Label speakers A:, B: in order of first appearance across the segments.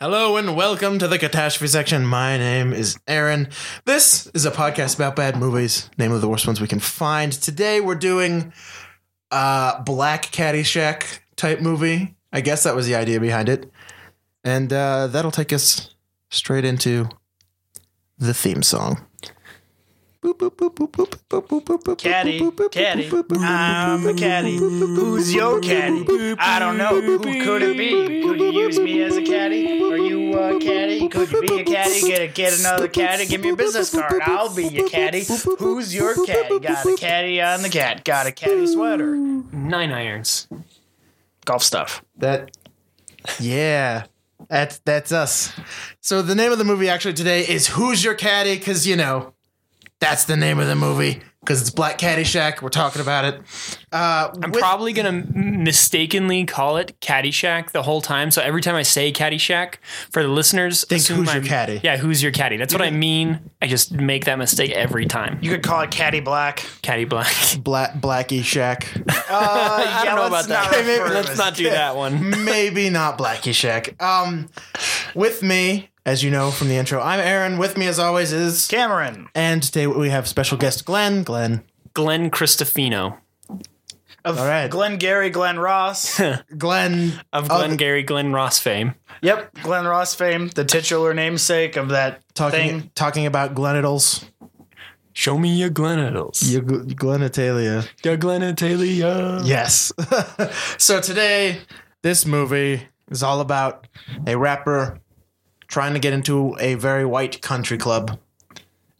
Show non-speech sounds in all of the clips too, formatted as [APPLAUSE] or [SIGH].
A: Hello and welcome to the catastrophe section. My name is Aaron. This is a podcast about bad movies, namely the worst ones we can find. Today we're doing uh black Caddyshack type movie. I guess that was the idea behind it. And uh, that'll take us straight into the theme song.
B: Caddy, caddy, I'm a caddy. Who's your caddy? I don't know. Who could it be? Could you use me as a caddy? Are you a caddy? Could you be a caddy? Get a, get another caddy. Give me a business card. I'll be your caddy. Who's your caddy? Got a caddy on the cat. Got a caddy sweater.
C: nine irons.
B: Golf stuff.
A: That, yeah, that's that's us. So the name of the movie actually today is "Who's Your Caddy?" Because you know, that's the name of the movie. Because it's Black Caddyshack. We're talking about it. Uh,
C: I'm
A: with-
C: probably gonna m- mistakenly call it Caddyshack the whole time. So every time I say Caddyshack, for the listeners,
A: Think
C: assume
A: who's your
C: I'm-
A: caddy.
C: Yeah, who's your caddy? That's what I mean. I just make that mistake every time.
B: You could call it caddy black.
C: Caddy black. [LAUGHS]
A: Black Blackie Shack.
B: Uh,
C: I don't know about that.
A: Okay, [LAUGHS] maybe-
C: Let's [LAUGHS] not do that one. [LAUGHS]
A: Maybe not Blackie Shack. Um, with me, as you know from the intro, I'm Aaron. With me, as always, is
B: Cameron,
A: and today we have special guest Glenn. Glenn.
C: Glenn Cristofino
B: of
A: All right.
B: Glenn Gary, Glenn
A: [LAUGHS]
B: Ross,
A: Glenn.
C: of Glenn Gary Glenn Ross fame.
B: yep, Glenn Ross fame, the titular namesake of that
A: Talking
B: thing.
A: talking about Glenidals.
C: Show me your Glenidals.
A: You Glenitalia.
C: Your Glenitalia.
A: Yes. [LAUGHS] so today, this movie is all about a rapper trying to get into a very white country club.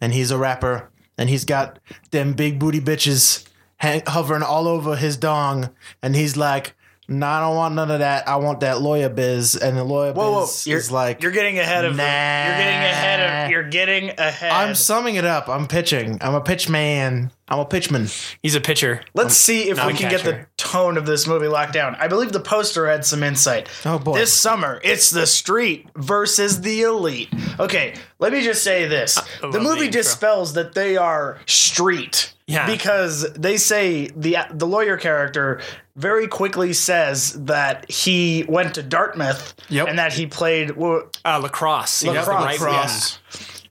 A: And he's a rapper, and he's got them big booty bitches hang- hovering all over his dong. And he's like, no, I don't want none of that. I want that lawyer biz. And the lawyer
B: Whoa, whoa!
A: biz
B: You're
A: is like,
B: you're getting ahead of.
A: nah.
B: You're getting ahead of. You're getting ahead.
A: I'm summing it up. I'm pitching. I'm a pitch man. I'm a pitchman.
C: He's a pitcher.
B: Let's see if we can get the
C: catcher.
B: tone of this movie locked down. I believe the poster had some insight.
A: Oh, boy.
B: This summer, it's the street versus the elite. Okay, let me just say this:
A: Uh,
C: love
A: oh,
B: the
C: the
B: movie
C: intro.
B: dispels that they are street.
C: Yeah.
B: Because they say the the lawyer character very quickly says that he went to Dartmouth
A: Yep.
B: and that he played well,
C: Uh, lacrosse. You got the
B: Lacrosse.
C: right-
A: Cross.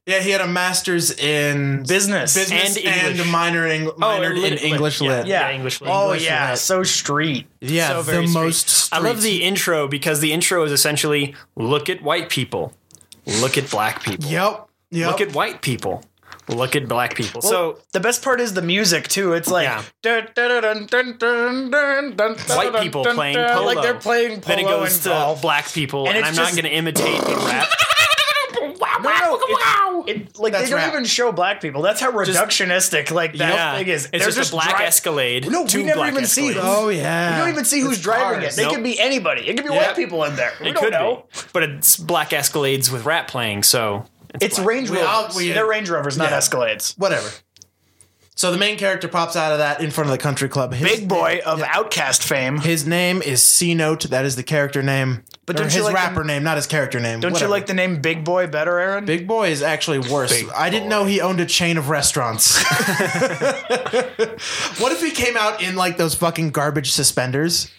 A: Yeah, he had a master's in
B: business.
A: business
C: And
A: and,
C: English.
A: minor in, minored in
C: lit- lit,
A: English
C: yeah,
A: lit.
B: Oh, yeah.
C: Yeah, English lit.
B: Oh
A: English
B: yeah,
A: lit.
B: so street.
A: Yeah,
C: So
A: the
C: very
A: most.
C: I love
A: street.
C: the intro because the intro is essentially look at white people, look at black people,
A: Yep. Yep.
C: look at white people, look at black people.
B: So
C: so
B: the best part is the music too. It's like
C: Yeah.
B: [LAUGHS] dun, dun, dun, dun, dun, dun, dun,
C: white
B: dun,
C: people
B: dun,
C: playing
B: dun.
C: polo,
B: Like they're playing polo
C: Then it goes
B: and
C: to
B: golf.
C: black people,
B: And
C: and,
B: it's
C: I'm
B: just-
C: not going to imitate
B: [LAUGHS]
C: and rap.
B: No, no, it's- it- like
A: That's
B: they don't
A: rap.
B: even show black people. That's how reductionistic like that
C: yeah,
B: thing is.
C: it's
B: They're
C: just, a black
B: dri-
C: Escalade.
B: No, we
C: two
B: never
C: black
B: even see
C: Escalades.
B: them.
A: Oh yeah.
B: We don't even see who's driving
A: cars.
B: it. They
C: Nope.
B: could be anybody. It could be
C: Yeah.
B: white people in there. We
C: It
B: don't
C: could
B: know.
C: be, but it's black Escalades with rap playing. So
B: It's Range
A: We all-
B: Rovers.
A: we-
B: They're Range Rovers, not
A: Yeah.
B: Escalades.
A: Whatever. So the main character pops out of that in front of the country club. His,
B: Big boy of Outcast fame.
A: His name is C Note. That is the character name. But
B: don't
A: his
B: you like the-
A: rapper name, not his character name.
B: Don't you like the name Big Boy better, Aaron?
A: Big Boy is actually worse. I didn't know he owned a chain of restaurants. what if he came out in like those fucking garbage suspenders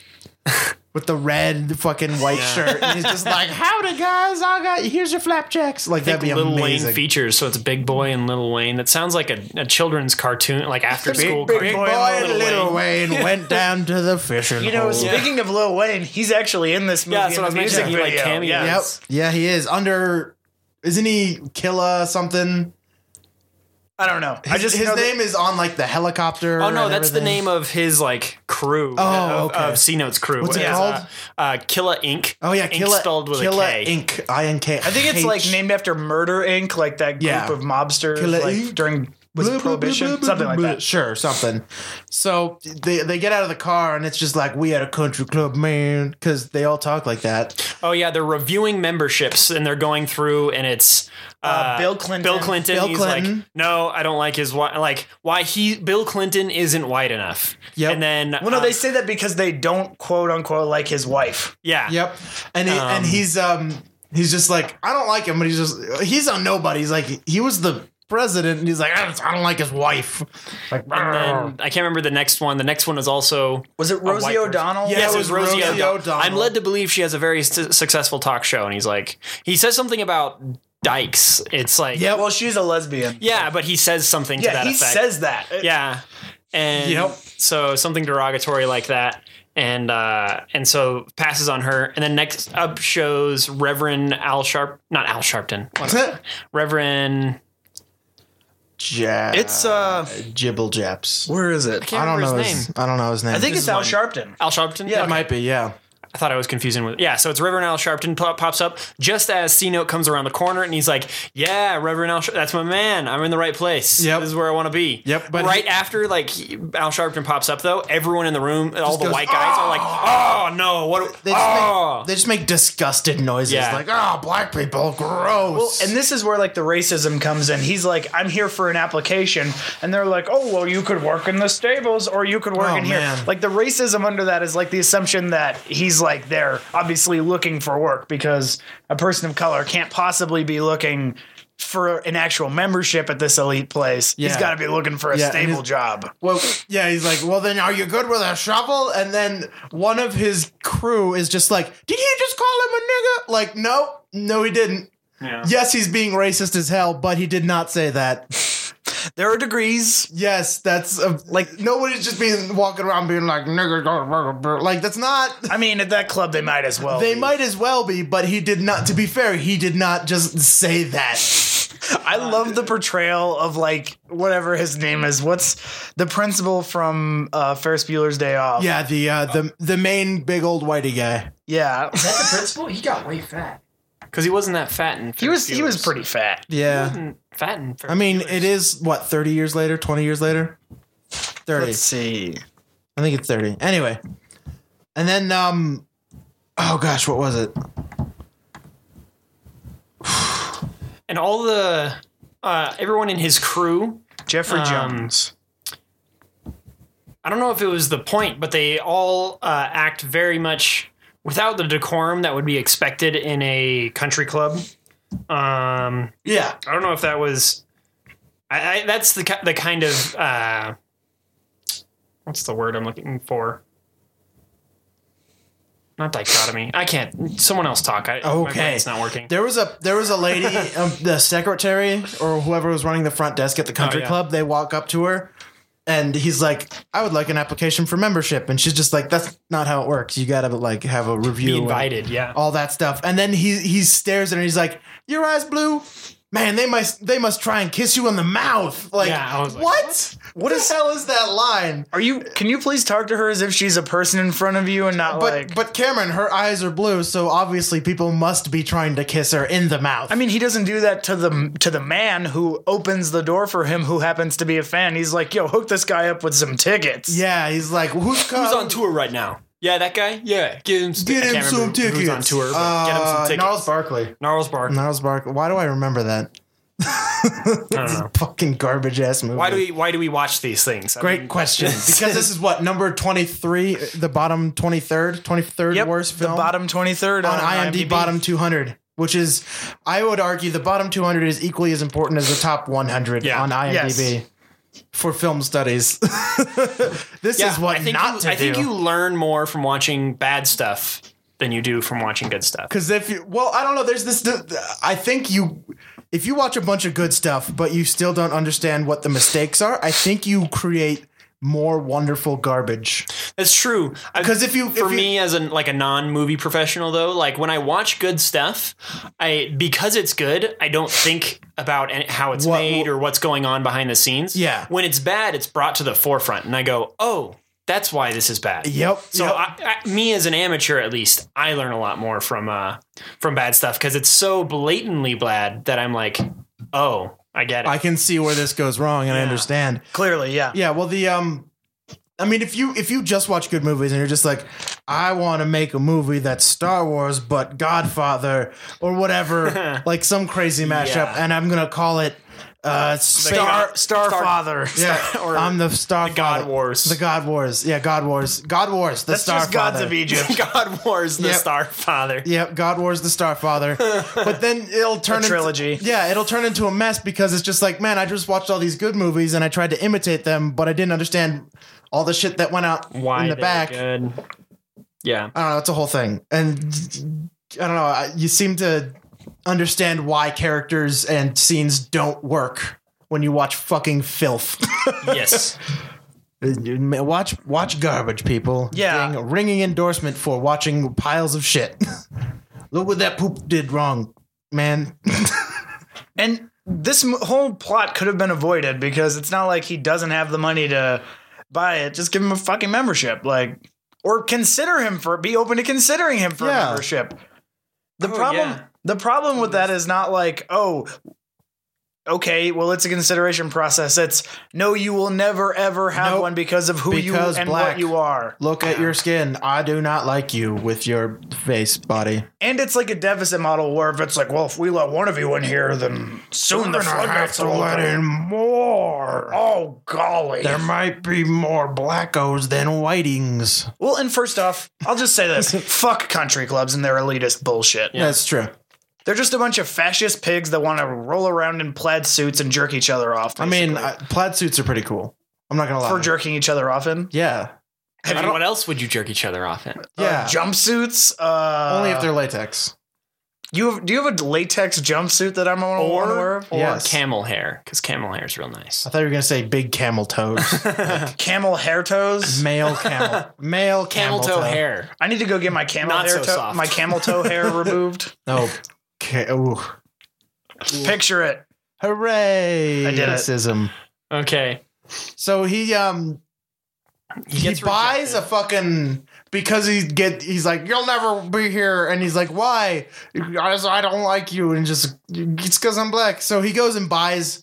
A: with the red fucking white shirt and he's just like, "Howdy guys, I got here's your flapjacks." Like that'd be
C: Little
A: amazing.
C: Wayne features, so it's Big Boy and Little Wayne. That sounds like a, a children's cartoon, like after school.
B: Big
C: cartoon.
A: Boy and Little,
C: Little
A: Wayne, went down to the fishing
B: You know,
A: hole.
B: speaking of Lil Wayne, he's actually in this movie.
C: Yeah, that's
B: in
C: what
B: the
C: I was
B: music
C: mentioning, he, like,
B: video.
C: cameos.
B: Yeah.
A: Yep. Yeah, he is under. Isn't he Killa something?
B: I don't know.
A: His,
B: I just
A: his
B: know that-
A: name is on like the helicopter.
C: Oh no,
A: and
C: that's
A: everything.
C: the name of his like crew.
A: Oh,
C: of,
A: okay.
C: of C Note's crew.
A: What's it
C: It's,
A: called?
C: Uh, uh, Killa Inc.
A: Oh yeah,
C: Inc.
A: Killa,
C: spelled with
A: Killa
C: a K.
A: Inc. I N K.
B: I think it's like named after Murder Inc., like that group
A: Yeah.
B: of mobsters
A: Killer
B: like
A: Inc.
B: during was it prohibition, something like that.
A: Sure, something. So they they get out of the car and it's just like we at a country club, man, because they all talk like that.
C: Oh yeah, they're reviewing memberships and they're going through and it's uh,
B: Bill Clinton.
C: Bill Clinton.
A: Bill
C: he's
A: Clinton.
C: like, no, I don't like his wi- like why he Bill Clinton isn't white enough.
A: Yep.
C: And then
B: Well, no,
C: uh,
B: they say that because they don't quote unquote like his wife.
C: yeah
A: Yep, and um, he, and he's um he's just like I don't like him, but he's just he's on nobody. He's like he was the president, and he's like, I don't, I don't like his wife. Like, [LAUGHS]
C: And I can't remember the next one. The next one was also
B: Was it Rosie
C: person.
B: O'Donnell?
A: Yeah,
C: yes,
A: it
C: it
A: was
C: was Rosie,
A: Rosie
C: O'Donnell.
A: O'Donnell.
C: I'm led to believe she has a very su- successful talk show, and he's like, he says something about dykes. It's like,
A: Yep.
B: Well, she's a lesbian.
C: yeah, but he says something to
B: Yeah,
C: that
B: he
C: effect.
B: says that.
C: yeah, and
A: Yep.
C: so something derogatory like that, and uh, and so passes on her, and then next up shows Reverend Al Sharp, not Al Sharpton, Reverend.
A: Jab,
B: It's uh,
A: Jibble Japs.
B: where is it?
A: I don't
C: remember
A: know
C: his
A: his, I don't know his name.
B: I think
A: This is-
B: it's Al Sharpton.
C: Al Sharpton.
B: Yeah,
A: it might be. Yeah,
C: I thought I was confusing with yeah. So it's Reverend Al Sharpton pop, pops up just as C Note comes around the corner, and he's like, "Yeah, Reverend Al, Shar- that's my man. I'm in the right place.
A: Yep.
C: This is where I want to be."
A: Yep, but
C: right
A: he-
C: after like he- Al Sharpton pops up, though, everyone in the room, all the
A: goes, "Ah!"
C: white guys, are like, "Oh no, what?
A: they just,
C: oh."
B: Ah!
A: make, they just make disgusted noises
C: Yeah.
A: like, "Oh, black people,
B: Well,
A: gross."
B: and this is where like the racism comes in. He's like, I'm here for an application, and they're like, Oh, well, you could work in the stables, or you could work
A: Oh,
B: in
A: man.
B: here. Like the racism under that is like the assumption that he's like there, obviously looking for work because a person of color can't possibly be looking for an actual membership at this elite place. He's
A: Yeah.
B: got to be looking for a
A: Yeah, and
B: stable
A: his-
B: job. [LAUGHS]
A: Well, yeah, he's like, well, then are you good with a shovel? And then one of his crew is just like, did he just call him a nigga? Like, no, no, he didn't.
C: Yeah.
A: Yes, he's being racist as hell, but he did not say that.
B: There are degrees.
A: Yes, that's a, like nobody's just being walking around being like nigga, blah, blah, blah, blah." like that's not.
B: I mean, at that club, they might as well.
A: They
B: be.
A: might as well be, but he did not. To be fair, he did not just say that.
B: I
A: Uh,
B: love the portrayal of like whatever his name is. What's the principal from uh, Ferris Bueller's Day Off?
A: Yeah, the uh, the the main big old whitey guy.
B: yeah.
C: the principal, he got way fat because he wasn't that fat. In
B: [LAUGHS] he was he was pretty fat.
A: Yeah,
C: fat. In
A: I mean, it is what thirty years later, twenty years later, 30
B: Let's see.
A: I think it's 30. Anyway. And then um oh gosh, what was it?
C: and all the uh, everyone in his crew
B: Jeffrey
C: Um,
B: Jones.
C: I don't know if it was the point, but they all uh, act very much without the decorum that would be expected in a country club. Um,
A: Yeah.
C: I don't know if that was. I, I, that's the ki- the kind of uh, what's the word I'm looking for? Not dichotomy. I can't. Someone else talk. I,
A: Okay.
C: it's not working.
A: There was a there was a lady,
C: [LAUGHS]
A: um, the secretary or whoever was running the front desk at the country
C: Oh, yeah.
A: club, they walk up to her and he's like, "I would like an application for membership." And she's just like, "That's not how it works. You got to like have a review."
C: Be
A: and
C: invited. Yeah.
A: all that stuff. And then he he stares at her and he's like, "Your eyes blue?" Man, they must they must try and kiss you on the mouth. Like,
C: Yeah, I was like,
A: what?
C: what?
A: What the hell is that line?
B: Are you? Can you please talk to her as if she's a person in front of you and not
A: But
B: like?
A: but Cameron, her eyes are blue, so obviously people must be trying to kiss her in the mouth.
B: I mean, he doesn't do that to the to the man who opens the door for him, who happens to be a fan. He's like, "Yo, hook this guy up with some tickets."
A: yeah, he's like, who's coming?
C: Who's on tour right now? Yeah, that guy. Yeah, give him.
A: Get him some tickets.
C: Who's on tour?
A: Uh,
C: get him some tickets.
A: Gnarls Barkley.
C: Gnarls Bark.
A: Gnarls Barkley. Why do I remember that? [LAUGHS]
C: I don't know.
A: Fucking garbage ass movie.
C: Why do we why do we watch these things? I
A: Great
C: mean, [LAUGHS]
A: question. because this is what number twenty three, the bottom twenty third, twenty third
B: Yep,
A: worst
B: the
A: film
B: bottom twenty third
A: on IMDb, bottom two hundred, which is, I would argue, the bottom two hundred is equally as important as the top one hundred
C: Yeah.
A: on IMDb. For film studies, [LAUGHS] this
C: yeah,
A: is what
C: I think
A: not
C: you,
A: to
C: I
A: do.
C: think you learn more from watching bad stuff than you do from watching good stuff.
A: Because if you, well, I don't know. There's this. I think you, if you watch a bunch of good stuff, but you still don't understand what the mistakes are, I think you create more wonderful garbage.
C: That's true. I-
A: 'Cause if you- if
C: for
A: you-
C: me as a like a non movie professional though, like when I watch good stuff, I because it's good, I don't think about an- how it's
A: What-
C: made or what's going on behind the scenes.
A: Yeah.
C: When it's bad, it's brought to the forefront, and I go, oh. That's why this is bad.
A: Yep.
C: So
A: Yep.
C: I, I, me as an amateur, at least, I learn a lot more from uh, from bad stuff because it's so blatantly bad that I'm like, oh, I get it.
A: I can see where this goes wrong, and I
C: Yeah.
A: understand.
B: Clearly, yeah.
A: Yeah. Well, the um, I mean, if you if you just watch good movies and you're just like, I want to make a movie that's Star Wars but Godfather or whatever, like some crazy mashup,
C: Yeah.
A: and I'm gonna call it Uh, Star,
C: God- Star-
A: Starfather.
B: [LAUGHS]
C: Yeah.
A: or I'm the Starfather.
C: God Wars. [LAUGHS]
A: The God Wars. Yeah, God Wars. God Wars. The
B: That's
A: Starfather.
B: just gods of Egypt.
C: God Wars the
A: Yep.
C: Star Father.
A: Yep, God Wars the
C: [LAUGHS]
A: Starfather. but then it'll turn into-
B: trilogy.
A: yeah, it'll turn into a mess because it's just like, man, I just watched all these good movies and I tried to imitate them, but I didn't understand all the shit that went out
C: Why
A: in the
C: they
A: back.
C: Good.
A: [LAUGHS]
C: Yeah.
A: I don't know. It's a whole thing, and I don't know. I- You seem to understand why characters and scenes don't work when you watch fucking filth.
C: Yes.
A: Uh, watch watch garbage, people.
B: Yeah.
A: Ding, ringing endorsement for watching piles of shit. [LAUGHS] Look what that poop did wrong, man.
B: And this m- whole plot could have been avoided because it's not like he doesn't have the money to buy it. Just give him a fucking membership, like, or consider him for be open to considering him for
A: Yeah.
B: a membership. The
C: Oh,
B: problem,
C: yeah.
B: the problem with that is not like, oh, okay, well, it's a consideration process. It's no, you will never ever have
A: Nope.
B: one because of who you
A: Because
B: and
A: black.
B: what you are.
A: Look at your skin. I do not like you with your face, body.
B: And it's like a deficit model where if it's like, well, if we let one of you in here, then soon the floodgates will open.
A: more.
B: Oh golly!
A: There might be more blackos than whitings.
B: Well, and first off, I'll just
A: [LAUGHS]
B: say this: fuck country clubs and their elitist bullshit.
A: That's true.
B: They're just a bunch of fascist pigs that want to roll around in plaid suits and jerk each other off.
A: I mean,
B: basically.
A: uh, plaid suits are pretty cool. I'm not gonna lie.
B: for jerking each other off in
A: yeah,
B: Have
C: I
B: you-
C: don't- what else would you jerk each other off in?
B: Uh,
A: yeah.
B: jumpsuits. Uh,
A: Only if they're latex.
B: you have, do you have a latex jumpsuit that I'm unaware of?
C: or
A: Yes.
C: camel hair, because camel hair is real nice. [LAUGHS]
A: I [LAUGHS] thought you were gonna say big camel
B: [LAUGHS]
A: toes.
B: Camel hair toes.
A: Male camel. Male camel,
C: Camel toe hair.
B: I need to go get my camel
C: Not
B: hair
C: so
B: toe-
C: soft.
B: my camel toe
A: [LAUGHS]
B: hair removed.
A: Oh. Ca- ooh.
B: Picture it.
A: Hooray!
B: I did it.
A: racism.
C: Okay.
A: So he um he,
C: gets
A: buys a
C: rejected.
A: fucking because he get he's like you'll never be here and he's like why I, just- I don't like you and just it's because I'm black. So he goes and buys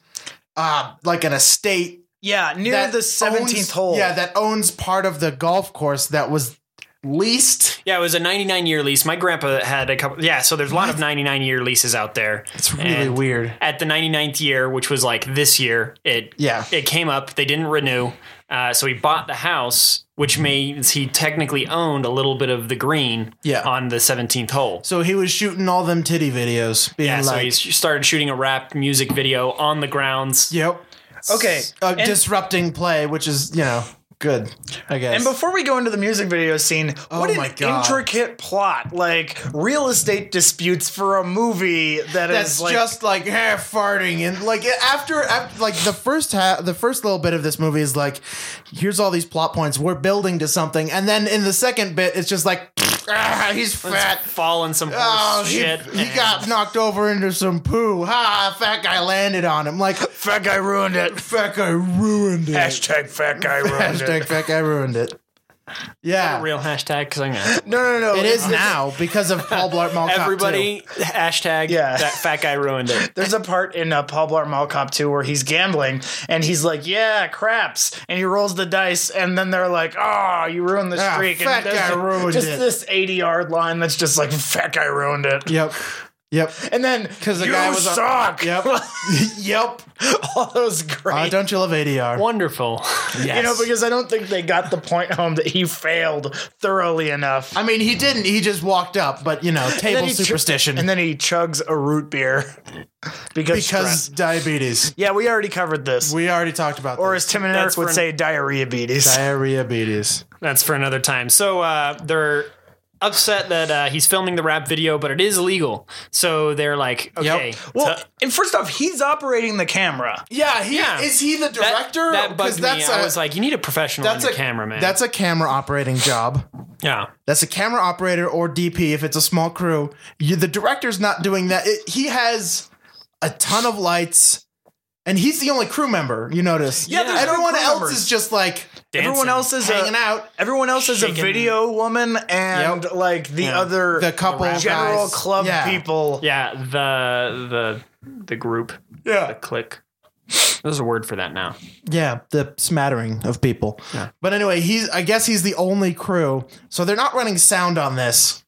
A: uh like an estate
B: Yeah, near
A: that
B: the
A: owns-
B: seventeenth hole.
A: Yeah, that owns part of the golf course that was leased.
C: Yeah, it was a 99 year lease. My grandpa had a couple. Yeah, so there's a lot of 99 year leases out there.
A: It's really
C: And-
A: weird.
C: At the 99th year, which was like this year, it
A: Yeah.
C: it came up. They didn't renew, uh, so he bought the house, which means he technically owned a little bit of the green
A: Yeah.
B: Uh,
C: on the 17th hole.
A: So he was shooting all them titty videos, being
C: Yeah, so he
A: like,
C: s- started shooting a rap music video on the grounds.
A: "Yep,
B: Okay.
A: uh,
B: and-
A: disrupting play," which is you know good, I guess.
B: And before we go into the music video scene, what
A: Oh my
B: an
A: God.
B: intricate plot! Like real estate disputes for a movie that
A: that's
B: is like
A: just like hair farting and like eh, after, after like the first half the first little bit of this movie is like here's all these plot points we're building to something and then in the second bit it's just like [LAUGHS] ah, he's fat
C: Falling some horse
A: Oh, he,
C: shit.
A: he
C: and-
A: got knocked over into some poo. Ha! Fat guy landed on him. Like
B: [LAUGHS] fat guy ruined it.
A: fat guy ruined it.
B: [LAUGHS] Hashtag fat guy ruined
A: [LAUGHS] Hashtag
B: it.
A: fat guy ruined it.
C: a
A: Yeah,
C: real hashtag because I'm gonna.
B: No, no, no.
A: it is
B: it's-
A: now because of Paul Blart Mall Cop
C: Everybody hashtag
B: Yeah.
C: that fat guy ruined it.
B: There's a part in uh, Paul Blart Mall Cop 2 where he's gambling and he's like, "Yeah, craps," and he rolls the dice, and then they're like, "Oh, you ruined the
A: Ah,
B: streak."
A: fat
B: and there's
A: guy
B: just,
A: ruined
B: just
A: it.
B: this 80 yard line that's just like, "Fat guy ruined it,"
A: 2. Yep, yep,
B: and then because
A: the guy was on-
B: suck.
A: yep, [LAUGHS] yep.
B: [LAUGHS] All those great.
A: Uh, don't you love ADR? [LAUGHS]
C: Wonderful.
B: You know, because I don't think they got the point home that he failed thoroughly enough.
A: I mean, he didn't. He just walked up, but you know,
B: And then
A: table
B: he chu-
A: superstition
B: and then he chugs a root beer [LAUGHS]
A: because
B: because, stress.
A: diabetes.
B: yeah, we already covered this.
A: We already talked about
B: or
A: this.
B: as Tim and
C: That's
B: Eric would
C: for-
B: say, diarrhea beaties.
A: diabetes.
C: That's for another time. So uh, they're upset that uh, he's filming the rap video, but it is illegal. So they're like, okay,
B: Well,
C: t-
B: and first off, he's operating the camera.
A: Yeah, he
C: Yeah.
A: is he the
C: that-
A: director?
C: That, bugged me.
A: that's
C: I
A: a-
C: was like, you need a professional
A: that's a
C: on the camera, man.
A: That's a camera operating job.
C: yeah.
A: That's a camera operator or DP if it's a small crew. You, the director's not doing that. It, he has a ton of lights, and he's the only crew member. You notice?
B: Yeah, there's no
A: everyone
B: crew
A: else
B: members.
A: is just like
C: Dancing.
B: Everyone else is
A: hanging
B: a,
A: out.
B: Everyone else is a
C: Shaking.
B: video woman and
A: Yep.
B: like the
C: Yeah.
B: other
A: The couple
B: general
A: guys.
B: club
A: Yeah.
B: people.
C: Yeah, the the the group, the
A: Yeah,
C: click. There's a word for that now.
A: yeah, the smattering of people.
C: Yeah.
A: But anyway, he's. I guess he's the only crew, so they're not running sound on this.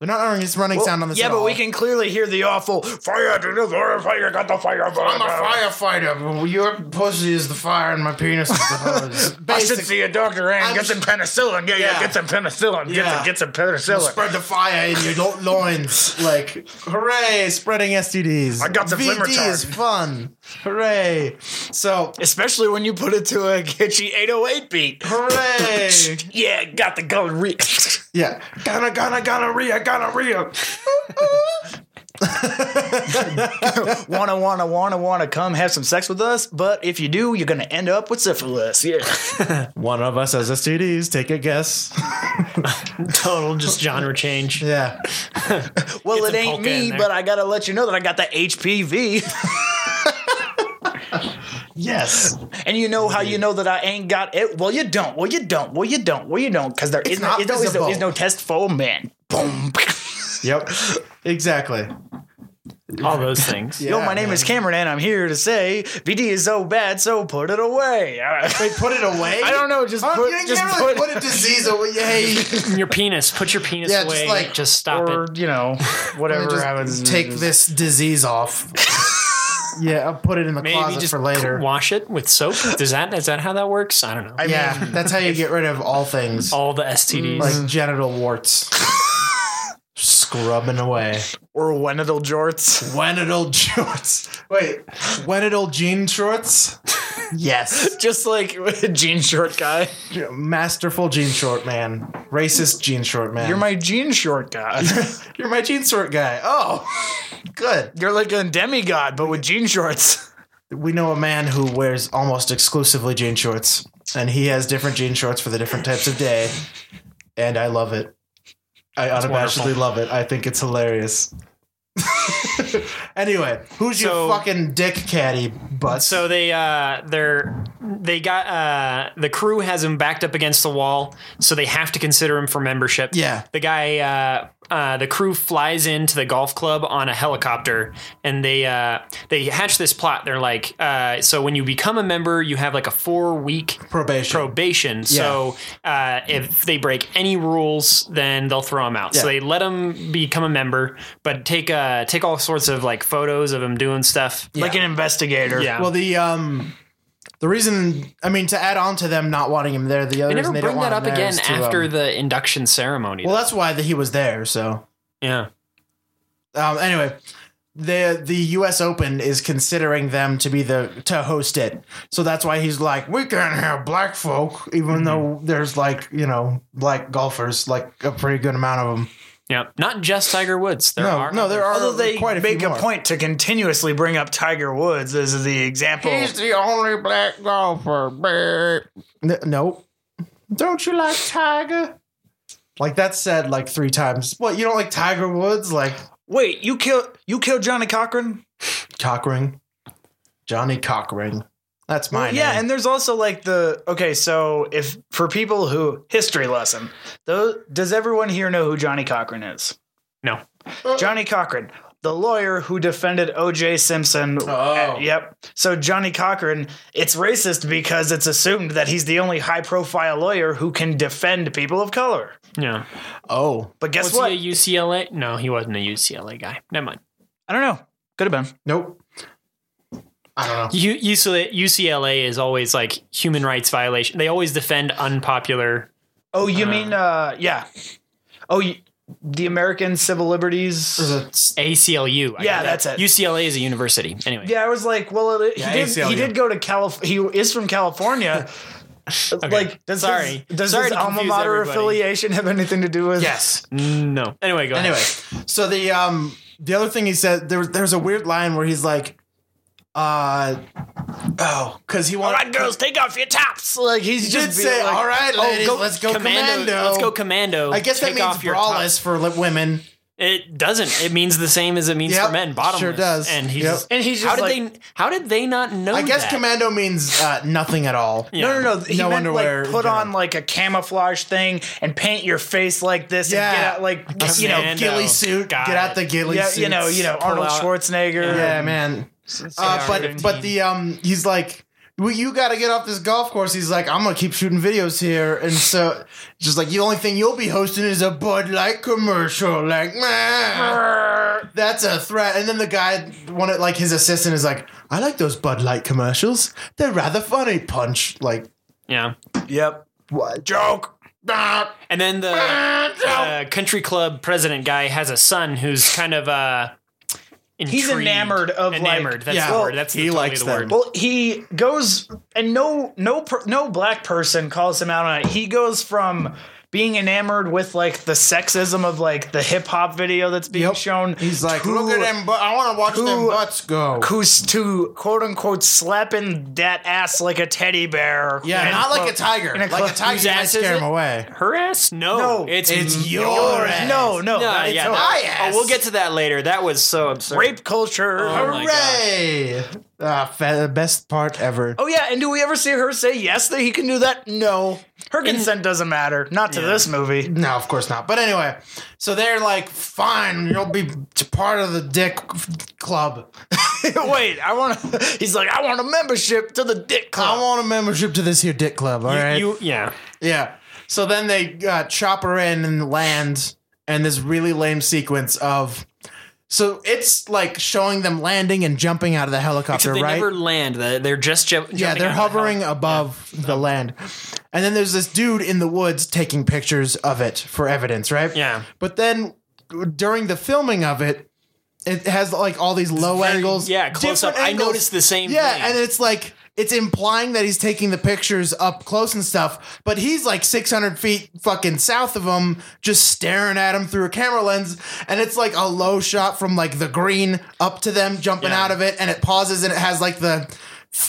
A: They're not earning this running sound on this.
B: yeah,
A: at
B: but
A: all.
B: we can clearly hear the awful fire to the fire, fire, got the fire.
A: I'm a firefighter. Your pussy is the fire, and my [LAUGHS] penis is the hose.
B: I should
A: Basic-
B: see a doctor and
A: I'm
B: get some
A: sh-
B: penicillin. Yeah, yeah,
A: Yeah.
B: get some penicillin. Get,
A: Yeah.
B: some, get some penicillin.
A: Spread the fire in your lo- loins, like hooray! Spreading STDs. I
B: got the
A: VD
B: flim retard.
A: is fun. Hooray! So
B: Especially when you put it to a catchy 808 beat.
A: hooray!
B: Yeah, got the [LAUGHS] gonorrhea.
A: [LAUGHS] yeah, gonna gonna gonorrhea, gonorrhea.
B: [LAUGHS] wanna, wanna, wanna, wanna come have some sex with us, but if you do, you're gonna end up with syphilis. Yeah.
A: One of us has STDs. Take a guess.
C: Total just genre change.
A: Yeah.
B: Well,
C: Get
B: it
C: some
B: ain't
C: polka
B: me,
C: in there.
B: but I gotta let you know that I got the HPV.
A: Yes.
B: and you know how you know that I ain't got it? Well, you don't. Well, you don't. Well, you don't. Well, you don't. Because there is
A: not
B: no, is
A: visible.
B: no, is no test for man. Boom. [LAUGHS]
A: Yep. Exactly.
C: All those things.
B: Yo,
A: Yeah,
B: my name
A: man.
B: is Cameron, and I'm here to say VD is so bad, so put it away.
A: They put it away.
B: I don't know. Just
A: Oh,
B: put,
A: you didn't
B: just
A: can't really
B: put,
A: put a disease away. Hey,
C: Your penis. Put your penis
A: Yeah, just
C: away. Just,
A: like-
C: stop
B: or
C: it.
B: you [LAUGHS] know, whatever happens.
A: just take this disease off. yeah, I'll put it in the
C: Maybe
A: closet
C: just
A: for later.
C: wash it with soap. Does that is that how that works? I don't know.
A: yeah, that's how you get rid of all things
C: All the STDs.
A: like genital [LAUGHS] warts. Scrubbing away.
B: or Wenadil jorts.
A: Genital shorts. Wait, genital jean shorts. Yes,
B: [LAUGHS] Just like [LAUGHS] jean short guy.
A: masterful jean short man. Racist jean short man.
B: You're my jean short [LAUGHS] guy.
A: You're my jean short guy. Oh, good.
B: You're like a demigod, but with jean shorts. [LAUGHS]
A: we know a man who wears almost exclusively jean shorts, and he has different jean shorts for the different types of day, and I love it. I unabashedly
C: wonderful.
A: love it. I think it's hilarious. [LAUGHS] anyway, who's
C: So-
A: your fucking dick caddy, but
C: So they uh they're they got uh the crew has him backed up against the wall, so they have to consider him for membership.
A: Yeah.
C: The guy uh uh, the crew flies into the golf club on a helicopter, and they uh, they hatch this plot. They're like, uh, so when you become a member, you have like a four week
A: probation?
C: probation. So uh, if they break any rules, then they'll throw them out. So
A: Yeah.
C: they let him become a member, but take uh, take all sorts of like photos of him doing stuff.
B: Like an investigator.
C: Yeah.
A: well, the um, the reason I mean to add on to them not wanting him there, the other
C: they never
A: reason they
C: bring
A: don't
C: that up
A: want him there
C: again
A: is to,
C: after
A: um,
C: the induction ceremony.
A: well, that's why that he was there. So
C: though. yeah.
A: um, anyway, the the U.S. Open is considering them to be the to host it, so that's why he's like, we can't have black folk, even though there's like you know black golfers, like a pretty good amount of them.
C: Yeah. Not just Tiger Woods. There
A: no,
C: are
A: no, there are
B: Although they
A: quite a
B: make
A: few
B: a
A: more.
B: point to continuously bring up Tiger Woods as the example.
A: the only black golfer. N- nope. Don't you like Tiger? Like that said, like three times. What you don't like Tiger Woods? Like
B: Wait, you kill you killed Johnny Cochran?
A: Cockring, Johnny Cockring. That's my
B: Well, yeah,
A: name.
B: and there's also like the okay. So if for people who history lesson, though, does everyone here know who Johnny Cochran is?
C: No.
A: Uh,
B: Johnny Cochran, the lawyer who defended O.J. Simpson.
A: Oh.
B: yep. So Johnny Cochran, it's racist because it's assumed that he's the only high-profile lawyer who can defend people of color.
C: Yeah.
A: oh,
B: But guess
C: Was
B: what?
C: he a UCLA? No, he wasn't a UCLA guy. Never mind.
B: I don't know. Could have been.
A: Nope. I don't know.
C: U- UCLA, UCLA is always like human rights violation. They always defend unpopular.
B: Oh, you
C: Uh.
B: mean uh, yeah? Oh, you, the American Civil Liberties.
C: ACLU. I
B: Yeah,
C: got
B: that's it.
C: UCLA is a university. Anyway.
B: [LAUGHS] Yeah, I was like, well, it,
A: Yeah,
B: he did.
A: ACL,
B: he
A: yeah.
B: did go to California. He is from [LAUGHS] California. Like, does
C: Sorry.
B: His, does
C: Sorry
B: his
C: to
B: alma
C: confuse
B: mater
C: everybody.
B: affiliation have anything to do with?
A: yes.
C: Mm, No. Anyway, go
A: Anyway,
C: ahead.
A: so the um the other thing he said there was there's a weird line where he's like, uh oh, because he
B: All
A: wanted.
B: right, girls, take off your tops. Like he's
A: he did
B: just being
A: say,
B: like,
A: "All right,
B: oh,
A: ladies,
B: go-
A: let's go
C: commando,
A: commando."
C: Let's go commando.
A: I guess that
C: Take
A: means
C: off your top.
A: braless for li- women.
C: It doesn't. It means the same as it means
A: Yep,
C: for men. Bottomless.
A: sure does.
C: And he's
A: Yep.
C: just,
B: And he's
C: how
B: just
C: did
B: like-
C: they? How did they not know?
A: I guess
C: that?
A: commando means uh, nothing at all.
C: Yeah.
B: No, no, no. He
A: No
B: meant
A: underwear
B: like
A: in
B: put
A: general.
B: on like a camouflage thing and paint your face like this
A: Yeah.
B: and get out like
A: A
B: you know,
C: Commando.
A: ghillie suit.
C: Got
A: get out
C: it.
A: the ghillie
B: yeah,
A: suit.
B: you know, you know, Arnold
C: out-
B: Schwarzenegger.
A: Yeah, man. Uh, but
C: AR-15.
A: but the um he's like well, you got to get off this golf course. He's like, I'm gonna keep shooting videos here, and so just like the only thing you'll be hosting is a Bud Light commercial. Like, meh. that's a threat. And then the guy, one of- like his assistant, is like, I like those Bud Light commercials. They're rather funny. Punch like
C: Yeah.
B: Yep.
A: what?
B: Joke.
A: Ah,
C: And then the uh, country club president guy has a son who's kind of uh,
B: He's
C: intrigued.
B: enamored of, like-
C: enamored. that's
A: Yeah.
C: the
A: Well,
C: word. That's the,
A: he
C: totally
A: likes
C: the
A: them.
C: word.
B: Well, he goes and no no per, no black person calls him out on it. He goes from being enamored with like the sexism of like the hip hop video that's being
A: Yep.
B: shown.
A: He's like,
B: to-
A: look at them. But I want to watch them
B: who-
A: butts go.
B: Who's to quote unquote slapping that ass like a teddy bear?
A: Yeah,
B: And
A: not like a
B: quote-
A: tiger.
B: in a
A: Like
B: clo-
A: a tiger
C: Whose
A: might
C: ass is
A: scare
C: it?
A: him away.
C: Her ass? No,
B: No,
C: it's
A: It's
C: m-
A: your ass.
B: No, no,
C: Mm-hmm. No,
B: it's
C: yeah,
B: not.
A: my ass.
C: Oh, we'll get to that later. That was so absurd.
B: rape culture.
C: Oh my
A: Hooray! Ah, fa- best part ever.
B: Oh yeah, and do we ever see her say yes that he can do that? No, her consent doesn't matter. Not to this movie.
A: No, of course not. But anyway, so they're like, fine, you'll be t- part of the dick club.
B: [LAUGHS] Wait, I want. to [LAUGHS] He's like, I want a membership to the Dick Club.
A: I want a membership to this here dick club, all
C: You-
A: right?
C: you- yeah.
A: yeah. So then they uh, chop her in and land, and this really lame sequence of. So it's like showing them landing and jumping out of the helicopter,
C: Except they
A: right?
C: never land. They- They're just ju-
A: Yeah,
C: jumping
A: they're
C: out of the
A: hovering above the land. And then there's this dude in the woods taking pictures of it for evidence, right?
C: Yeah.
A: But then during the filming of it, it has like all these low
C: Very-
A: angles.
C: yeah, close
A: different
C: up. I noticed the same
A: Yeah,
C: thing.
A: and it's like it's implying that he's taking the pictures up close and stuff, but he's like 600 feet fucking south of him, just staring at him through a camera lens. And it's like a low shot from like the green up to them jumping
C: Yeah.
A: out of it, and it pauses and it has like the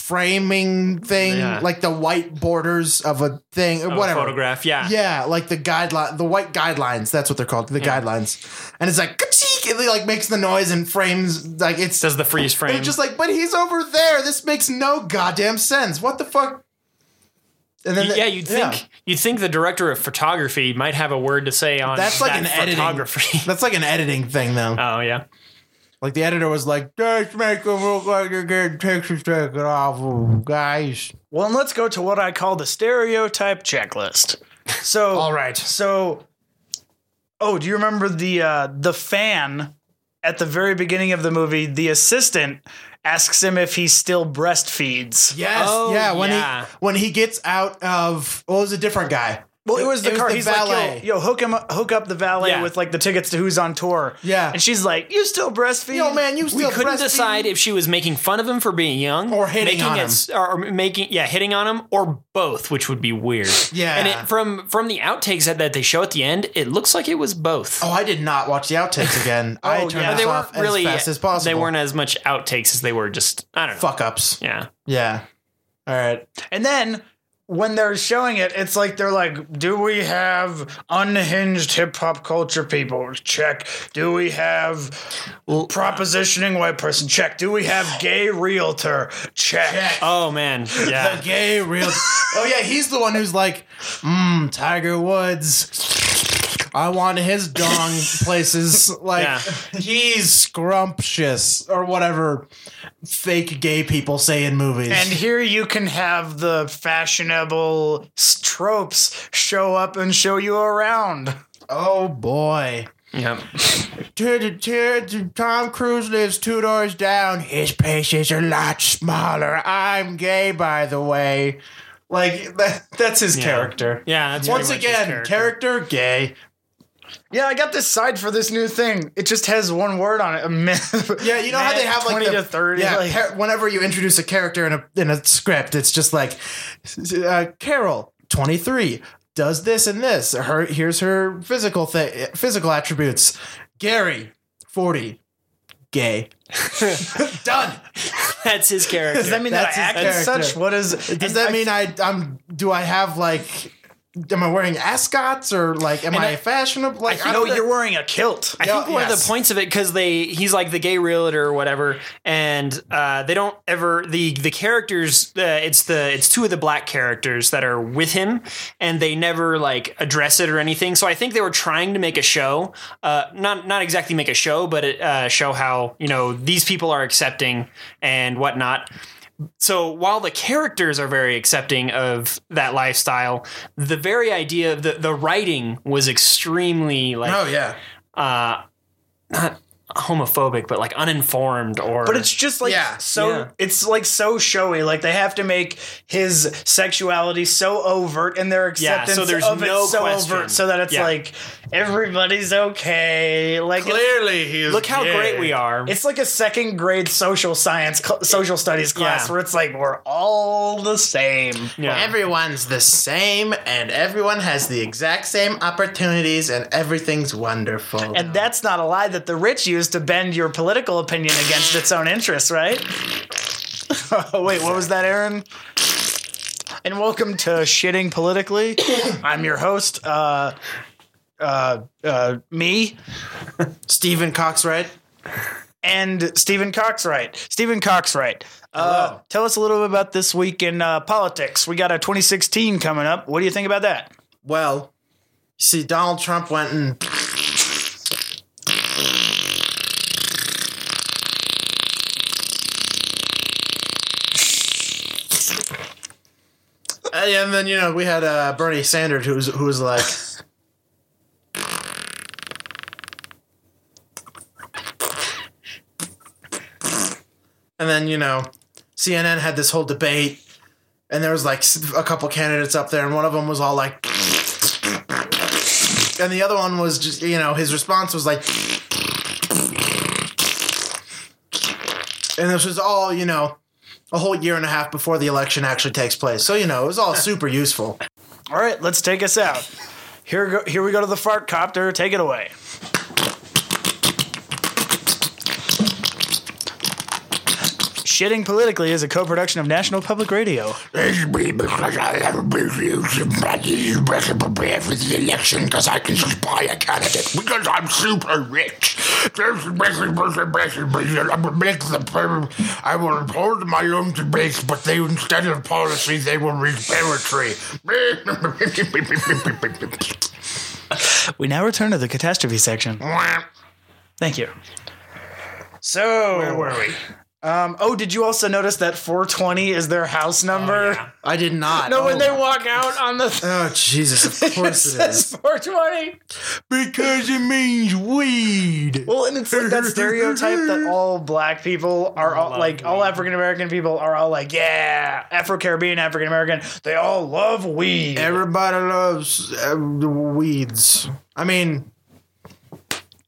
A: framing thing,
C: Yeah.
A: like the white borders of a thing, or
C: Of a
A: whatever.
C: photograph. Yeah.
A: Yeah, like the guideline, the white guidelines. That's what they're called, the guidelines. And it's like, ka-cheek, it like makes the noise and frames like it's.
C: Does the freeze
A: and
C: frame?
A: it's just like, but he's over there. This makes no goddamn sense. What the fuck? And then, the-
C: yeah, you'd think you'd think the director of photography might have a word to say on
A: that's like
C: that
A: an editing.
C: photography.
A: [LAUGHS] That's like an editing thing, though.
C: oh yeah.
A: like the editor was like, "Just make them look like you're getting pictures taken off, of 'em, guys."
B: Well, and let's go to what I call the stereotype checklist. [LAUGHS] So,
A: All right.
B: So, oh, do you remember the uh, the fan at the very beginning of the movie? The assistant asks him if he still breastfeeds.
A: Yes.
C: Oh,
A: yeah. When
C: yeah.
A: he when he gets out of, well, it was a different guy.
B: Well, it was the
A: It was
B: car.
A: the
B: He's
A: valet.
B: like, yo, yo, hook him, up, hook up the valet
C: Yeah.
B: with like the tickets to who's on tour.
A: Yeah.
B: and she's like, you still breastfeed?
A: Yo, man, you still
C: We couldn't
A: breastfeeding?
C: decide if she was making fun of him for being young
A: Or hitting
C: making
A: on
C: it
A: him.
C: s- or making yeah, hitting on him or both, which would be weird.
A: Yeah.
C: And it, from from the outtakes that, that they show at the end, it looks like it was both.
A: Oh, I did not watch the outtakes
C: [LAUGHS]
A: again. I
B: Oh,
A: turned
B: yeah.
A: this
C: they
A: off
C: weren't really
A: as fast as possible.
C: They weren't as much outtakes as they were just I don't know.
A: fuck ups.
C: Yeah.
A: Yeah. All right.
B: And then when they're showing it, it's like they're like, do we have unhinged hip hop culture people? Check. Do we have propositioning white person? Check. Do we have gay realtor? Check.
C: Oh man. Yeah.
A: [LAUGHS] The gay real. oh yeah, he's the one who's like, mm, Tiger Woods. I want his dong places
C: [LAUGHS]
A: like
C: Yeah.
A: he's scrumptious or whatever fake gay people say in movies.
B: And here you can have the fashionable s- tropes show up and show you around.
A: oh boy.
C: yeah.
A: To the, to the- Tom Cruise lives two doors down. His patients are a lot smaller. I'm gay, by the way. Like that, that's his character.
C: Yeah, that's
A: Once
C: pretty much his
A: again,
C: character.
A: character. gay.
B: Yeah, I got this side for this new thing. It just has one word on it.
A: Yeah, you know how they have like
B: twenty
A: the,
B: to thirty.
A: Yeah,
B: like-
A: par- whenever you introduce a character in a in a script, it's just like uh, Carol, twenty three, does this and this. Her here's her physical thing, physical attributes. Gary, forty, gay. [LAUGHS] Done.
C: [LAUGHS]
A: [LAUGHS]
C: That's his character.
B: Does that mean
A: That's his
B: that [LAUGHS] I act as
A: character.
B: such? What is?
A: Does that mean I, I'm? Do I have like? Am I wearing ascots or like? Am I, fashionable? Like, I
B: no,
A: don't know.
B: you're wearing a kilt.
C: I think
A: Yeah,
C: one of
A: yes.
C: the points of it because they he's like the gay realtor or whatever, and uh, they don't ever the the characters uh, it's the it's two of the black characters that are with him, and they never like address it or anything. So I think they were trying to make a show, uh, not not exactly make a show, but uh, show how you know these people are accepting and whatnot. so while the characters are very accepting of that lifestyle, the very idea of the, the writing was extremely like
A: Oh yeah.
C: uh, not homophobic, but like uninformed or.
B: But it's just like
A: Yeah.
B: so
C: Yeah.
B: it's like so showy. Like they have to make his sexuality so overt and their
C: Yeah,
B: acceptance
C: so there's
B: of
C: no
B: it so
C: question.
B: overt so that it's
C: Yeah.
B: like everybody's okay. Like it's-
A: Clearly he's
C: look how
A: gay.
C: great we are.
B: It's like a second grade social science, cl- social studies class
C: Yeah.
B: where it's like we're all the same.
C: Yeah.
A: Everyone's the same, and everyone has the exact same opportunities, and everything's wonderful.
B: And that's not a lie that the rich use to bend your political opinion against its own interests, right? [LAUGHS] Wait, what was that, Aaron? And welcome to Shitting Politically. [COUGHS] I'm your host, uh, uh, uh, me
A: Stephen Coxwright.
B: and Stephen Coxwright. Stephen Coxwright, uh, tell us a little bit about this week in uh, politics. We got a 2016 coming up. What do you think about that?
A: Well, you see, Donald Trump went and and then you know we had uh, Bernie Sanders, who's who's like. And then, you know, CNN had this whole debate, and there was like s- a couple candidates up there, and one of them was all like, and the other one was just, you know, his response was like, and this was all, you know, a whole year and a half before the election actually takes place. So, you know, it was all super useful.
B: All right, let's take us out. Here, go, here we go to the fart copter. Take it away. Shitting Politically is a co production of National Public Radio.
D: It's me because I have a review somebody you better prepare for the election because I can supply a candidate because I'm super rich. Just basically, basically, basically, I will make the per- I will uphold my own debates, but they instead of policy they will reparatory.
B: We now return to the catastrophe section. Thank you. So, where were we? Um, oh, did you also notice that 420 is their house number?
A: I did not.
B: [LAUGHS] No, when
A: oh,
B: they walk out on the.
A: oh, Jesus, of
B: it
A: course it
B: says [LAUGHS]
A: is.
B: 420.
A: [LAUGHS] Because it means weed.
B: Well, and it's like that stereotype that all black people are all, like all African American people are all like, yeah, Afro Caribbean, African American, they all love weed.
A: Everybody loves uh, weeds. I mean,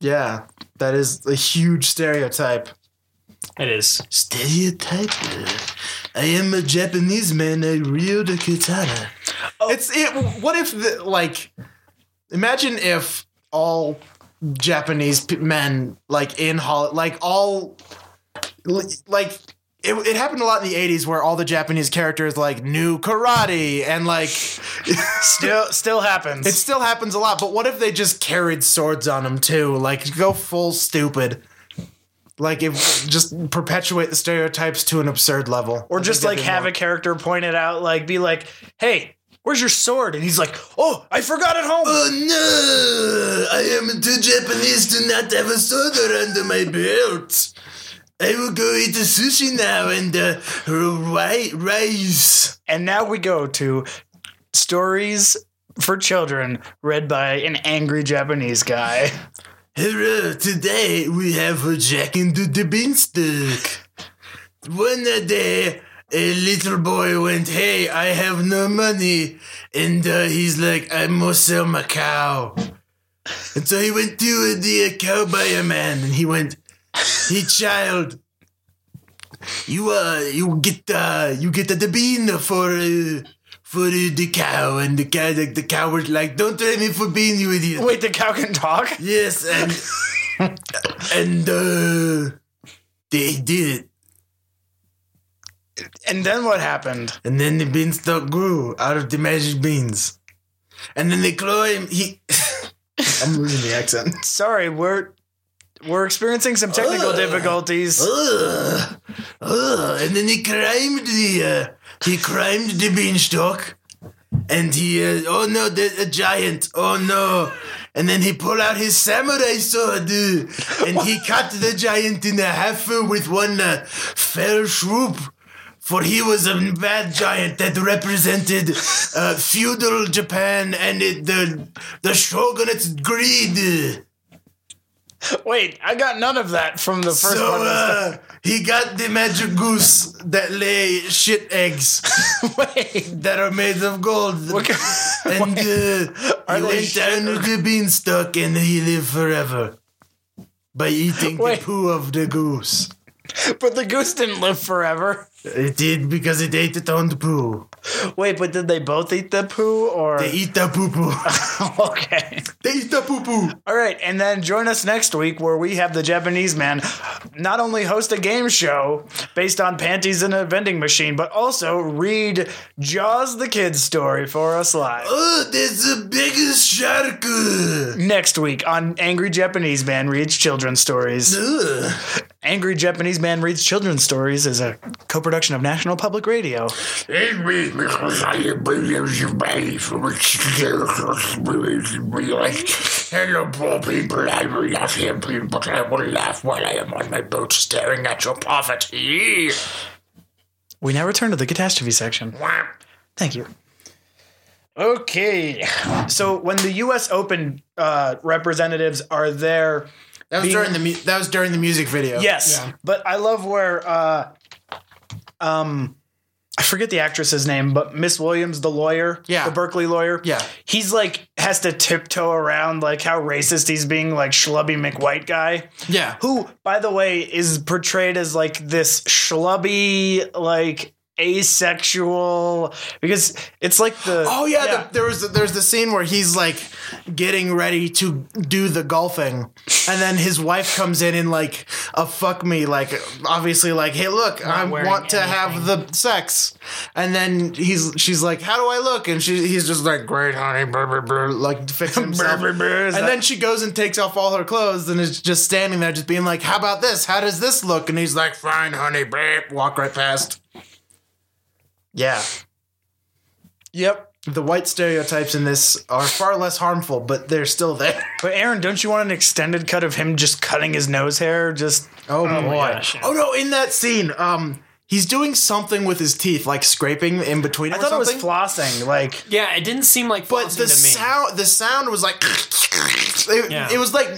A: yeah, that is a huge stereotype.
C: it is.
A: Stereotype. I am a Japanese man. I wield a katana. It's it. What if the, like? Imagine if all Japanese p- men like in Hollywood, like all like. It, it happened a lot in the 80s where all the Japanese characters like knew karate and like
B: still, still happens.
A: it still happens a lot, but what if they just carried swords on them too? Like go full stupid. Like if just perpetuate the stereotypes to an absurd level.
B: or just like have a character point it out, like be like, hey, where's your sword? And he's like, oh, I forgot at home.
A: Oh no! I am too Japanese to not have a sword under my belt. I will go eat the sushi now and uh, ri- rice.
B: And now we go to stories for children read by an angry Japanese guy. [LAUGHS]
A: Hello, today we have a Jack and the Beanstalk. One day, a little boy went, Hey, I have no money. And uh, he's like, I must sell my cow. And so he went to the cow buyer man and he went, Hey, child. You uh, you get uh, you get the bean for uh, for uh, the cow, and the cow the, the cow was like, "Don't trade me for bean, you idiot!"
B: Wait, the cow can talk?
A: Yes, and and uh, they did it,
B: And then what happened?
A: and then the beanstalk grew out of the magic beans, and then they claw him. He, I'm losing the accent.
B: Sorry, we're we're experiencing some technical
A: Ugh.
B: difficulties.
A: Ugh. Ugh. And then he climbed the uh, he climbed the beanstalk, and he uh, oh no, there's a giant. Oh no. And then he pulled out his samurai sword, uh, and he cut the giant in half uh, with one uh, fell swoop. for he was a bad giant that represented uh, feudal Japan and it, the the shogunate's greed.
B: Wait, I got none of that from the first
A: So
B: one.
A: uh, he got the magic goose that lay shit eggs
B: [LAUGHS] Wait, [LAUGHS]
A: that are made of gold.
B: what ki- [LAUGHS]
A: And uh,
B: Are
A: he
B: they
A: went
B: shit
A: down with the beanstalk and he lived forever by eating
B: Wait.
A: the poo of the goose.
B: but the goose didn't live forever.
A: It did because it ate its own poo.
B: Wait, but did they both eat the poo or? [LAUGHS]
A: They eat the poo poo.
B: okay.
A: they eat the poo poo.
B: All right, and then join us next week where we have the Japanese man not only host a game show based on panties in a vending machine, but also read Jaws the Kid's story for us live.
A: Oh, that's the biggest shark. Ugh.
B: Next week on Angry Japanese Man Reads Children's Stories.
A: Ugh.
B: Angry Japanese Man Reads Children's Stories is a co production of National Public Radio.
D: Hello, poor people. I will laugh here, people, but I will laugh while I am on my boat staring at your poverty.
B: We now return to the catastrophe section. Thank you. Okay. So when the U.S. Open uh, representatives are there,
A: That was
B: Being-
A: during the mu- that was during the music video.
B: yes. But I love where, uh, um, I forget the actress's name, but Miss Williams, the lawyer,
A: Yeah.
B: the Berkeley lawyer,
A: Yeah.
B: he's like has to tiptoe around like how racist he's being, like schlubby McWhite guy.
A: Yeah.
B: who by the way is portrayed as like this schlubby like asexual because it's like the
A: Oh yeah, The, there was there's the scene where he's like getting ready to do the golfing, and then his wife comes in in like a fuck me, like obviously like hey look, I
C: wearing
A: want to have the sex, and then he's she's like how do I look, and she he's just like great honey, brr, brr, brr, like
C: [LAUGHS]
A: fixing himself, and then she goes and takes off all her clothes and is just standing there, just being like how about this, how does this look, and he's like fine honey, brr, walk right past. Yeah.
B: yep
A: The white stereotypes in this are far less harmful, but they're still there. [LAUGHS]
B: but aaron don't you want an extended cut of him just cutting his nose hair just
A: Oh, boy.
C: gosh, yeah.
A: Oh no, in that scene, um he's doing something with his teeth, like scraping in between
B: i
A: or
B: thought
A: something.
B: it was flossing like
C: Yeah, it didn't seem like
A: but
C: flossing
A: the
C: to me.
A: sound the sound was like it,
C: Yeah.
A: it was like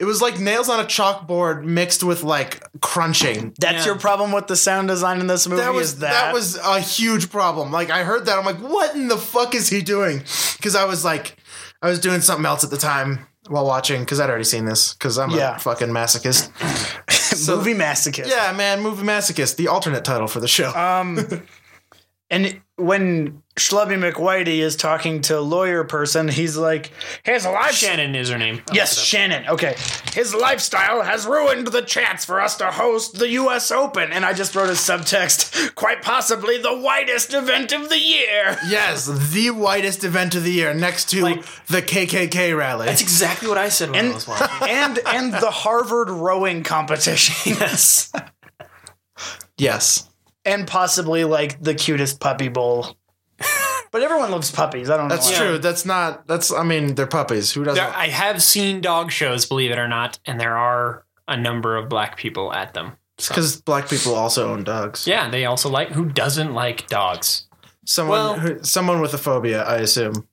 A: it was like nails on a chalkboard mixed with like crunching.
B: that's
C: Yeah.
B: your problem with the sound design in this movie
A: That was
B: is
A: that?
B: that [LAUGHS]
A: was a huge problem. Like I heard that, I'm like, what in the fuck is he doing? Because I was like, I was doing something else at the time while watching because I'd already seen this because I'm
B: Yeah.
A: a fucking masochist.
B: movie masochist
A: Yeah, man, movie masochist, the alternate title for the show.
B: Um, and when Schlubby McWhitey is talking to lawyer person, he's like, "His lifestyle,
C: Shannon is her name.
B: yes, Shannon. Okay, his lifestyle has ruined the chance for us to host the U.S. Open." And I just wrote a subtext, quite possibly the whitest event of the year.
A: yes, the whitest event of the year, next to
C: Like-
A: the KKK rally.
C: That's exactly what I said when I was watching.
B: and and the Harvard rowing competition,
C: yes.
A: yes,
B: and possibly like the cutest puppy bowl. But everyone loves puppies. I don't
A: that's
B: know. why.
A: true. That's not. That's. I mean, they're puppies. Who doesn't?
C: [LAUGHS] There, I have seen dog shows, believe it or not, and there are a number of black people at them. So-
A: Because black people also own dogs.
C: yeah, they also like who doesn't like dogs?
A: Someone.
C: Well-
A: who, someone with a phobia, I assume,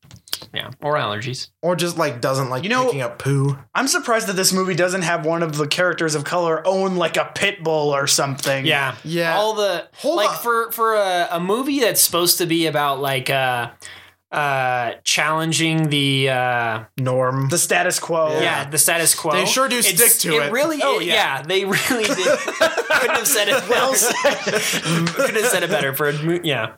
C: Yeah, or allergies.
A: or just like doesn't like
B: You know-
A: picking up poo.
B: I'm surprised that this movie doesn't have one of the characters of color own like a pit bull or something.
C: Yeah,
A: Yeah.
C: All the
A: Hold
C: like
A: on.
C: for for a, a movie that's supposed to be about like uh uh challenging the uh
A: Norm.
B: The status quo.
C: yeah, the status quo.
A: They sure do
C: It's-
A: stick to it.
C: Really,
B: Oh,
C: it-
B: yeah.
C: yeah. they really did. [LAUGHS] Couldn't have said it well. [LAUGHS] Couldn't have said it better for a mo- yeah.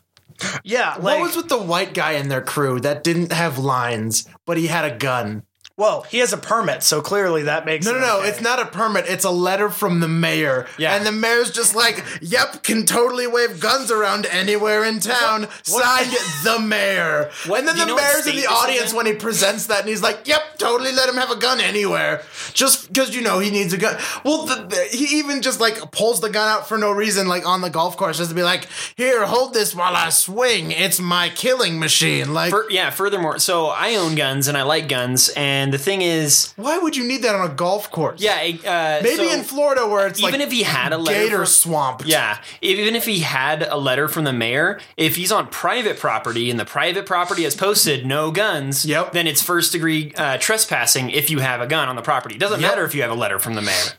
B: Yeah. Like,
A: what was with the white guy in their crew that didn't have lines, but he had a gun?
B: well, he has a permit, so clearly that makes
A: No, no, no.
B: okay.
A: It's not a permit. It's a letter from the mayor.
C: Yeah.
A: And the mayor's just like, yep, can totally wave guns around anywhere in town. Signed the mayor.
C: What-
A: and then
C: do you
A: the
C: know what
A: mayor's in
C: state
A: the
C: this is
A: audience
C: in?
A: when he presents that and he's like, yep, totally let him have a gun anywhere. Just because, you know, he needs a gun. Well, the, the- he even just like pulls the gun out for no reason, like on the golf course, just to be like, here, hold this while I swing. It's my killing machine. Like,
C: Fur- yeah. Furthermore, so I own guns and I like guns, and And the thing is,
A: Why would you need that on a golf course?
C: yeah, it, uh,
A: Maybe
C: so
A: in Florida where it's
C: even
A: like
C: if he had a letter
A: gator
C: from-
A: swamp.
C: Yeah, even if he had a letter from the mayor, if he's on private property and the private property has posted no guns,
A: Yep.
C: then it's first degree uh, trespassing if you have a gun on the property. It doesn't
A: Yep.
C: matter if you have a letter from the mayor.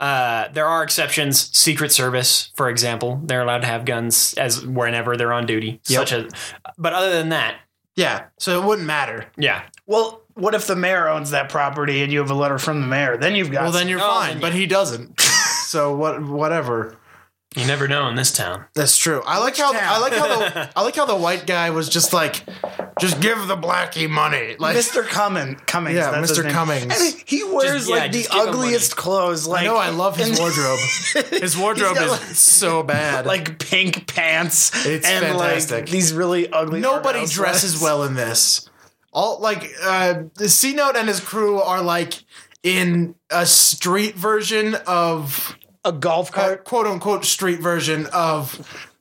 C: Uh, there are exceptions. Secret Service, for example, they're allowed to have guns as whenever they're on duty. Such as, but other than that,
A: Yeah. So it wouldn't matter.
C: yeah,
B: Well, what if the mayor owns that property and you have a letter from the mayor? Then you've got.
A: Well, then you're
C: Oh,
A: fine,
C: then
A: but he doesn't. [LAUGHS] so what? Whatever.
C: you never know in this town.
A: That's true. I like how I like how [LAUGHS] the I like how the white guy was just like, just give the blackie [LAUGHS] money. Like
B: Mr. Cumming, Cummings.
A: Yeah,
B: that's his
A: Mr.
B: name.
A: Cummings.
B: And he wears
C: Just- yeah,
B: like the
C: just give him
B: ugliest clothes. Like
A: I know I
B: [LAUGHS]
A: love his [LAUGHS]
B: and-
A: wardrobe. His wardrobe
B: got,
A: is
B: like-
A: so bad.
B: like pink pants.
A: It's
B: and
A: fantastic.
B: Like, these really ugly.
A: nobody
B: art house
A: dresses
B: [LAUGHS] looks.
A: well in this. All like uh, C Note and his crew are like in a street version of
B: A golf
A: uh,
B: cart.
A: quote unquote street version of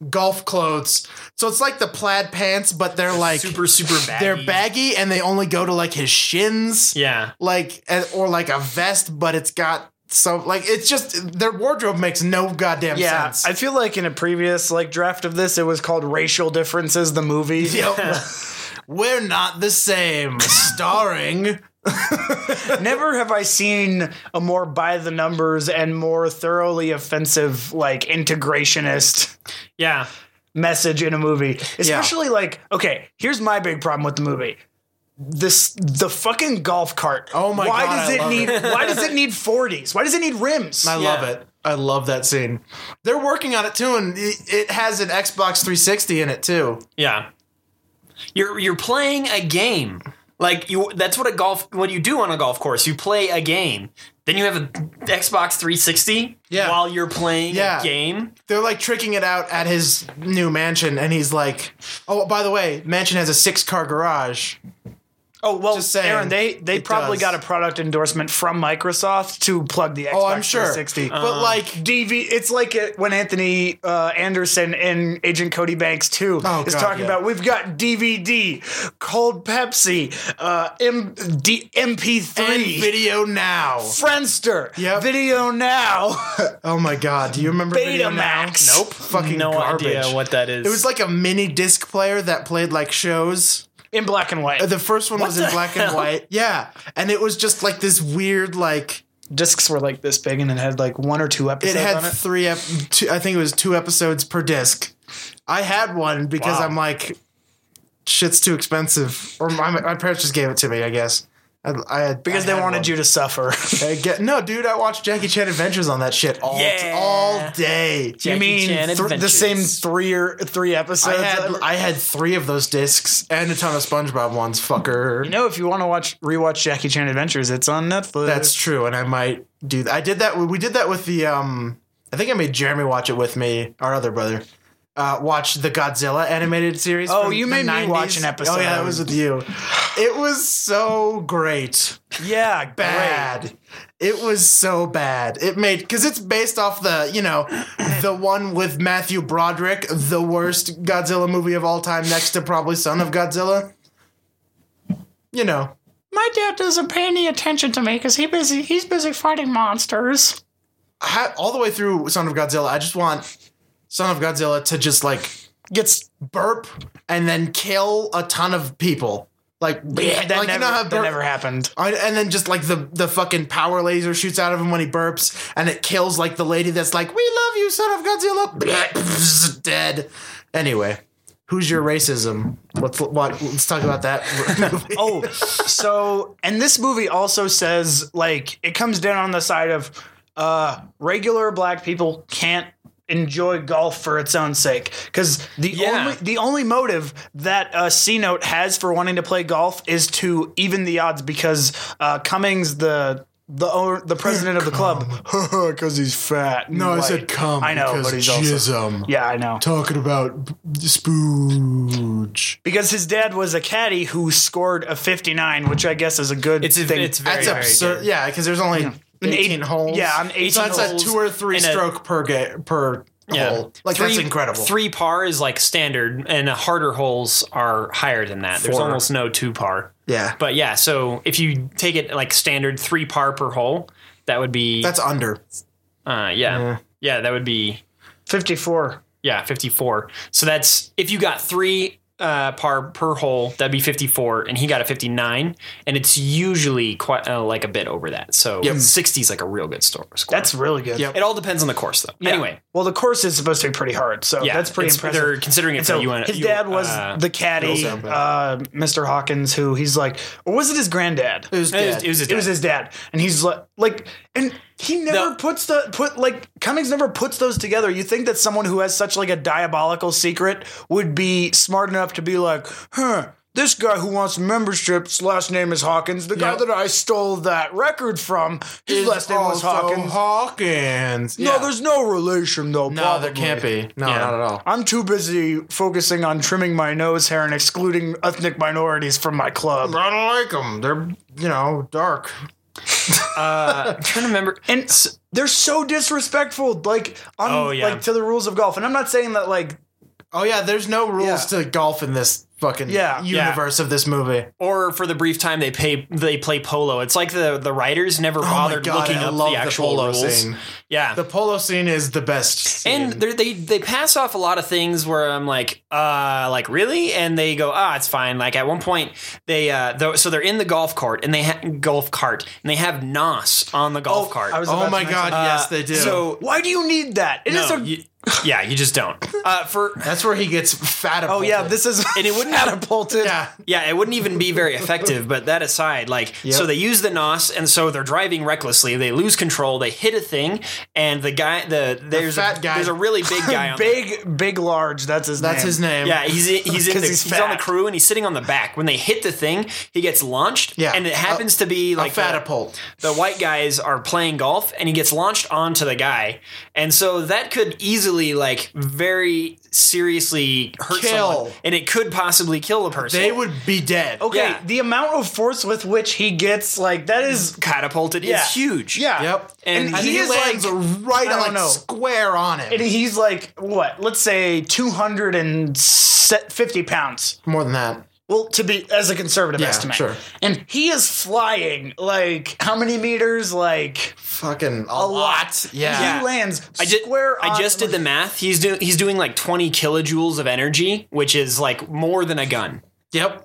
A: golf clothes. So it's like the plaid pants, but they're like
C: super, super bad.
A: they're baggy and they only go to like his shins,
C: Yeah,
A: like and- or like a vest, but it's got some like it's just their wardrobe makes no goddamn
B: yeah,
A: sense.
B: I feel like in a previous like draft of this, it was called "Racial Differences," the
A: [LAUGHS]
B: movie.
A: Yep.
B: [LAUGHS]
A: We're not the same. Starring
B: Never have I seen a more by the numbers and more thoroughly offensive, like integrationist
C: yeah.
B: message in a movie. Especially like, okay, here's my big problem with the movie. This the fucking golf cart.
A: Oh my
B: why
A: God,
B: Does
A: I
B: it
A: love
B: need why does it need 40s? Why does it need rims?
A: I love it. I love that scene. They're working on it too, and it it has an Xbox 360 in it too.
C: Yeah. You're you're playing a game. Like you that's what a golf what you do on a golf course. You play a game. Then you have an Xbox 360
A: Yeah.
C: while you're playing
A: Yeah.
C: a game.
A: They're like tricking it out at his new mansion, and he's like, "Oh, by the way, mansion has a six car garage."
B: oh well,
A: Just saying,
B: Aaron, they they
A: it
B: probably
A: does.
B: got a product endorsement from Microsoft to plug the Xbox Uh-huh.
A: Oh, I'm sure.
B: 360.
A: But like,
B: DV. It's like it- when Anthony uh, Anderson in Agent Cody Banks too
A: Oh,
B: is
A: God,
B: talking
A: yeah.
B: about. We've got DVD, cold Pepsi, uh, M- D-
A: and
B: MP3,
A: video now.
B: Friendster,
A: Yep.
B: Video Now,
A: Oh my god, do you remember [LAUGHS] Video Now?
B: Betamax.
A: Fucking garbage.
C: what that is.
A: It was like a mini disc player that played like shows.
B: in black and white.
A: Uh, The first one was in
C: the
A: black and
C: hell?
A: white. Yeah, and it was just like this weird like.
B: discs were like this big, and it had like one or two
A: it
B: episodes
A: had
B: on it.
A: three ep- two, i think it was two episodes per disc i had one because
B: Wow.
A: i'm like shit's too expensive or my, my parents just gave it to me i guess I, I had,
B: Because they wanted you to [LAUGHS] suffer.
A: to get, no dude i watched jackie chan adventures on that shit all,
C: Yeah.
A: all day
C: Jackie Chan
B: th- the
C: Adventures.
B: same three or three episodes?
A: I had,
B: of-
A: I had three of those discs and a ton of spongebob ones fucker
B: you know, if you want to watch rewatch Jackie Chan Adventures, it's on Netflix.
A: that's true and i might do that i did that we did that with the um i think i made jeremy watch it with me our other brother uh, watch the Godzilla animated series.
B: Oh,
A: from
B: you
A: the
B: made me
A: 90s.
B: watch an
A: Oh
B: episode.
A: yeah, that was with you. It was so great,
B: yeah, great.
A: bad. It was so bad. It made because it's based off the you know the one with Matthew Broderick, the worst Godzilla movie of all time, next to probably Son of Godzilla. You know,
E: My dad doesn't pay any attention to me because he busy he's busy fighting monsters.
A: ha- all the way through Son of Godzilla. I just want Son of Godzilla to just like
B: Gets
A: burp and then kill a ton of people. Like,
B: Yeah, that,
A: like
B: never,
A: you know how
B: that
A: burp-
B: never happened.
A: I- and then just like the the fucking power laser shoots out of him when he burps, and it kills like the lady that's like, "We love you, son of Godzilla." [LAUGHS] Dead. Anyway, who's your racism? Let's what, let's talk about that.
B: [LAUGHS] Oh, so and this movie also says like it comes down on the side of uh regular black people can't enjoy golf for its own sake because the
C: Yeah.
B: only the only motive that uh, C Note has for wanting to play golf is to even the odds because uh, Cummings the the owner, the president of the club because he's fat. and
A: no, Oh, I
B: white.
A: said come.
B: I know,
A: because
B: but he's also
A: jism.
B: yeah, I know.
A: Talking about spooge.
B: Because his dad was a caddy who scored a 59, which I guess is a good
C: it's
B: thing.
C: it's very,
A: That's
C: very
A: absurd.
C: good.
A: Yeah, because there's only
B: eight-
A: 18 holes.
B: yeah, on 18
A: So that's
B: holes
A: a two or three
C: in a-
A: stroke per ga- per hole. Like that's
C: Three-
A: incredible.
C: Three par is like standard, and harder holes are higher than that. There's
A: Four.
C: almost no two par.
A: Yeah.
C: But yeah, so if you take it like standard three par per hole, that would be
A: That's under.
C: uh, yeah, yeah, that would be
B: 54.
C: yeah fifty four. So that's if you got three uh, par per hole, that'd be fifty four, and he got a fifty nine, and it's usually quite uh, like a bit over that. So sixty is like a real good store score.
B: That's really good.
A: Yep.
C: it all depends on the course though. Anyway,
B: Well, the course is supposed to be pretty hard, so
C: yeah,
B: Oh, that's pretty
C: it's-
B: impressive.
C: They're considering it
B: So
C: for you. and-
B: his
C: you,
B: dad was [LAUGHS]
C: uh,
B: the caddy,
A: Bill Zambon.
B: uh, Mr. Hawkins, who he's like, or was it his granddad?
A: It was
C: it was,
A: dead.
C: it was his
B: It was
C: dad.
B: his dad, and he's like, like, and he never
C: No.
B: puts the put like Cummings never puts those together. You think that someone who has such like a diabolical secret would be smart enough to be like, huh? This guy who wants membership's last name is Hawkins. The guy
A: Yep.
B: that I stole that record from, his
A: Is
B: last name was
A: also
B: Hawkins.
A: Hawkins.
B: No,
A: Yeah.
B: there's no relation though.
A: no, there can't be. No, not at all.
B: I'm too busy focusing on trimming my nose hair and excluding ethnic minorities from my club.
A: I don't like them. They're you know dark.
C: Uh, I'm trying to remember.
B: And s- they're so disrespectful, like on
C: Oh, yeah.
B: like to the rules of golf. And I'm not saying that like
A: Oh yeah, there's no rules to golf in this fucking
B: Yeah.
C: Yeah.
A: universe of this movie.
C: or for the brief time they pay they play polo. It's like the the writers
B: Oh
C: never bothered looking
A: I
C: up
A: love
C: the actual
A: polo
C: rules.
A: scene.
C: Yeah.
A: The polo scene is the best. Scene.
C: and they're- they they pass off a lot of things where I'm like, uh, like really, and they go, ah, it's fine. Like at one point, they uh, though, so they're in the golf cart and they ha- golf cart and they have Nos on the golf cart.
B: I was
A: oh
B: about
A: my
B: to mention-
A: god, yes they do.
C: So
B: Why do you need that? It is
C: no,
B: a
C: you- yeah, you just don't. Uh, for
A: that's where he gets fat.
B: oh yeah, this is
C: And it wouldn't have-
B: catapulted.
A: yeah.
C: Yeah, it wouldn't even be very effective. But that aside, like, so they use the nos, and so they're driving recklessly. They lose control. They hit a thing, and the guy, the there's
A: fat
C: a,
A: guy.
C: there's a really
B: [LAUGHS]
C: big guy on. The,
B: big big large. That's his.
A: That's
B: name.
A: his name.
C: yeah, he's [LAUGHS] he's in
B: 'Cause
C: the,
B: he's
C: he's, on the
B: fat.
C: crew, and he's sitting on the back. When they hit the thing, he gets launched.
A: Yeah,
C: and it happens to be
A: a
C: like the-
A: fatapult.
C: the white guys are playing golf and he gets launched onto the guy. And so that could easily like very seriously hurt
A: Kill.
C: someone and it could possibly kill a person.
A: They would be dead.
B: Okay,
C: Yeah.
B: the amount of force with which he gets like that is
C: catapulted
B: Yeah.
C: is huge.
B: yeah.
A: Yep.
C: And
A: And
C: he
A: he,
B: is
A: lands
B: like-
A: right
B: I don't
A: on
B: know.
A: square on it.
B: And he's like what? Let's say 250 pounds.
A: More than that.
B: Well, to be as a conservative
A: Yeah,
B: estimate.
A: sure.
B: And he is flying like how many meters? Like
A: Fucking a,
B: a
A: lot.
B: lot.
A: Yeah.
B: He
C: Yeah.
B: lands
C: I just,
B: square
C: I
B: on-
C: just did the math. He's doing he's doing like 20 kilojoules of energy, which is like more than a gun
A: Yep.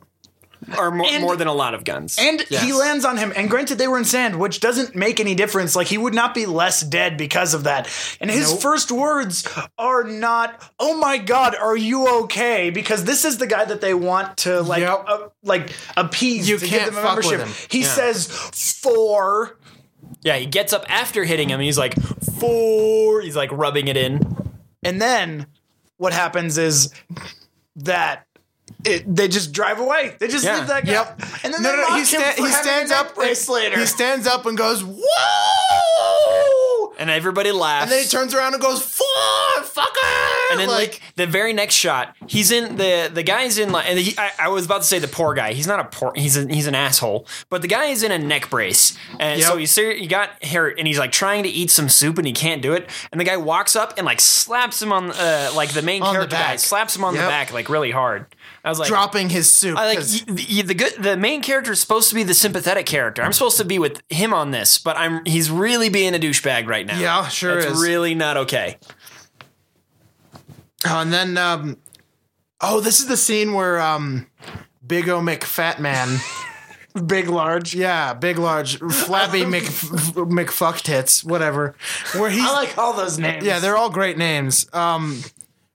C: or more,
B: And-
C: more than a lot of guns.
B: And he
A: Yes.
B: lands on him. And granted, they were in sand, which doesn't make any difference. Like, he would not be less dead because of that. And his
A: Nope.
B: first words are not, Oh my God, are you okay? Because this is the guy that they want to, like,
A: Yep.
B: uh, like appease
A: You
B: to
A: can't
B: give them a
A: fuck with
B: membership.
A: him.
B: He
A: Yeah.
B: says, Four.
C: yeah, he gets up after hitting him and he's like four, he's like rubbing it in.
B: And then what happens is that. It, they just drive away. They just
C: Yeah.
B: leave that guy.
A: Yep.
B: And then
A: no,
B: they
A: no,
B: mock
A: he,
B: him
A: sta-
B: for
A: he
B: having a
A: stands
B: neck
A: up.
B: brace later.
A: He stands up and goes, "Whoa!"
C: And everybody laughs.
A: And then he turns around and goes, "Fuck, fucker!"
C: And then like, the very next shot, he's in the the guy's in like and he, I, I was about to say the poor guy. He's not a poor. He's a, he's an asshole. But the guy is in a neck brace, and so
A: Yep.
C: he's ser- he got hurt, and he's like trying to eat some soup, and he can't do it. And the guy walks up and like slaps him on uh, like the main
A: On the
C: character guy
A: back.
C: slaps him on the
A: Yep.
C: back like really hard. I was like.
A: dropping his soup.
C: I like
A: 'cause-
C: y- y- the good. The main character is supposed to be the sympathetic character. I'm supposed to be with him on this, but I'm. He's really being a douchebag right now.
A: Yeah, sure
C: It's
A: is.
C: really not okay.
A: Oh, and then, um, oh, this is the scene where um, Big O McFat Man,
B: [LAUGHS] Big, large.
A: yeah, big, large,
B: [LAUGHS]
A: flabby Mc McFuck tits, whatever. Where he's
B: I like all those names.
A: yeah, they're all great names. Um,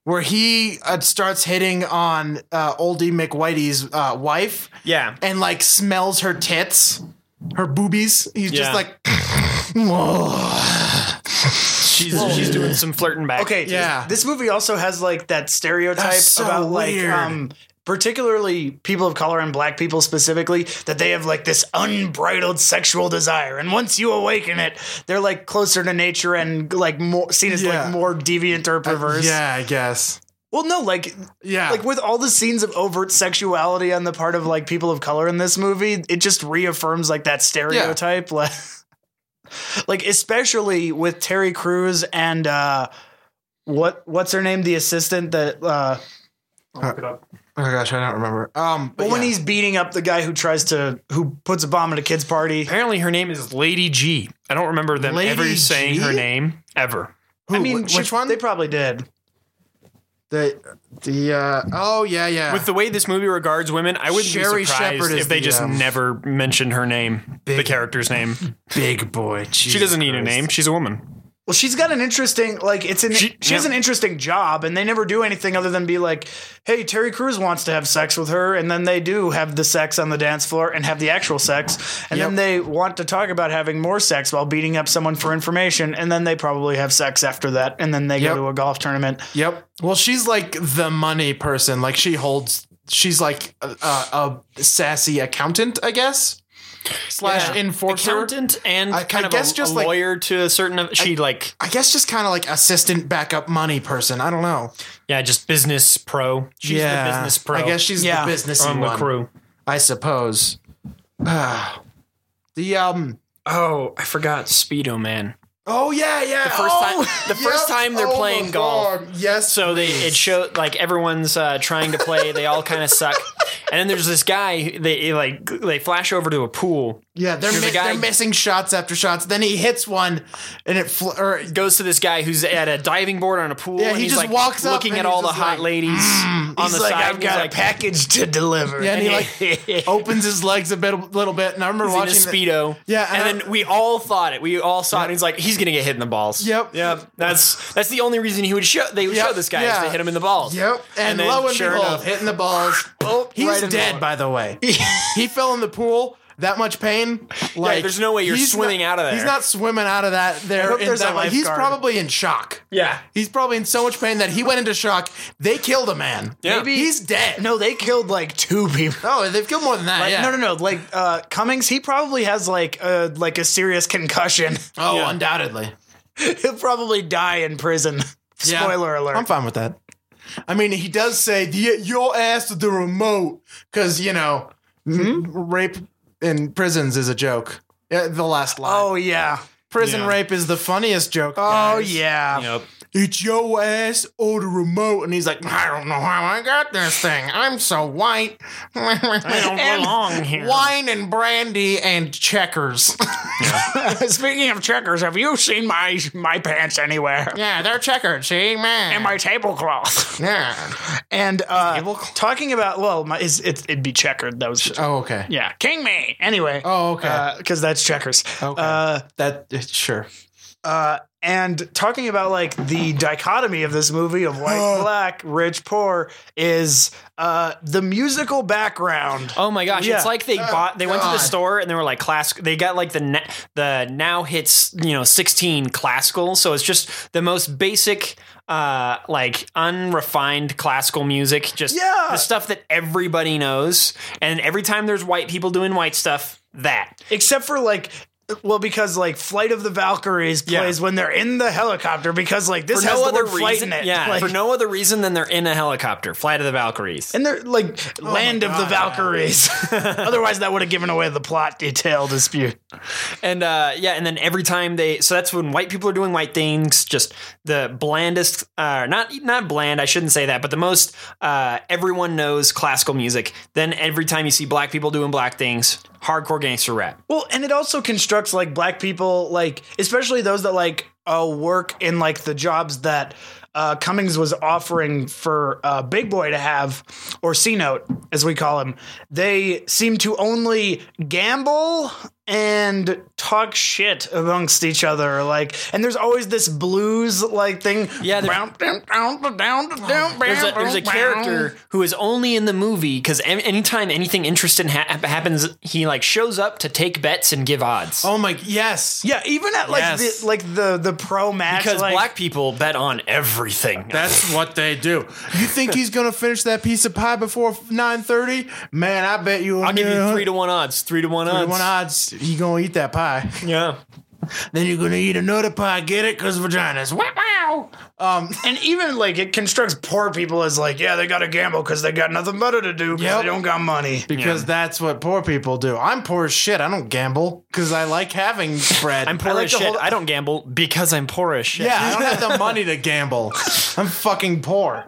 A: where he uh, starts hitting on uh, Oldie McWhitey's uh, wife
C: Yeah.
A: and like smells her tits, her boobies. He's just
C: Yeah.
A: like, [LAUGHS] "Whoa."
C: She's she's doing some flirting back.
B: Okay,
A: Yeah.
B: This movie also has like that stereotype
A: That's so
B: about
A: weird.
B: like um particularly people of color and black people specifically that they have like this unbridled sexual desire and once you awaken it they're like closer to nature and like more seen as
A: Yeah.
B: like more deviant or perverse
A: yeah, I guess.
B: well no like
A: Yeah,
B: like with all the scenes of overt sexuality on the part of like people of color in this movie it just reaffirms like that stereotype like [LAUGHS] like especially with terry Crews and uh what what's her name the assistant that uh
C: I'll look it up.
A: Oh gosh, I don't remember. Um, but
B: Well, when
A: yeah.
B: he's beating up the guy who tries to who puts a bomb at a kid's party,
C: Apparently, her name is Lady G. I don't remember them
A: Lady
C: ever saying
A: G?
C: her name ever.
A: Who,
B: I mean,
A: which
B: she-
A: one?
B: They probably did.
A: the the uh, oh yeah yeah
C: With the way this movie regards women, I wouldn't
A: Sherry
C: be surprised
A: Shepherd is
C: if they
A: the,
C: just
A: um,
C: never mentioned her name, the
A: big-
C: character's name.
A: big boy. Jesus
C: She doesn't need a
A: Christ.
C: name. She's a woman.
B: Well, she's got an interesting like it's an she,
C: She-
B: has
C: yeah.
B: an interesting job, and they never do anything other than be like, "Hey, Terry Crews wants to have sex with her," and then they do have the sex on the dance floor and have the actual sex, and then
A: Yep.
B: they want to talk about having more sex while beating up someone for information, and then they probably have sex after that, and then they
A: Yep.
B: go to a golf tournament.
A: Yep. Well, she's like the money person. Like she holds. She's like a, a, a sassy accountant, I guess. Slash
C: Yeah.
A: enforcer.
C: Accountant and
A: I- I
C: kind of
A: guess
C: a,
A: just
C: a
A: like-
C: lawyer to a certain. she like
A: I guess just kind of like assistant backup money person. I don't know.
C: yeah, just business pro. She's
A: yeah.
C: the business pro.
A: I guess she's
B: Yeah.
A: the business
C: on the
A: one.
C: crew.
A: I suppose. Ah. the um.
C: Oh, I forgot Speedo Man.
A: Oh yeah, yeah. The
C: first time-
A: Oh,
C: the first time they're playing golf.
A: Yes.
C: So they it showed like everyone's uh, trying to play. They all kind
A: [LAUGHS]
C: of suck. And then there's this guy. They like they flash over to a pool.
A: yeah, they're
C: there's a
A: mi-
C: guy-
A: they're missing shots after shots. Then he hits one, and it fl- or
C: Goes to this guy who's at a diving board on a pool.
A: Yeah,
C: and
A: he
C: he's
A: just
C: like
A: walks up
C: looking
A: and
C: at
A: he's
C: all the
A: just
C: hot
A: like, "Mm,
C: ladies on the
B: He's like,
C: side.
B: "I've
C: and
B: got
C: he's
B: a
C: like,
B: package to deliver."
A: Yeah, and he
C: [LAUGHS]
A: like "Oh, opens his legs a bit, a little bit. And I remember
C: he's in a
A: watching the-
C: speedo.
A: Yeah,
C: and,
A: and I-
C: then we all thought it. We all saw it. And he's like, he's gonna get hit in the balls.
A: Yep.
C: Yep. That's that's the only reason he would show. They would
A: Yep,
C: show this guy is
A: yeah.
C: to hit him in the balls.
A: Yep, and,
C: then,
A: lo and
C: sure
A: behold,
C: enough-
A: hitting the balls.
C: Oh,
A: he's
C: right in the
A: dead,
C: water.
A: by the
C: [LAUGHS]
A: way. he fell in the pool. That much pain, like
C: there's no way you're
A: he's
C: swimming
A: not-
C: out of there.
A: He's not swimming out of that. There,
B: hope
A: in
B: there's
A: that,
B: a
A: like, he's
B: lifeguard.
A: probably in shock.
C: Yeah.
A: He's probably in so much pain that he went into shock. They killed a man.
C: Yeah.
B: Maybe-
A: he's dead.
B: no, they killed like two people.
A: oh, they've killed more than that.
B: Like,
A: yeah.
B: No, no, no. Like uh, Cummings, he probably has like a like a serious concussion.
A: Oh, undoubtedly.
B: [LAUGHS] He'll probably die in prison.
A: Yeah.
B: Spoiler alert.
A: I'm fine with that. I mean, he does say "Y- your ass to the remote because you know m- rape in prisons is a joke. Yeah, the last line.
B: oh yeah.
A: prison
C: yeah.
A: rape is the funniest joke.
B: Oh
A: guys.
B: yeah.
C: Yep.
A: it's your ass or the remote, and he's like, I don't know how I got this thing. I'm so white. [LAUGHS]
C: Don't belong here.
A: Wine and brandy and checkers. [LAUGHS]
B: [LAUGHS]
E: Speaking of checkers, have you seen my my pants anywhere?
A: yeah, they're checkers. See, man.
E: And my tablecloth.
A: yeah.
B: [LAUGHS] And uh, talking about well, my, is, it, it'd be checkered. That was
A: Oh, okay.
B: yeah.
E: King me.
B: Anyway.
A: Oh, okay.
B: Because that's checkers.
A: Okay.
B: Uh,
A: that sure.
B: uh, and talking about like the dichotomy of this movie of
C: Oh.
B: white, black, rich, poor is uh, the musical background.
C: Oh my gosh!
B: Yeah.
C: It's like they bought. They went to the
A: God.
C: store and they were like class. They got like the na- the now hits you know sixteen classical. So it's just the most basic, uh, like unrefined classical music. Just
B: Yeah.
C: the stuff that everybody knows. And every time there's white people doing white stuff, that
B: except for like well because like flight of the valkyries
C: Yeah.
B: plays when they're in the helicopter because like this
C: for
B: has
C: no
B: the
C: other
B: word flight
C: reason.
B: in it
C: Yeah,
B: like,
C: for no other reason than they're in a helicopter. Flight of
B: [LAUGHS]
C: the Valkyries.
B: and they're like land of the [LAUGHS] valkyries otherwise that would have given away the plot detail dispute
C: And uh, yeah, and then every time they, so that's when white people are doing white things. Just the blandest, uh, not not bland. I shouldn't say that, but the most uh, everyone knows classical music. Then every time you see black people doing black things, hardcore gangster rap.
B: well and it also constructs like black people like especially those that like uh, work in like the jobs that uh, Cummings was offering for uh, Big Boy to have, or C Note as we call him. They seem to only gamble and talk shit amongst each other. Like, and there's always this blues like thing.
C: Yeah, there-
B: Brown- down, down, down, down, down,
C: There's a, there's a
B: down.
C: character who is only in the movie because anytime anything interesting ha- happens, he like shows up to take bets and give odds.
A: Oh my yes.
B: Yeah, even at like
A: Yes.
B: the like the the pro match
C: because
B: like,
C: black people bet on everything.
A: That's what they do. You think he's gonna finish that piece of pie before nine thirty? Man, I bet you.
C: I'll give you three to one odds. Three to one odds.
A: one odds. He gonna eat that pie. [LAUGHS]
C: Yeah.
A: Then you're gonna eat another pie. Get it? Cause vaginas. Wow. wow.
B: And even like it constructs poor people as like, yeah, they got to gamble because they got nothing better to do because
A: Yep.
B: they don't got money.
A: Because that's what poor people do. I'm poor as shit. I don't gamble because I like
C: [LAUGHS]
A: having bread.
C: I'm poor
A: I like
C: as
A: to
C: shit.
A: hold-
C: I don't gamble because I'm poor as shit.
B: [LAUGHS]
A: yeah, I don't have the money to gamble. I'm fucking poor.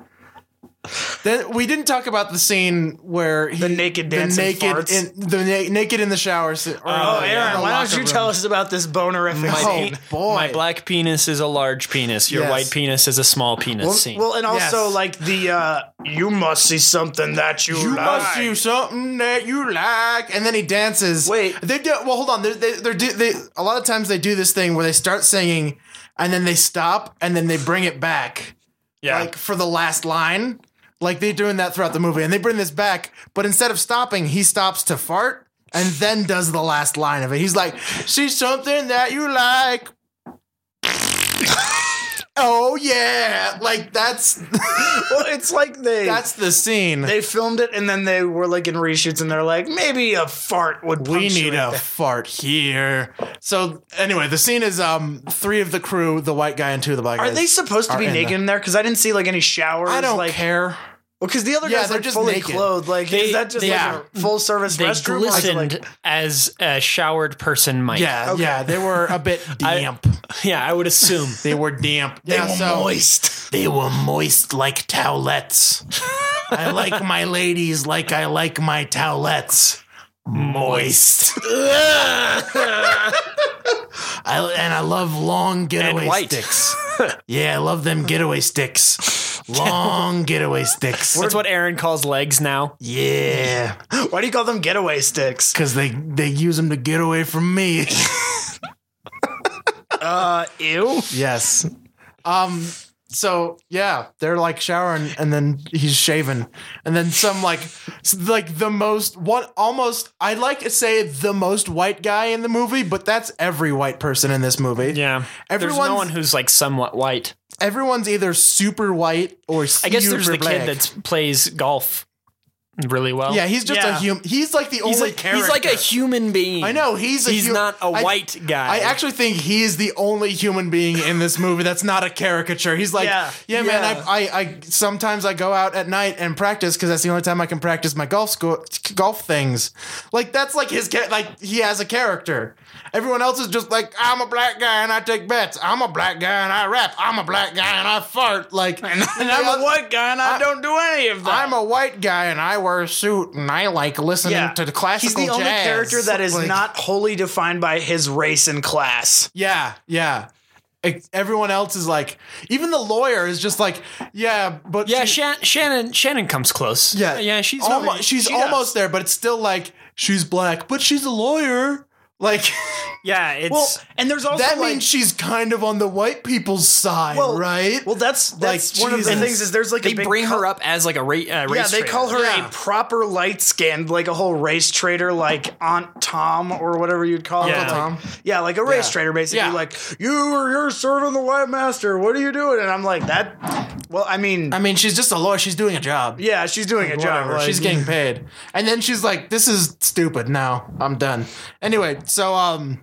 A: Then we didn't talk about the scene where he, the
B: naked dance and farts.
A: in the na- naked in the shower. se- or,
B: Oh,
A: uh, in
B: Aaron,
A: the
B: why
A: locker
B: don't you
A: room.
B: tell us about this bonerific
A: Oh,
B: scene?
A: boy.
C: My black penis is a large penis. Your
A: Yes.
C: white penis is a small penis. scene.
B: Well, and also
A: Yes.
B: like the uh, you must see something that you,
A: You
B: like.
A: must do something that you like, and then he dances.
B: Wait.
A: they do. Well, hold on. They're, they they're do, they a lot of times they do this thing where they start singing, and then they stop, and then they bring it back,
C: yeah.
A: like for the last line. Like they're doing that throughout the movie, and they bring this back, but instead of stopping, he stops to fart. And then does the last line of it. He's like, "See something that you like." [LAUGHS] oh yeah, like that's
B: [LAUGHS] Well, it's like they
A: that's the scene.
B: they filmed it and then they were like in reshoots and they're like maybe a fart would.
A: we
B: punctuate
A: need a
B: that.
A: fart here. So anyway, the scene is um three of the crew, the white guy and two of the black
B: Are
A: guys.
B: they supposed to
A: Are
B: be
A: in
B: naked
A: the-
B: in there? Because I didn't see like any showers.
A: I don't
B: like,
A: care.
B: Because the other
A: Yeah,
B: guys
A: they're
B: are
A: just
B: fully
A: naked.
B: clothed. Like
C: They-
B: is that just
A: yeah.
B: like a full service
C: they
B: restroom? or is it,
C: glistened
B: like-
C: as a showered person might.
A: Yeah,
B: Okay.
A: yeah, they were a
B: [LAUGHS]
A: bit
C: I-
A: damp.
C: Yeah, I would
A: [LAUGHS]
C: assume.
A: they were damp. They yeah, so
B: moist.
A: they were moist like [LAUGHS] towelettes. I like my ladies like I like my towelettes. Moist. [LAUGHS] I, and I love long getaway [LAUGHS]
C: white.
A: sticks. Yeah, I love them getaway sticks. Long getaway sticks.
C: That's what Aaron calls legs now.
A: Yeah,
B: Why do you call them getaway sticks?
A: because they they use them to get away from me. [LAUGHS]
B: Uh, ew.
A: yes. Um. So yeah, they're like showering, and then he's shaving, and then some like s- like the most one almost I'd like to say the most white guy in the movie, but that's every white person in this movie.
C: Yeah. there's
A: Everyone's-
C: no one who's like somewhat white.
A: Everyone's either super white or
C: I guess there's
A: super
C: the
A: black.
C: kid that plays golf really well.
A: yeah, he's just
B: Yeah.
A: a human. He's like the
C: he's
A: only
C: like,
A: character.
C: he's like a human being.
A: I know he's a
C: he's
A: hu-
C: not a
A: I-
C: white guy.
A: I actually think he is the only human being in this movie that's not a caricature. He's like,
B: Yeah.
A: yeah, man, I, I, I sometimes I go out at night and practice because that's the only time I can practice my golf school, golf things. Like that's like his cha- like he has a character. Everyone else is just like, I'm a black guy and I take bets. I'm a black guy and I rap. I'm a black guy [LAUGHS] and I fart. Like,
B: [LAUGHS] And I'm a white guy and I,
A: I-
B: don't do any of that.
A: I'm a white guy and I wear a suit and I like listening
B: Yeah.
A: to the classical
B: He's the only
A: jazz.
B: character that is
A: Like-
B: not wholly defined by his race and class.
A: Yeah, yeah. Ex- Everyone else is like, even the lawyer is just like, yeah, but
C: yeah,
A: she-
C: Shan- Shannon Shannon comes close.
A: yeah, Oh
C: yeah, she's
A: almost, she's
B: she does.
A: almost there, but it's still like she's black, but she's a lawyer. [LAUGHS] Like
C: yeah. It's
B: Well, and there's also
A: that
B: like,
A: means she's kind of on the white people's side,
B: well,
A: right?
B: Well, that's that's
A: Like,
B: one of
A: Jesus.
B: the things is there's like
C: they
B: a big
C: bring
B: co-
C: her up as like a ra- uh, race.
B: Yeah, they
C: traitor.
B: call her
A: Yeah.
B: a proper light skinned, like a whole race trader, like Aunt Tom or whatever you'd call
C: Uncle
B: it. Like,
A: Tom.
B: Yeah, like a race
A: Yeah.
B: trader, basically.
A: Yeah.
B: Like you, you're serving the white master. What are you doing? And I'm like that. Well, I mean,
A: I mean, she's just a lawyer; she's doing a job.
B: yeah, she's doing a job.
A: Whatever.
B: like-
A: she's getting paid, and then she's like, "This is stupid. Now I'm done." Anyway, so um,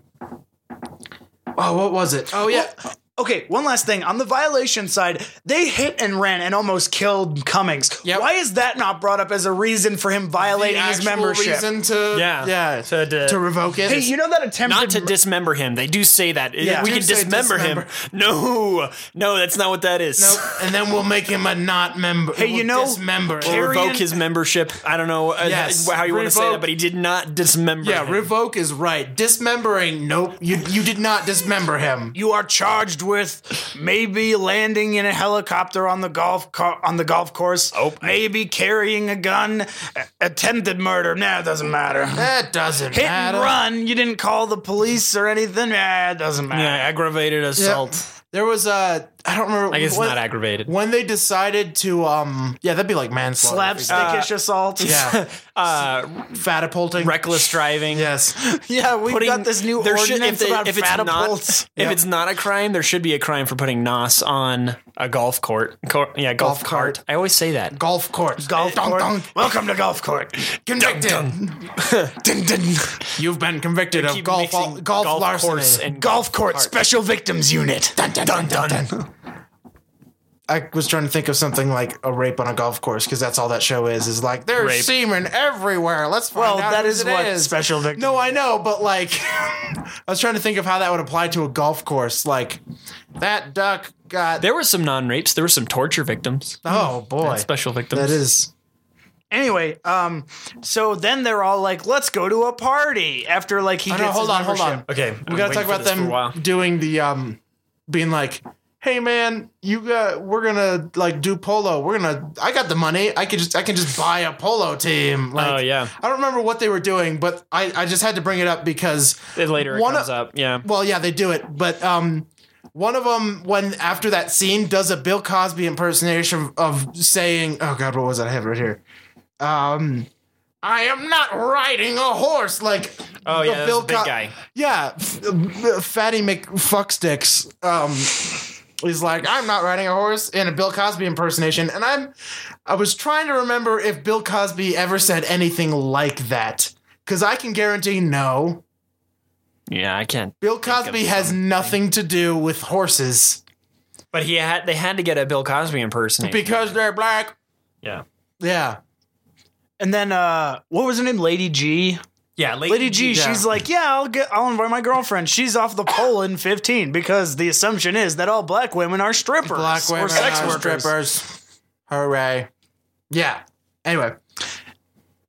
A: oh, what was it? Oh yeah,
B: Okay, one last thing. On the violation side, they hit and ran and almost killed Cummings.
A: Yep.
B: Why is that not brought up as a reason for him violating
A: The
B: his
A: actual
B: membership?
A: reason to
C: Yeah.
A: yeah
C: To- to-
A: revoke it.
B: Hey, you know that attempted
C: Not to
B: mur-
C: dismember him. They do say that.
B: Yeah.
C: we
B: Do
C: can
A: say
C: dismember, him. No, no, that's not what that is.
A: Nope. And then we'll make him a not member. Hey,
B: you know,
A: dismember. him.
C: Or
B: Carrion-
C: revoke his membership. I don't know uh,
A: Yes.
C: how you want to say
A: Revoke.
C: that, but he did not dismember.
A: yeah,
C: him.
A: revoke is right. Dismembering, nope. You you did not dismember him.
B: you are charged with maybe landing in a helicopter on the golf co- on the golf course. Oh, maybe carrying a gun, a- attempted murder. Nah, it doesn't matter.
A: [LAUGHS] That doesn't
B: Hit and
A: matter.
B: run. You didn't call the police or anything. Nah, it doesn't matter.
C: Yeah, aggravated
A: Yep.
C: assault.
A: There was a I don't remember.
C: I guess it's
A: when,
C: not aggravated.
A: when they decided to um yeah that'd be like manslaughter.
B: Slapstickish assault.
A: Yeah,
C: Uh,
A: fatapulting.
C: reckless driving.
A: Yes.
B: yeah. [LAUGHS] We've
C: Putting-
B: got this new
C: there
B: ordinance
C: should- they-
B: about
C: it's not-
B: fatapults.
C: if it's not a crime, there should be a crime for putting nos on a golf court. Cor- yeah, golf,
A: Golf
C: cart.
A: cart.
C: I always say that.
A: Golf court.
B: golf
A: Dunk,
B: court.
A: dunk.
B: Welcome to golf court.
A: Convicted. [LAUGHS]
B: Dun, dun.
A: You've been convicted of
C: Keep
A: golf
C: mixing
A: golf, golf larceny.
C: course and
B: Golf court special victims unit. Dun, dun, dun, dun,
A: I was trying to think of something like a rape on a golf course because that's all that show is. Is like there's
C: Rape.
A: semen everywhere. Let's find
B: Well,
A: out.
B: that
A: who
B: is
A: it
B: what
A: is.
B: special victim.
A: No, I know, but
F: [LAUGHS]
A: like, I was trying to think of how that would apply to a golf course. Like that duck
F: got.
C: There were some non-rapes. There were some torture victims,
F: oh boy,
C: special victims.
F: that is.
B: Anyway, um, so then they're all like, "Let's go to a party." After like he
F: Oh,
B: gets
F: no, hold
B: his
F: on, hold
B: membership.
F: on.
C: okay.
F: We gotta talk about them doing the um, being like, hey man, you got we're gonna like do polo. We're gonna. I got the money. I could just I can just buy a polo team. Like,
C: oh yeah,
F: I don't remember what they were doing, but I I just had to bring it up because
C: it later it
F: One
C: comes
F: o-
C: up. Yeah,
F: well yeah they do it, but um. One of them, when after that scene, does a Bill Cosby impersonation of, of saying, "Oh God, what was that? I have it right here." Um, I am not riding a horse. Like,
C: oh
F: the
C: yeah, that was
F: Bill
C: a big
F: Co-
C: guy.
F: yeah, f- uh, Fatty McFucksticks um, is like, I'm not riding a horse in a Bill Cosby impersonation, and I'm, I was trying to remember if Bill Cosby ever said anything like that, because I can guarantee no,
C: Yeah, I can't.
F: Bill Cosby has nothing to do with horses
C: But he had. They had to get a Bill Cosby impersonation.
F: because they're black.
C: yeah.
F: Yeah,
B: And then uh, what was her name? Lady G.
C: Yeah, Lady,
B: Lady G,
F: Yeah.
B: she's like, yeah, I'll get, I'll invite my girlfriend. She's off the poll in 15 because the assumption is that all black women are strippers
F: black women
B: or sex
F: are
B: workers.
F: strippers. Hooray! Yeah. Anyway,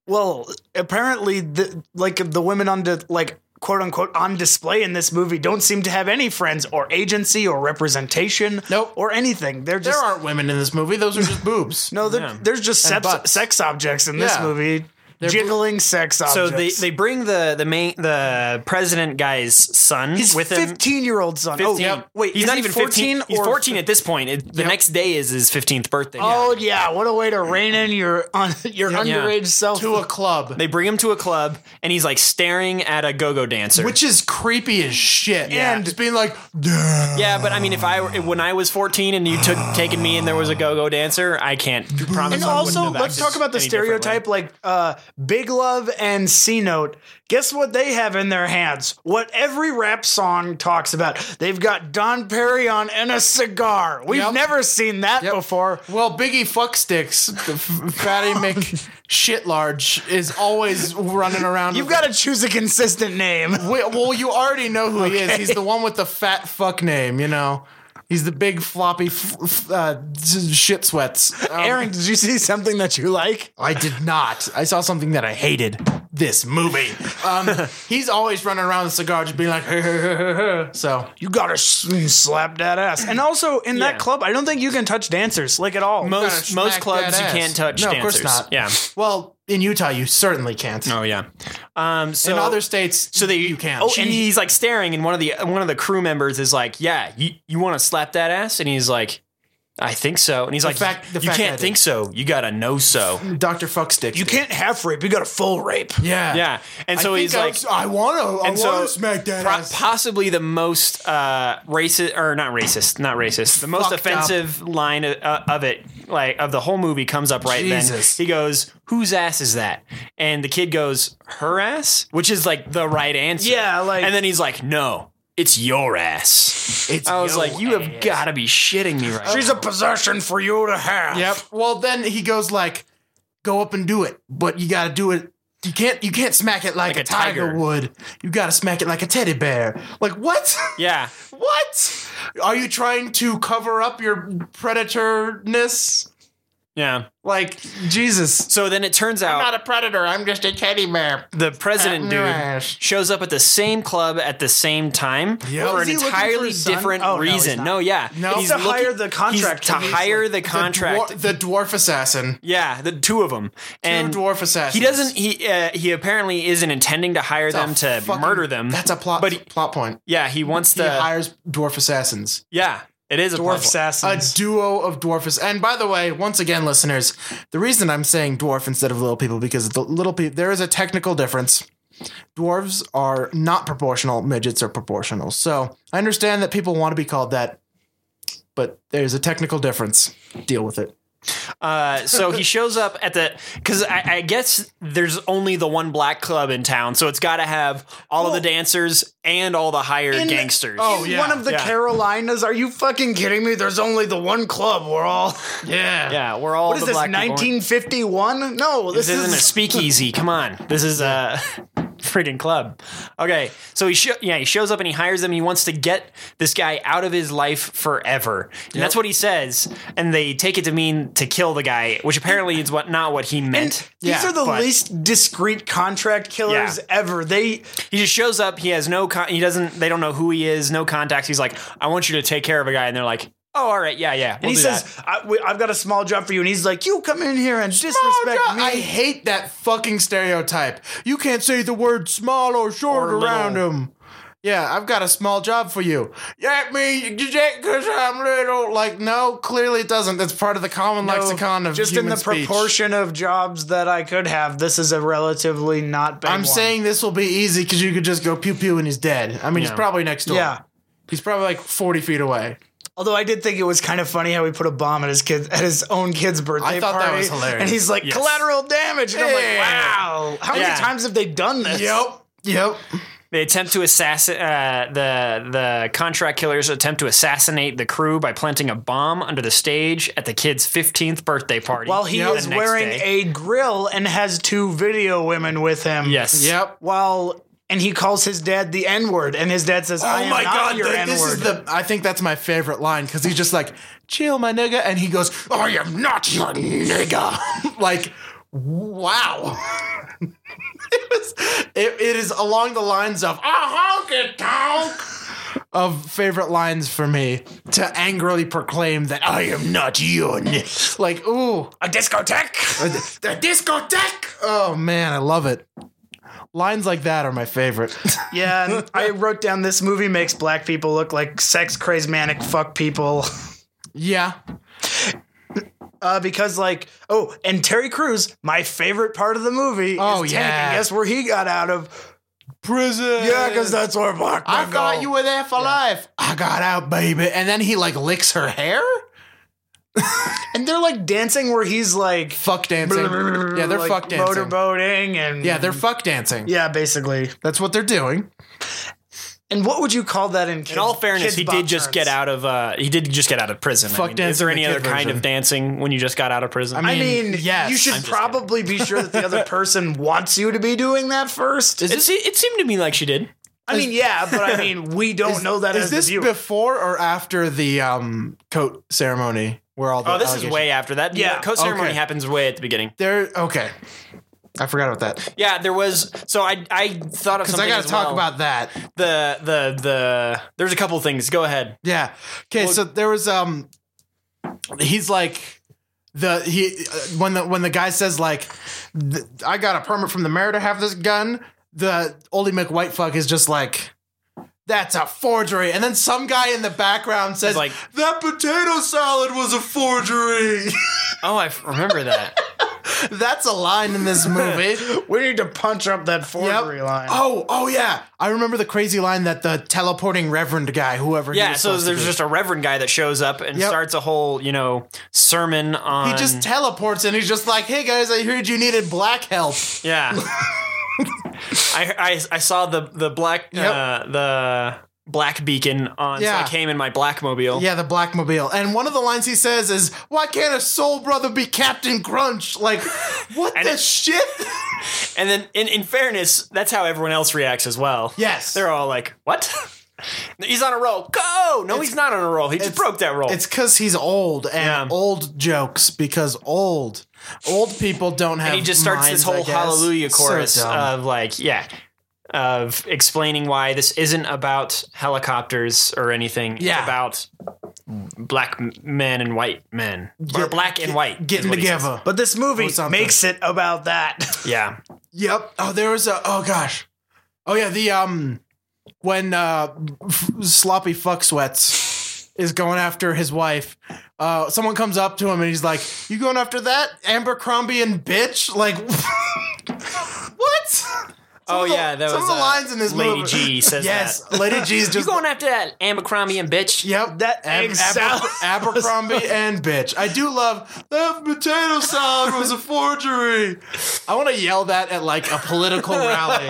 B: Well, apparently, the, like the women on di- like quote unquote on display in this movie don't seem to have any friends or agency or representation,
F: Nope.
B: or anything. They're
F: there
B: just
F: aren't women in this movie; those are just
B: [LAUGHS]
F: boobs.
B: no, they're,
C: Yeah.
B: there's just sex,
F: butts.
B: sex objects in this
F: Yeah.
B: movie,
F: They're
B: jiggling sex
C: So
B: objects.
C: they, they bring the the main the president guy's son
B: His
C: with him.
B: 15 year old son. Oh,
C: Yep.
B: wait,
C: he's
B: is
C: not
B: he
C: even
B: 14
C: 15. He's
B: or
C: 14 at this point. It, the next day is his 15th birthday.
B: Oh yeah, what a way to rein in your un- your
C: Yeah.
B: underage self.
F: To a club.
C: They bring him to a club and he's like staring at a go-go dancer.
F: which is creepy as shit.
C: Yeah.
F: And just being like, "Duh."
C: yeah, but I mean, if I were- when I was 14 and you took taken me and there was a go-go dancer, I can't promise.
B: and
C: I wouldn't
B: also,
C: have
B: let's
C: acted
B: talk about the
C: any differently.
B: stereotype like uh, Big Love and C Note. Guess what they have in their hands? What every rap song talks about. They've got Don Perignon and a cigar. We've
F: Yep.
B: never seen that before.
F: Well, Biggie Fucksticks, the f- Fatty
B: [LAUGHS]
F: Mc Shit Large is always running around.
B: You've got to choose a consistent name.
C: Um,
F: Wait, well, you already know who he is. He's the one with the fat fuck name. You know, he's the big floppy f- f- uh, z- shit sweats. Um,
B: Aaron, did you see something that you like?
C: uh,
F: I did not. I saw something that I hated. This movie. Um,
C: [LAUGHS]
F: he's always running around with a cigar, just being like, so
B: You gotta s- slap that ass. And also in
C: Yeah.
B: that club, I don't think you can touch dancers like at all.
C: Most
F: gotta
C: most
F: smack
C: clubs
F: that
C: you
F: ass.
C: can't touch.
F: No, of
C: dancers.
F: course not.
C: Yeah.
F: Well, in Utah, you certainly can't.
C: Oh yeah. Um. So
F: in other states,
C: So they
F: you can't.
C: Oh, and he's like staring, and one of the one of the crew members is like, "Yeah, you, you want to slap that ass?" And he's like, "I think so." And he's like,
F: fact- the
C: "You
F: fact I
C: can't
F: did."
C: think so. You gotta know
F: [LAUGHS]
C: so."
F: Doctor Fuckstick.
B: You can't half rape. You got a full rape.
F: Yeah,
C: Yeah, and so
F: I think
C: he's
F: I
C: like,
F: was- I want to. I
C: and so
F: want to smack that
C: pro-
F: ass.
C: possibly the most uh, racist or not racist, not racist, the most
F: Fucked up.
C: offensive line of, uh, of it, like of the whole movie, comes up right
F: Jesus.
C: then. He goes, "Whose ass is that?" And the kid goes, "Her ass," which is like the right answer.
B: Yeah, like-
C: and then he's like, "No, it's your ass."
F: It's
C: I was
F: yo-
C: like, you have got to be shitting me right
B: She's a possession for you to have.
F: Yep. Well, then he goes like, "Go up and do it," but you got to do it. You can't. You can't smack it like,
C: Like
F: a,
C: a
F: tiger.
C: tiger.
F: would. You got to smack it like a teddy bear. Like what? [LAUGHS]
C: now. Yeah.
F: what? Are you trying to cover up your predatorness?
C: Yeah.
F: Like Jesus.
C: So then it turns out
F: a predator. I'm just a teddy bear.
C: the president
F: Your
C: dude
F: ass.
C: shows up at the same club at the same time for
F: Was
C: an
F: he looking for
C: entirely
F: his son?
C: different
B: Oh, no, he's
C: reason.
B: not.
C: No, yeah.
F: No.
C: He's
F: To
B: hire the contract
C: he's to
B: police,
C: hire the contract.
F: The, dwar- the dwarf assassin.
C: yeah, the two of them. and
F: dwarf assassins.
C: He doesn't he uh, he apparently isn't intending to hire them to
F: Fucking-
C: murder them.
F: That's a plot.
C: But he-
F: plot point.
C: yeah, he wants
F: He
C: to
F: hires dwarf assassins.
C: Yeah. It is
B: Dwarf
C: a plot point.
F: A
B: assassins.
F: duo of dwarfs. And by the way, once again, listeners, the reason I'm saying dwarf instead of little people because the little people there is a technical difference. Dwarves are not proportional. Midgets are proportional. So I understand that people want to be called that, but there's a technical difference. Deal with it.
C: Uh, so he shows up at the because I, I guess there's only the one black club in town, so it's got to have all of the dancers and all the hired gangsters.
F: oh, yeah,
B: One of the
C: yeah.
B: Carolinas. Are you fucking kidding me? There's only the one club. We're all.
C: [LAUGHS]
F: Yeah.
C: yeah, we're all
B: What is
C: the
B: this?
C: black people.
B: 1951? No, this,
C: This isn't a
B: is. [LAUGHS]
C: [LAUGHS] speakeasy. Come on, this is uh friggin' club. Okay, so he sho- yeah he shows up and he hires them. He wants to get this guy out of his life forever, and that's what he says. And they take it to mean to kill the guy, which apparently is what not what he meant.
B: These
C: Yeah,
B: are the
C: but-
B: least discreet contract killers
C: Yeah.
B: ever. They
C: He just shows up. He has no. Con- he doesn't. They don't know who he is. No contacts. He's like, I want you to take care of a guy, and they're like, Oh, all right, yeah, yeah.
B: and
C: we'll
B: he
C: do
B: says,
C: that."
B: I, w- "I've got a small job for you," and he's like, "You come in here and disrespect
F: Small jo-
B: me."
F: I hate that fucking stereotype. You can't say the word small or short
C: Or
F: around
C: little.
F: him. Yeah, I've got a small job for you. That means because I'm little. Like, no, clearly it doesn't. That's part of the common
B: So,
F: lexicon of
B: just
F: human
B: in the
F: speech.
B: proportion of jobs that I could have, this is a relatively not big
F: I'm
B: one.
F: saying this will be easy because you could just go pew pew and he's dead. I mean,
C: Yeah.
F: he's probably next door.
B: yeah.
F: he's probably like 40 feet away.
B: Although I did think it was kind of funny how he put a bomb at his kid at his own kid's birthday
F: I thought that
B: party,
F: was hilarious.
B: and he's like
C: Yes.
B: collateral damage, and
F: Yeah.
B: I'm like, wow, how
C: Yeah.
B: many times have they done this?
F: Yep.
C: they attempt to assassinate uh, the the contract killers attempt to assassinate the crew by planting a bomb under the stage at the kid's 15th birthday party.
B: While he
C: the
B: is
C: next
B: wearing
C: day.
B: a grill and has two video women with him.
C: yes,
F: Yep.
B: While and he calls his dad the N word, and his dad says, "I am not your
F: th-
B: N
F: Oh this is
B: word."
F: the. I think that's my favorite line because he's just like, "Chill, my nigga," and he goes,
D: I am not your nigga.
F: [LAUGHS] like wow [LAUGHS] it, was, it, it is along the lines of a honky tonk of favorite lines for me to angrily proclaim that I am not young. Like, ooh,
D: A discotheque? the discotheque?
F: oh man, I love it. Lines like that are my favorite. [LAUGHS]
B: yeah, and I wrote down this movie makes black people look like sex crazed manic fuck people.
F: yeah.
B: Uh, because like oh, and Terry Crews, my favorite part of the movie.
F: Oh,
B: is
F: yeah.
B: Tank. guess where he got out of?
F: Prison.
B: Yeah, because that's where black
F: I
B: men
F: thought
B: go.
F: you were there for life. I got out, baby. And then he like licks her hair?
B: And they're like dancing where he's like,
F: Fuck dancing. yeah, they're
B: like,
F: fuck dancing.
B: motorboating and
F: Yeah, they're fuck dancing.
B: yeah, basically.
F: That's what they're doing.
B: And what would you call that in? Kids,
C: In all fairness,
B: kids
C: he
B: Bob
C: did just
B: terms?
C: get out of uh, he did just get out of prison.
F: Fuck
C: is
F: dancing
C: there
F: the
C: any other
F: kid
C: kind
F: version.
C: of dancing when you just got out of prison?
B: I
F: mean,
B: mean,
F: Mm, yes,
B: you should
F: I'm just
B: probably be sure that the
C: [LAUGHS]
B: other person wants you to be doing that first.
C: it, se- it seemed to me like she did.
B: I mean, yeah, but I mean, we don't know that
F: [LAUGHS] Is
B: as the
F: this
B: viewer.
F: before or after the um, coat ceremony where all the
C: Oh, this is
F: allegations-
C: way after that.
B: Yeah,
C: Yeah, coat ceremony
F: okay.
C: happens way at the beginning.
F: there okay I forgot about that
C: Yeah, there was. So I I thought of
F: because
C: something.
F: I got
C: as
F: to talk
C: well.
F: about that
C: the the the. There's a couple things. Go ahead.
F: yeah okay so there was um he's like the he uh, when the when the guy says like th- I got a permit from the mayor to have this gun the oldie McWhitefuck is just like that's a forgery and then some guy in the background says
C: like-
F: like that potato salad was a forgery
C: Oh, I f- remember that.
F: [LAUGHS] that's a line in
C: [LAUGHS]
F: this movie
B: we need to punch up that forgery
F: Yep.
B: line.
F: Oh, oh yeah. I remember the crazy line that the teleporting reverend guy, whoever. he
C: yeah.
F: was
C: So
F: supposed to
C: there's
F: be.
C: just a reverend guy that shows up and
F: Yep.
C: starts a whole you know sermon on.
F: He just teleports and he's just like, "Hey guys, I heard you needed black help."
C: yeah.
F: [LAUGHS]
C: I, I I saw the the black uh,
F: Yep.
C: the black beacon on.
F: Yeah.
C: So I came in my blackmobile.
F: Yeah, the blackmobile. And one of the lines he says is, "Why can't a soul brother be Captain
C: [LAUGHS]
F: Crunch?" Like, what
C: And
F: the
C: it-
F: shit?
C: And then, in, in fairness, that's how everyone else reacts as well.
F: Yes.
C: They're all like, what? [LAUGHS] he's on a roll. Go! No, he's not on a roll. He just
F: it's-
C: broke that roll.
F: [LAUGHS] It's because he's old and
C: Yeah.
F: old jokes because old. Old people don't have.
C: and he just starts this
F: minds, I
C: whole
F: guess.
C: hallelujah
F: So
C: chorus
F: dumb.
C: of like, yeah, of explaining why this isn't about helicopters or anything.
F: Yeah.
C: It's about black m- men and white men. or
F: Get-
C: black and white. is
F: getting
C: what he says.
F: together.
B: But this movie
F: Or something.
B: makes it about that.
C: Yeah.
F: Yep. Oh, there was a. Oh gosh. Oh yeah. The um, when uh, f- sloppy fuck sweats is going after his wife. Uh, someone comes up to him and he's like, "You going after that Abercrombie and bitch?" Like, [LAUGHS] what? Some
C: oh,
F: of the-
C: yeah. That
F: some
C: was
F: of the
C: uh,
F: lines in this
C: Lady
F: movie.
C: G says
F: [LAUGHS] yes,
C: that.
F: Lady
C: [LAUGHS]
F: G's
C: You
F: just.
C: going after that Abercrombie and bitch?
F: Yep,
B: That egg salad
C: [LAUGHS]
F: Abercrombie and bitch. I do love that potato salad was a forgery. I want to yell that at like a political rally.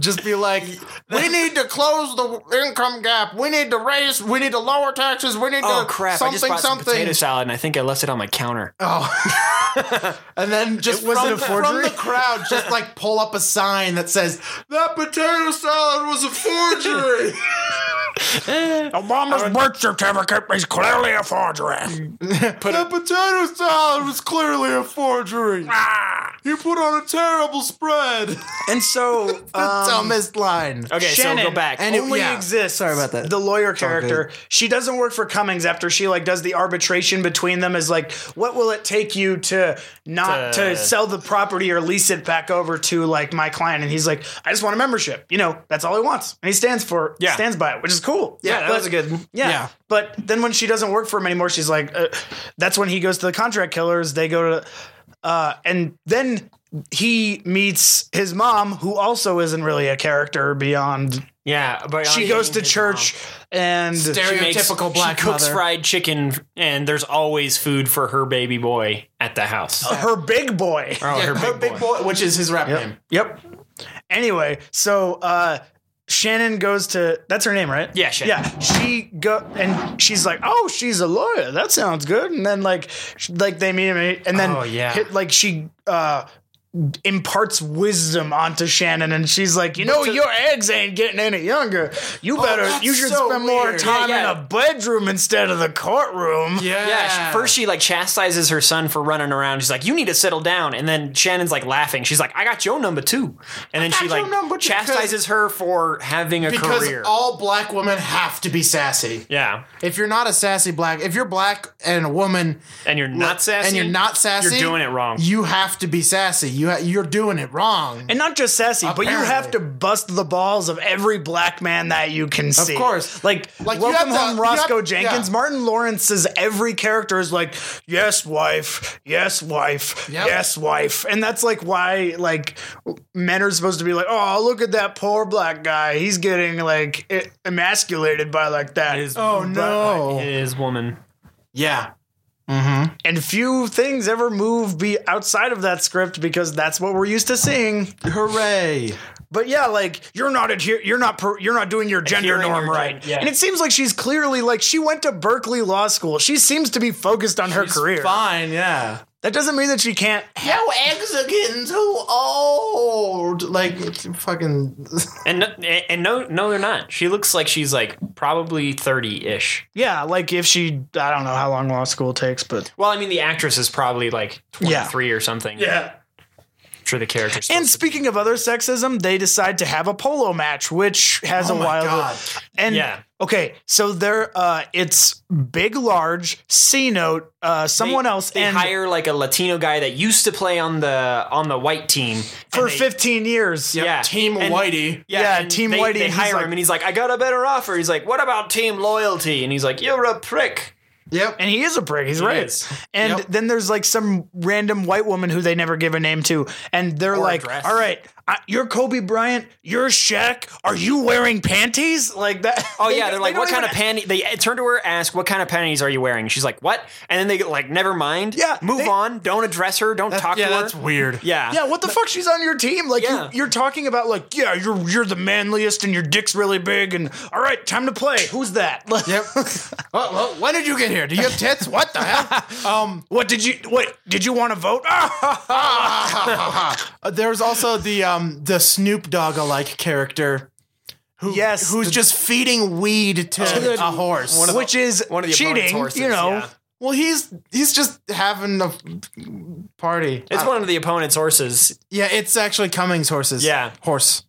F: Just be like, we need to close the income gap. We need to raise. We need to lower taxes. We need
C: Oh
F: to
C: crap! I
F: something
C: just bought some
F: something.
C: potato salad and I think I left it on my counter.
F: oh,
A: and then just
F: was
A: from,
F: it a forgery?
A: from the crowd, just like pull up a sign that says that potato salad was a forgery.
D: [LAUGHS] Obama's birth certificate is clearly a forgery.
A: that potato salad was clearly a forgery.
D: Ah!
A: You put on a terrible spread.
F: [LAUGHS] And so,
B: [LAUGHS]
F: um,
A: Dumbest line.
C: Okay, so
B: Shannon,
C: go back.
F: and it
B: only
F: yeah.
B: exists.
F: Sorry about that.
B: The lawyer
F: all good.
B: character. She doesn't work for Cummings after she like does the arbitration between them. Is like, what will it take you to not
C: To-
B: to sell the property or lease it back over to like my client? And he's like, I just want a membership. You know, that's all he wants, and he stands for
C: Yeah.
B: stands by it, which is cool.
C: yeah, that
B: But-
C: was a good.
B: yeah.
F: Yeah.
B: But then when she doesn't work for him anymore, she's like, uh, that's when he goes to the contract killers. They go to, uh, and then he meets his mom, who also isn't really a character beyond.
C: Yeah, but
B: She goes to church and
C: She makes-
A: Stereotypical black
C: She cooks
A: mother.
C: fried chicken, and there's always food for her baby boy at the house. Oh,
B: her big boy.
C: her
A: Her big boy, which is his rap name.
B: Yep. Anyway, so uh Shannon goes to that's her name, right?
C: Yeah, Shannon.
B: Yeah, she go and she's like, "Oh, she's a lawyer. That sounds good." And then like sh- like they meet him and then
C: Oh, yeah.
B: hit- like she uh imparts wisdom onto Shannon and she's like, "You know, your eggs ain't getting any younger. You
C: Oh,
B: better
A: that's
B: you should
A: so
B: spend more
A: weird.
B: time
C: Yeah, yeah.
B: in a bedroom instead of the courtroom."
C: Yeah, she, first she like chastises her son for running around. She's like, "You need to settle down." And then Shannon's like laughing. She's like, "I got your number too." And then she
A: got your
C: like
A: number because-
C: chastises her for having a
A: because
C: career.
A: all black women have to be sassy.
C: yeah,
A: If you're not a sassy black, if you're black and a woman
C: and you're not sassy,
A: and you're not sassy,
C: You're doing it wrong.
A: You have to be sassy. You ha- you're doing it wrong.
B: And not just sassy, but you
A: Apparently.
B: have to bust the balls of every black man that you can see.
A: course.
B: Like,
A: Like, you have
B: Welcome
A: to-
B: Home
A: you
B: Roscoe
A: have-
B: Jenkins.
A: yeah.
B: Martin Lawrence's every character is like, yes, wife, yes, wife,
A: Yep.
B: yes, wife. And that's like why, like, men are supposed to be like, oh, look at that poor black guy. He's getting, like, e- emasculated by, like, that.
A: oh
C: It
A: no.
C: is woman.
A: Yeah.
B: And few things ever move be outside of that script because that's what we're used to seeing.
A: Hooray.
B: But yeah, like you're not adhere, you're not per, you're not doing your gender
C: Adhering
B: norm
C: your gen-
B: right.
C: yeah.
B: And it seems like she's clearly like she went to Berkeley Law School. She seems to be focused on her career.
A: Fine, yeah.
B: That doesn't mean that she can't.
A: Yo, eggs are getting too old. Like fucking
C: And no, and no, no, they're not. She looks like she's like probably thirty ish.
B: Yeah, like if she, I don't know how long law school takes, but
C: Well, I mean, the actress is probably like
B: Yeah.
C: twenty three or something. Yeah, I'm sure the character.
B: And speaking of other sexism, they decide to have a polo match, which has a wild and
C: Oh Yeah.
B: okay. So there, uh, it's big, large C note, uh, someone
C: They-
B: else,
C: They
B: and
C: hire like a Latino guy that used to play on the on the white team
B: for
C: and they-
B: 15 years.
C: Yeah,
A: Team
C: and-
A: Whitey.
C: Yeah,
B: Yeah,
C: and
B: Team
C: they,
B: Whitey,
C: They
B: and he's
C: hire
B: like-
C: him, and he's like, "I got a better offer." He's like, "What about Team Loyalty?" And he's like, "You're a prick."
A: Yep.
B: And he is a prick. He's right.
C: is.
B: And
A: Yep.
B: then there's like some random white woman who they never give a name to, and they're like,
C: address.
B: "All right, I, you're Kobe Bryant. You're Shaq. Are you wearing panties [LAUGHS] like that?"
C: Oh yeah, they're like,
B: don't
C: "What kind of
B: even-
C: panty?" They turn to her, ask, "What kind of panties are you wearing?" She's like, "What?" And then they get like, "Never mind."
B: Yeah,
C: move
B: they-
C: on. Don't address her. Don't talk
A: yeah,
C: to her.
A: that's weird.
C: Yeah,
B: Yeah, what the fuck? She's on your team. Like
C: Yeah.
B: you, you're talking about, like, yeah, you're you're the manliest, and your dick's really big, and all right, time to play. Who's that? [LAUGHS]
A: Yep. oh, well, when did you get here? Do you have tits? What the hell? Um,
B: What did you? What did you want to
A: [LAUGHS]
B: vote? [LAUGHS]
A: Uh, There's also the um the Snoop Dogg alike character. Who,
B: Yes,
A: who's
B: the-
A: just feeding weed [LAUGHS] to
B: the-
A: a horse?
B: Which is
C: one of the opponent's
B: cheating,
C: horses,
B: you know.
C: yeah.
A: well, he's he's just having a party.
C: it's one of the opponent's horses.
A: yeah, it's actually Cummings' horses.
C: Yeah.
A: horse,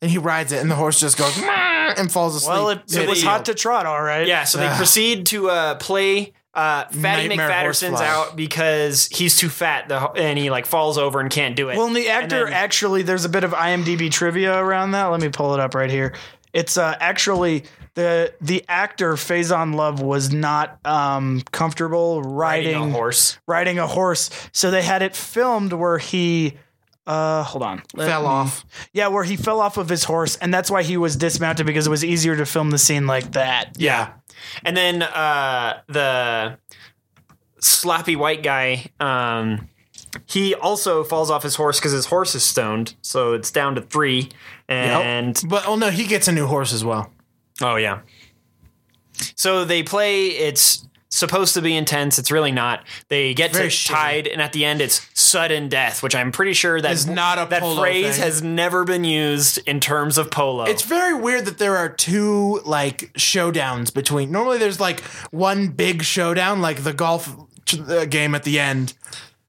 A: and he rides it, and the horse just goes "Meow," and falls asleep.
B: Well, it, it was hot to trot, all right.
C: Yeah, so they proceed to uh, play uh, Fatty
A: Nightmare
C: McFadderson's
A: horsefly.
C: out because he's too fat, the, and he like falls over and can't do it.
B: Well, and the actor
C: then-
B: actually, there's a bit of IMDb trivia around that. Let me pull it up right here. It's uh, actually the the actor Faison Love was not um, comfortable riding
C: riding a horse.
B: riding a horse, so they had it filmed where he. Uh, hold on. Let
A: fell
B: me-
A: off.
B: Yeah, where he fell off of his horse, and that's why he was dismounted because it was easier to film the scene like that.
C: Yeah. And then uh, the sloppy white guy, um, he also falls off his horse because his horse is stoned. So it's down to three. And
A: But oh no, he gets a new horse as well.
C: oh, yeah. So they play, it's supposed to be intense. It's really not. They get
F: Very
C: to
F: shitty.
C: tied, and at the end, it's sudden death, which I'm pretty sure that
F: Is not a
C: that
F: polo
C: phrase
F: thing.
C: has never been used in terms of polo.
F: It's very weird that there are two like showdowns between. Normally, there's like one big showdown, like the golf uh, game at the end.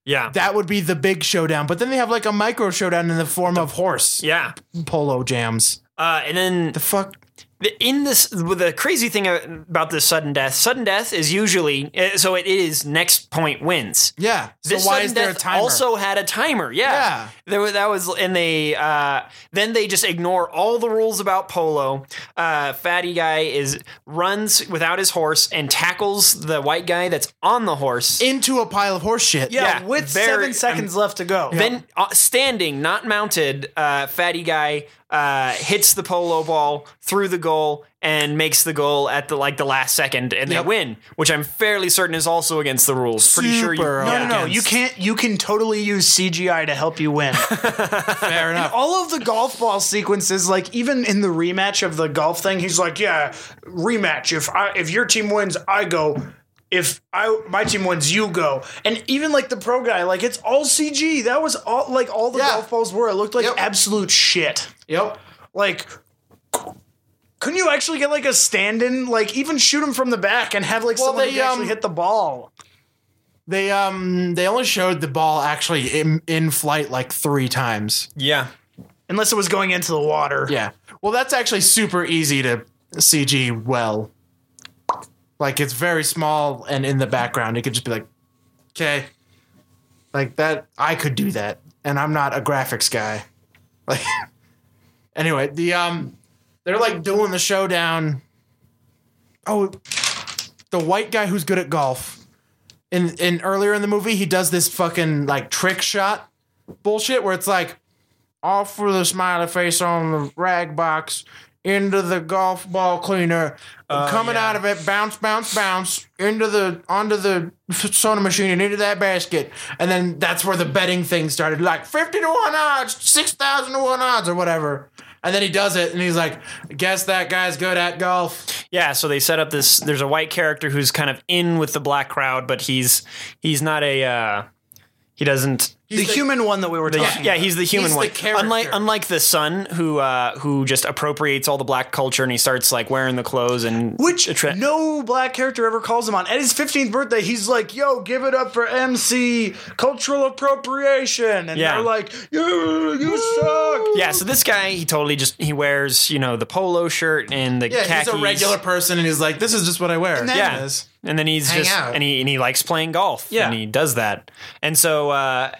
C: yeah,
F: That would be the big showdown. But then they have like a micro showdown in the form of horse
C: yeah.
F: polo jams.
C: Uh, and then
F: The fuck.
C: the- in this the crazy thing about this sudden death sudden death is usually uh, so it is next point wins
F: Yeah. So
C: this
F: why
C: sudden
F: is there a
C: death
F: timer?
C: also had a timer yeah,
F: Yeah.
C: There wa- that was and they uh, then they just ignore all the rules about polo uh, fatty guy is runs without his horse and tackles the white guy that's on the horse
F: into a pile of horse shit.
C: Yeah,
B: Yeah, with
C: very-
B: seven seconds left to go.
C: Then uh, standing, not mounted, uh, fatty guy uh, hits the polo ball through the goal and makes the goal at the like the last second, and
F: Yep.
C: they win, which I'm fairly certain is also against the rules. Pretty sure you.
F: Super.
B: no, no, no.
F: against-
B: You can't. You can totally use CGI to help you win.
F: Fair enough.
B: All of the golf ball sequences, like even in the rematch of the golf thing, he's like, "Yeah, rematch. If I if your team wins, I go. If I my team wins, you go." And even like the pro guy, like it's all CG. That was all like all the
F: Yeah.
B: golf balls were. It looked like
F: Yep.
B: absolute shit.
F: Yep.
B: Like. Couldn't you actually get like a stand-in, like even shoot him from the back and have like
F: Well,
B: someone
F: they,
B: who can actually
F: um,
B: hit the ball?
F: They um they only showed the ball actually in, in flight like three times.
C: Yeah.
B: Unless it was going into the water.
F: Yeah. Well, that's actually super easy to CG well. Like it's very small and in the background, it could just be like, okay, like that. I could do that, and I'm not a graphics guy. [LAUGHS] Like, anyway, the um, they're like doing the showdown. Oh, the white guy who's good at golf. In in earlier in the movie, he does this fucking like trick shot bullshit where it's like off for the smiley face on the rag box into the golf ball cleaner coming out of it bounce bounce bounce into the onto the soda machine and into that basket and then that's where the betting thing started like 50 to 1 odds 6000 to 1 odds or whatever and then he does it and he's like guess that guy's good at golf
C: Yeah, so they set up this. There's a white character who's kind of in with the black crowd, but he's he's not a uh, he doesn't. oh,
B: the, human one that we were talking.
C: Yeah, yeah, he's the human
F: He's the
C: one.
F: character.
C: unlike unlike the son who uh, who just appropriates all the black culture and he starts like wearing the clothes and
B: Which
C: attra-
B: no black character ever calls him on. At his 15th birthday, he's like, yo, give it up for MC, cultural appropriation. And
C: Yeah.
B: they're like, you, you suck.
C: Yeah, so this guy, he totally just he wears you know the polo shirt and the
F: yeah
C: khakis.
F: he's a regular person and he's like this is just what i wear and
C: Yeah, and then he's
F: Hang
C: just
F: out.
C: and he and he likes playing golf.
B: Yeah.
C: and he does that. And so uh,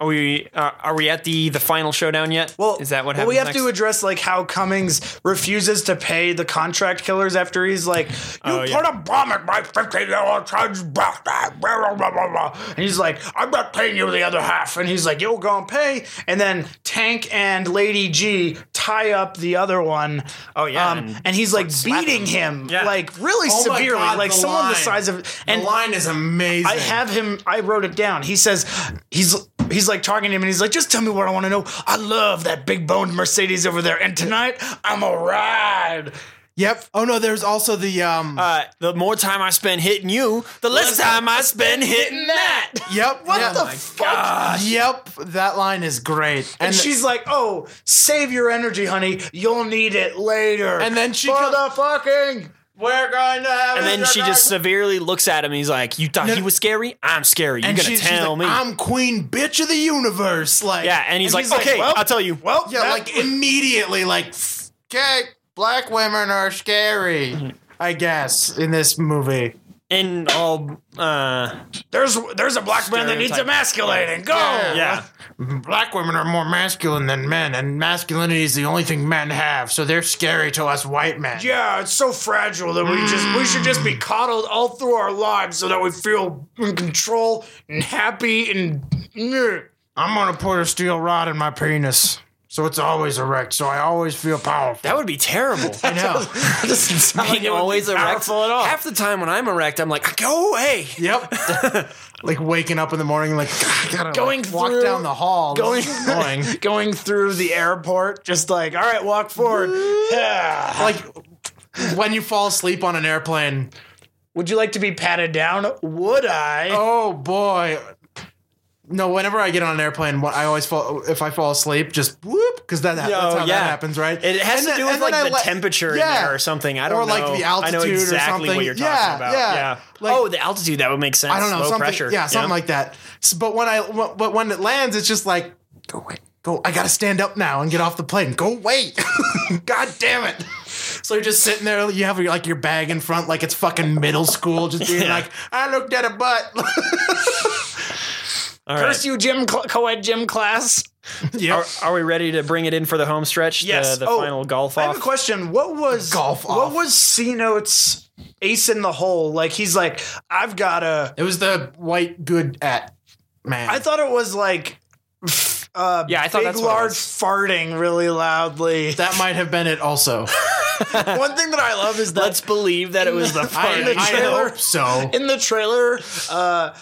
C: are we are are we at the the final showdown yet?
B: Well,
C: is that what
B: well,
C: happens?
B: we have
C: next?
B: to address like how Cummings refuses to pay the contract killers after he's like, you put
C: Oh, yeah.
B: a bomb at my fifteen year old son's birthday, blah, blah, blah, blah, blah. and he's like, I'm not paying you the other half, and he's like, you're gonna pay, and then Tank and Lady G tie up the other one.
C: Oh, yeah,
B: um,
C: and
B: and, he's like beating him,
C: Yeah.
B: like really
F: Oh, my
B: severely,
F: God,
B: like
F: the
B: someone the
F: line.
B: size of and
F: the line is amazing
B: I have him. I wrote it down. He says he's he's like talking to him, and he's like, "Just tell me what I want to know. I love that big boned Mercedes over there, and tonight I'm a ride."
F: yep oh no there's also the um
C: Uh, the more time I spend hitting you, the less time I spend hitting that. [LAUGHS]
F: Yep. What
B: the fuck?
F: Yep. That line is great.
B: And she's like, "Oh, save your energy, honey. You'll need it later."
F: And then she
B: for
F: comes-
B: the fucking.
F: we're going to have
C: And then she
F: [LAUGHS]
C: just severely looks at him. And he's like, "You thought he was scary? I'm scary. You're
F: and
C: gonna
F: she's, she's
C: tell
F: like,
C: me."
F: I'm queen bitch of the universe. Like
C: yeah, and he's like, "Okay, I'll tell you."
F: well, yeah, like immediately, like okay, black women are
C: Mm-hmm.
F: scary. I guess in this movie.
C: And all, uh,
B: There's there's a black man that needs
C: Stereotype.
B: emasculating. Go.
C: yeah.
F: Black women are more masculine than men, and masculinity is the only thing men have, so they're scary to us white men.
B: Yeah, it's so fragile that we just we should just
C: Mm.
B: be coddled all through our lives so that we feel in control and happy and [LAUGHS]
F: I'm gonna put a steel rod in my penis, so it's always erect, so I always feel powerful.
C: That would be
F: [LAUGHS]
C: terrible.
F: I know.
B: doesn't sound
C: Being always erect.
B: powerful at all.
C: Half the time when I'm erect, I'm like, go away.
F: Yep. [LAUGHS] like waking up in the morning, like "God, I gotta
B: Going
F: like, walk
B: through-
F: down the hall.
B: going
F: This is [LAUGHS] annoying.
B: going through the airport, just like all right,
C: [LAUGHS]
B: walk forward. Yeah.
F: like when you fall asleep on an airplane.
B: Would you like to be patted down? Would I?
F: Oh boy. No, whenever I get on an airplane, what- I always fall. If I fall asleep, just whoop, because that,
C: Yo,
F: that's how
C: yeah.
F: that happens, right?
C: It has
F: And
C: to
F: then-
C: do with
F: and then
C: like
F: I
C: the
F: let-
C: temperature in
F: Yeah.
C: there or something. I don't
F: Or,
C: know.
F: like, the
C: I know
F: altitude or
C: exactly what
F: something.
C: you're talking
F: Yeah,
C: about.
F: yeah. Like-
C: oh, the altitude that would make sense.
F: I don't know
C: Low
F: something.
C: pressure.
F: Yeah, something like that. S- But when I wh- but when it lands, it's just like go away. Go. I gotta stand up now and get off the plane. Go away. [LAUGHS] God damn it. So you're just sitting there. You have your, like your bag in front, like it's fucking middle school, just being
C: Yeah.
F: like, I looked at a butt. [LAUGHS]
C: All right.
B: Curse you, gym cl- co-ed gym class.
F: yeah.
C: Are, are we ready to bring it in for the home stretch?
B: Yes.
C: The, the
B: Oh,
C: final golf
B: I
C: off.
B: have a question. What was
F: Golf
B: What
F: off.
B: was C Note's ace in the hole? Like he's like, I've got a.
F: It was the white good at man.
B: I thought it was like, uh,
C: Yeah, I thought
B: big
C: that's what it
B: large
C: was.
B: farting really
C: [LAUGHS]
B: loudly.
F: that might have been it.
B: One
F: Also,
B: thing that I love is that
C: Let's believe that it
B: [LAUGHS]
C: was [LAUGHS] the
F: I,
C: final.
F: I
B: trailer-
F: hope so.
B: in the trailer, uh,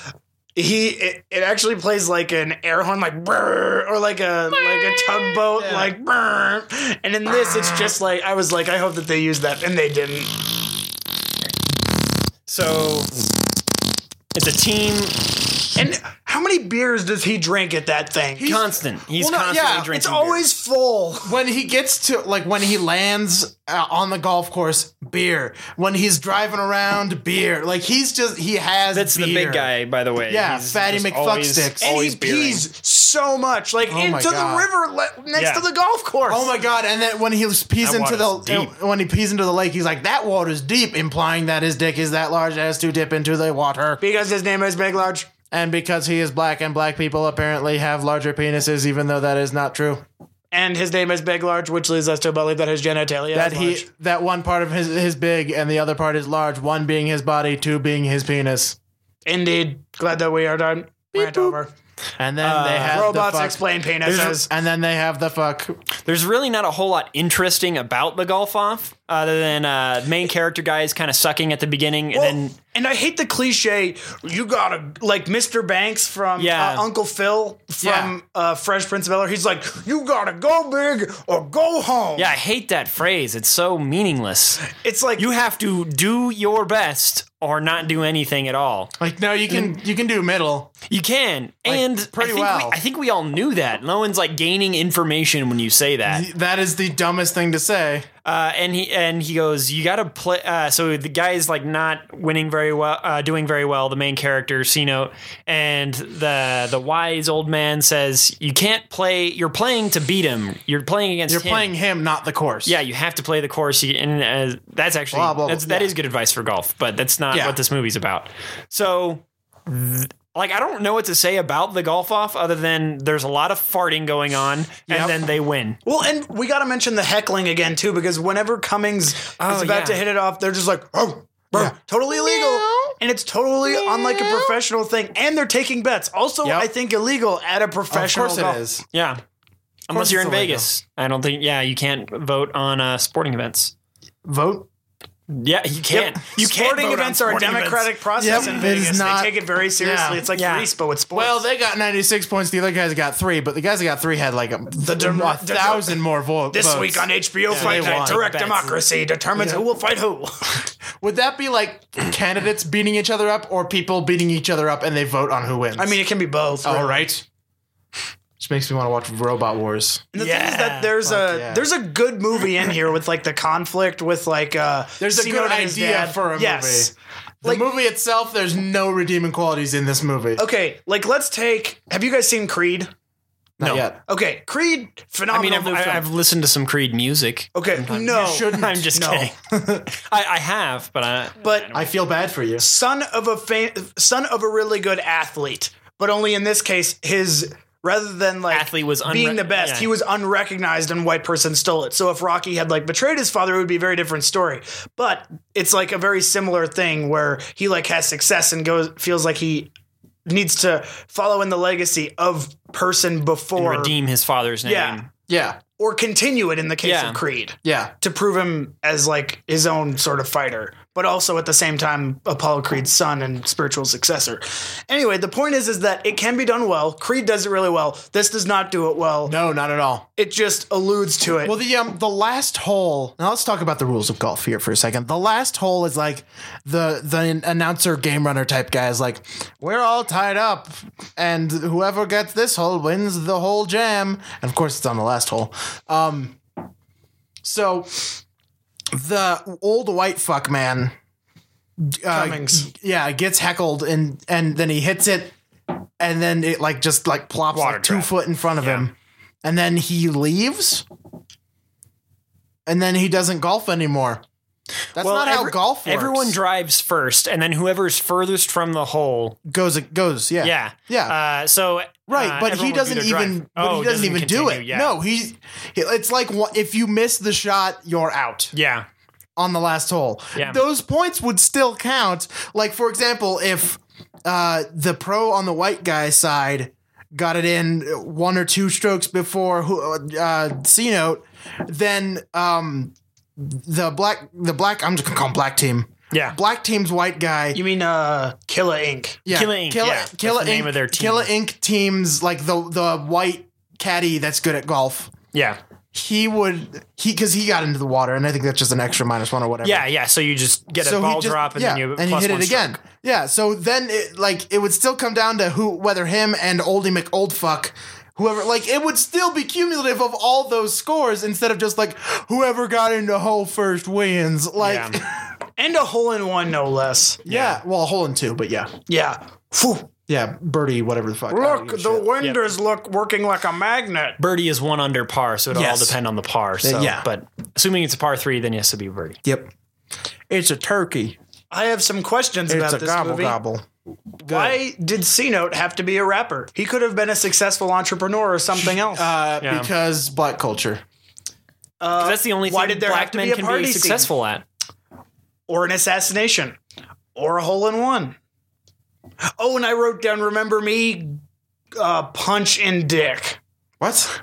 B: he it, it actually plays like an air horn, like brrr, or like a like a tugboat, like brrr. And in this, it's just like I was like, I hope that they use that, and they didn't.
C: So it's a team
B: And how many beers does he drink at that thing? He's
C: constant. He's
F: Well, no,
C: constantly
F: yeah, it's
C: drinking.
B: it's
C: beer.
B: always full.
F: when he gets to like when he lands uh, on the golf course, beer. When he's driving around, beer. Like he's just he has.
C: That's the
F: beer.
C: big guy, by the way.
F: Yeah,
C: He's
F: Fatty
C: just
F: McFucksticks.
B: And
C: Always, always
B: he
C: beering.
B: pees so much, like
F: Oh my
B: into the
F: God.
B: river le- next
C: Yeah.
B: to the golf course.
F: Oh my god! And then when he pees
C: That
F: into the
C: water's deep.
F: when he pees into the lake, he's like, "That water's deep," implying that his dick is that large as to dip into the water.
B: Because his name is Big Large.
F: And because he is black, and black people apparently have larger penises, even though that is not true.
B: And his name is Big Large, which leads us to believe that his genitalia
F: That
B: is
F: he
B: large.
F: that one part of his is big, and the other part is large. One being his body, two being his penis.
B: Indeed. Glad that we are done. Rant over.
F: And then they have
B: Robots
F: the fuck.
B: explain penises.
F: And then they have the fuck.
C: There's really not a whole lot interesting about the golf off, other than uh, main character guys kind of sucking at the beginning,
B: Well,
C: and then
B: and I hate the cliche. You gotta like Mr. Banks from
C: Yeah.
B: uh, Uncle Phil from
F: Yeah.
B: uh, Fresh Prince of Bel Air. He's like, you gotta go big or go home.
C: yeah, I hate that phrase. It's so meaningless.
B: it's like
C: You have to do your best or not do anything at all.
F: Like no, you can you can do middle.
C: You can, and
F: pretty
C: I think
F: well.
C: We, I think we all knew that. No one's like gaining information when you say that.
F: That is the dumbest thing to say.
C: Uh, and he and he goes, you got to play. Uh, so the guy's like not winning very well, uh, doing very well. The main character, C note, and the the wise old man says, you can't play. You're playing to beat him. You're playing against.
F: You're
C: him."
F: playing him, not the course.
C: Yeah, you have to play the course. You, and uh, that's actually
F: Blah, blah, blah.
C: that's, that
F: Yeah.
C: is good advice for golf, but that's not
F: Yeah.
C: what this movie's about. So, th- like, I don't know what to say about the golf off other than there's a lot of farting going on,
F: Yep.
C: and then they win.
B: Well, and we got to mention the heckling again too, because whenever Cummings
C: Oh,
B: is about
C: yeah.
B: to hit it off, they're just like, oh, bro, totally illegal, and it's totally on like a professional thing, and they're taking bets. Also,
F: Yep.
B: I think illegal at a
F: of
B: professional.
F: course it
B: golf-
F: is.
C: Yeah. Unless you're
F: it's
C: in
F: illegal.
C: Vegas. I don't think, yeah, you can't vote on uh, sporting events.
F: Vote.
C: Yeah, you can't. You can't.
B: Sporting
C: vote on
B: events are a
C: sporting
B: democratic process
F: Yep,
B: in
F: it is
B: Vegas.
F: not-
B: they take it very seriously.
F: Yeah.
B: It's like
C: Yeah.
B: Greece, but with sports.
F: Well, they got 96 points. The other guys got three, but the guys that got three had like a,
B: dem-
F: a thousand more vo- votes.
B: this week on HBO Fight
F: they
B: Night,
F: want
B: Direct
C: bets.
B: Democracy determines who will fight who.
F: Would that be like [CLEARS THROAT] candidates beating each other up or people beating each other up and they vote on who wins?
B: I mean, it can be both.
F: all
B: really.
F: Oh, right. Which makes me want to watch Robot Wars.
B: And the thing is
C: Yeah.
B: that there's a
F: yeah.
B: there's a good movie in here with like the conflict with like uh
F: There's a
B: Seymour
F: good
B: and his
F: idea
B: dad.
F: for a
B: yes.
F: movie. The movie itself, there's no redeeming qualities in this movie.
B: Okay, like let's take. Have you guys seen Creed?
F: Not
C: no.
F: yet.
B: Okay, Creed,
C: I mean,
B: phenomenal.
C: I've,
B: new film.
C: I- I've listened to some Creed music.
B: okay, no,
F: shouldn't.
C: I'm just
B: No.
C: kidding.
F: [LAUGHS]
C: I, I have, but uh, I.
B: but
F: I feel bad for you.
B: son of a fa- son of a really good athlete, but only in this case, his rather than like
C: Athlete was unre-
B: being the best,
C: yeah.
B: he was unrecognized and white person stole it. So if Rocky had like betrayed his father, it would be a very different story. But it's like a very similar thing where he like has success and goes feels like he needs to follow in the legacy of person before
C: redeem his father's name.
B: Yeah.
F: Yeah.
B: or continue it in the case
C: Yeah.
B: of Creed
F: Yeah.
B: to prove him as like his own sort of fighter. but also at the same time Apollo Creed's son and spiritual successor. Anyway, the point is is that it can be done well. Creed does it really well. This does not do it well.
F: No, not at all.
B: It just alludes to it.
F: Well, the um, the last hole. Now let's talk about the rules of golf here for a second. The last hole is like the the announcer game runner type guy is like, we're all tied up, and whoever gets this hole wins the whole jam. And of course, it's on the last hole. Um, so the old white fuck man. uh,
B: Cummings.
F: yeah, gets heckled and and then he hits it, and then it like just like plops
C: Water
F: like two
C: drop.
F: foot in front of him, and then he leaves, and then he doesn't golf anymore. That's not how
C: every-
F: golf works.
C: Everyone drives first, and then whoever's furthest from the hole.
F: goes it goes. Yeah,
C: Yeah.
F: yeah.
C: Uh, so
F: Right,
C: uh,
F: but
C: everyone
F: he
C: would do
F: doesn't
C: their
F: even.
C: drive.
F: But
C: oh,
F: he doesn't even do it.
C: continue, Yeah.
F: No, he's. It's like one- if you miss the shot, you're out
C: Yeah.
F: on the last hole.
C: Yeah.
F: Those points would still count. Like for example, if uh, the pro on the white guy side got it in one or two strokes before who- uh, C note, then um, the black the black I'm just gonna call him black team.
C: Yeah.
F: Black team's white guy.
B: You mean uh Killer Inc.
F: Yeah.
C: Killa Inc,
F: Killa,
C: yeah. That's
F: Killa
C: the name
F: Inc-
C: of their team.
F: Killa Inc. teams like the the white caddy that's good at golf.
C: Yeah.
F: He would he because he got into the water, and I think that's just an extra minus one or whatever.
C: Yeah. Yeah. So you just get a
F: he
C: ball
F: just-
C: drop, and
F: yeah,
C: then you
F: and he
C: plus
F: hit
C: one
F: it again.
C: stroke.
F: Yeah, so then it like it would still come down to who whether him and Oldie McOldfuck. Whoever like it would still be cumulative of all those scores instead of just like whoever got into hole first wins. Like
C: Yeah.
F: yeah,
B: And a hole in one no less.
F: well hole in two, but yeah.
B: Yeah. Phew.
F: Yeah, birdie, whatever the fuck. I don't
B: Look,
F: give a
B: the
F: shit.
B: wind is look working like a magnet.
C: [LAUGHS] birdie is one under par, so it'll
F: Yes.
C: all depend on the par. So,
F: yeah.
C: But assuming it's a par three, then yes, it'll be birdie.
F: Yep. It's a turkey.
B: I have some questions
F: It's
B: about
F: a
B: this
F: gobble
B: movie.
F: gobble.
B: Why did C Note have to be a rapper? He could have been a successful entrepreneur or something else.
F: Uh,
C: Yeah.
F: Because black culture.
B: Uh,
C: That's the only
B: why
C: thing
B: did there
C: black
B: have to
C: men
B: be a
C: can
B: party
C: be
B: scene?
C: successful at.
B: or an assassination or a hole in one. Oh, and I wrote down remember me uh, punch and dick.
F: What?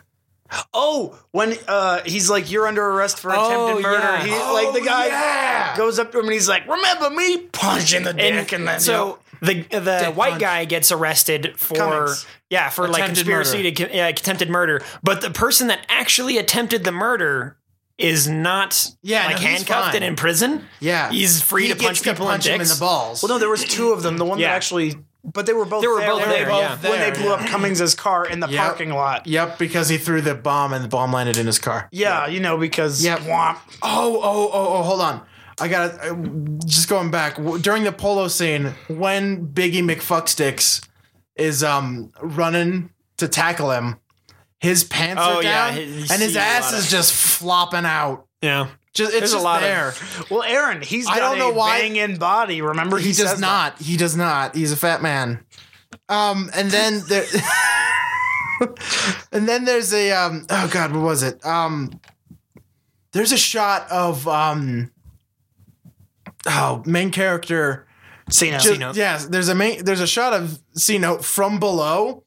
B: Oh, when uh, he's like, you're under arrest for attempted murder.
C: Oh, yeah. Oh,
B: He, like the guy
F: yeah.
B: goes up to him and he's like, remember me punch in the dick. And, then
C: so the the white
F: punch.
C: guy gets arrested for
B: Cummings.
C: yeah for like
F: Attempted
C: conspiracy to co- yeah, attempted murder, but the person that actually attempted the murder is not
F: Yeah,
C: like
F: no, he's
C: handcuffed
F: fine.
C: and in prison.
F: Yeah.
C: He's free
F: He
C: to punch
F: gets
C: people
F: punch
C: in
F: him in
C: dicks.
F: the balls.
B: Well, no, there was two of them. The one
C: Yeah.
B: that actually, but they were both.
C: They were both
B: when they-
C: there, yeah.
B: when they
F: Both
B: blew up Cummings's car in the
F: Yep.
B: parking lot.
F: Yep, because he threw the bomb and the bomb landed in his car.
B: Yeah, you know because
F: Yep.
B: womp.
F: Oh, oh, oh, oh, hold on. I got to just going back w- during the polo scene when Biggie McFucksticks is um running to tackle him. His pants
C: Oh,
F: are
C: yeah,
F: down
C: he- you
F: and his
C: see a
F: ass
C: lot
F: is
C: of-
F: just flopping out.
C: Yeah.
F: Just it's
C: There's a
F: just
C: lot of-
F: there.
B: Well, Aaron, he's got
F: I don't
B: a
F: know why-
B: bang in body. Remember,
F: he, does
B: says
F: not. He does not. He's a fat man. Um, and then there, [LAUGHS] and then there's a um. Oh God, what was it? Um, there's a shot of um. Oh, main character.
B: that. See, no.
F: Ju-
B: See, no.
F: Yes, there's a main, there's a shot of C note from below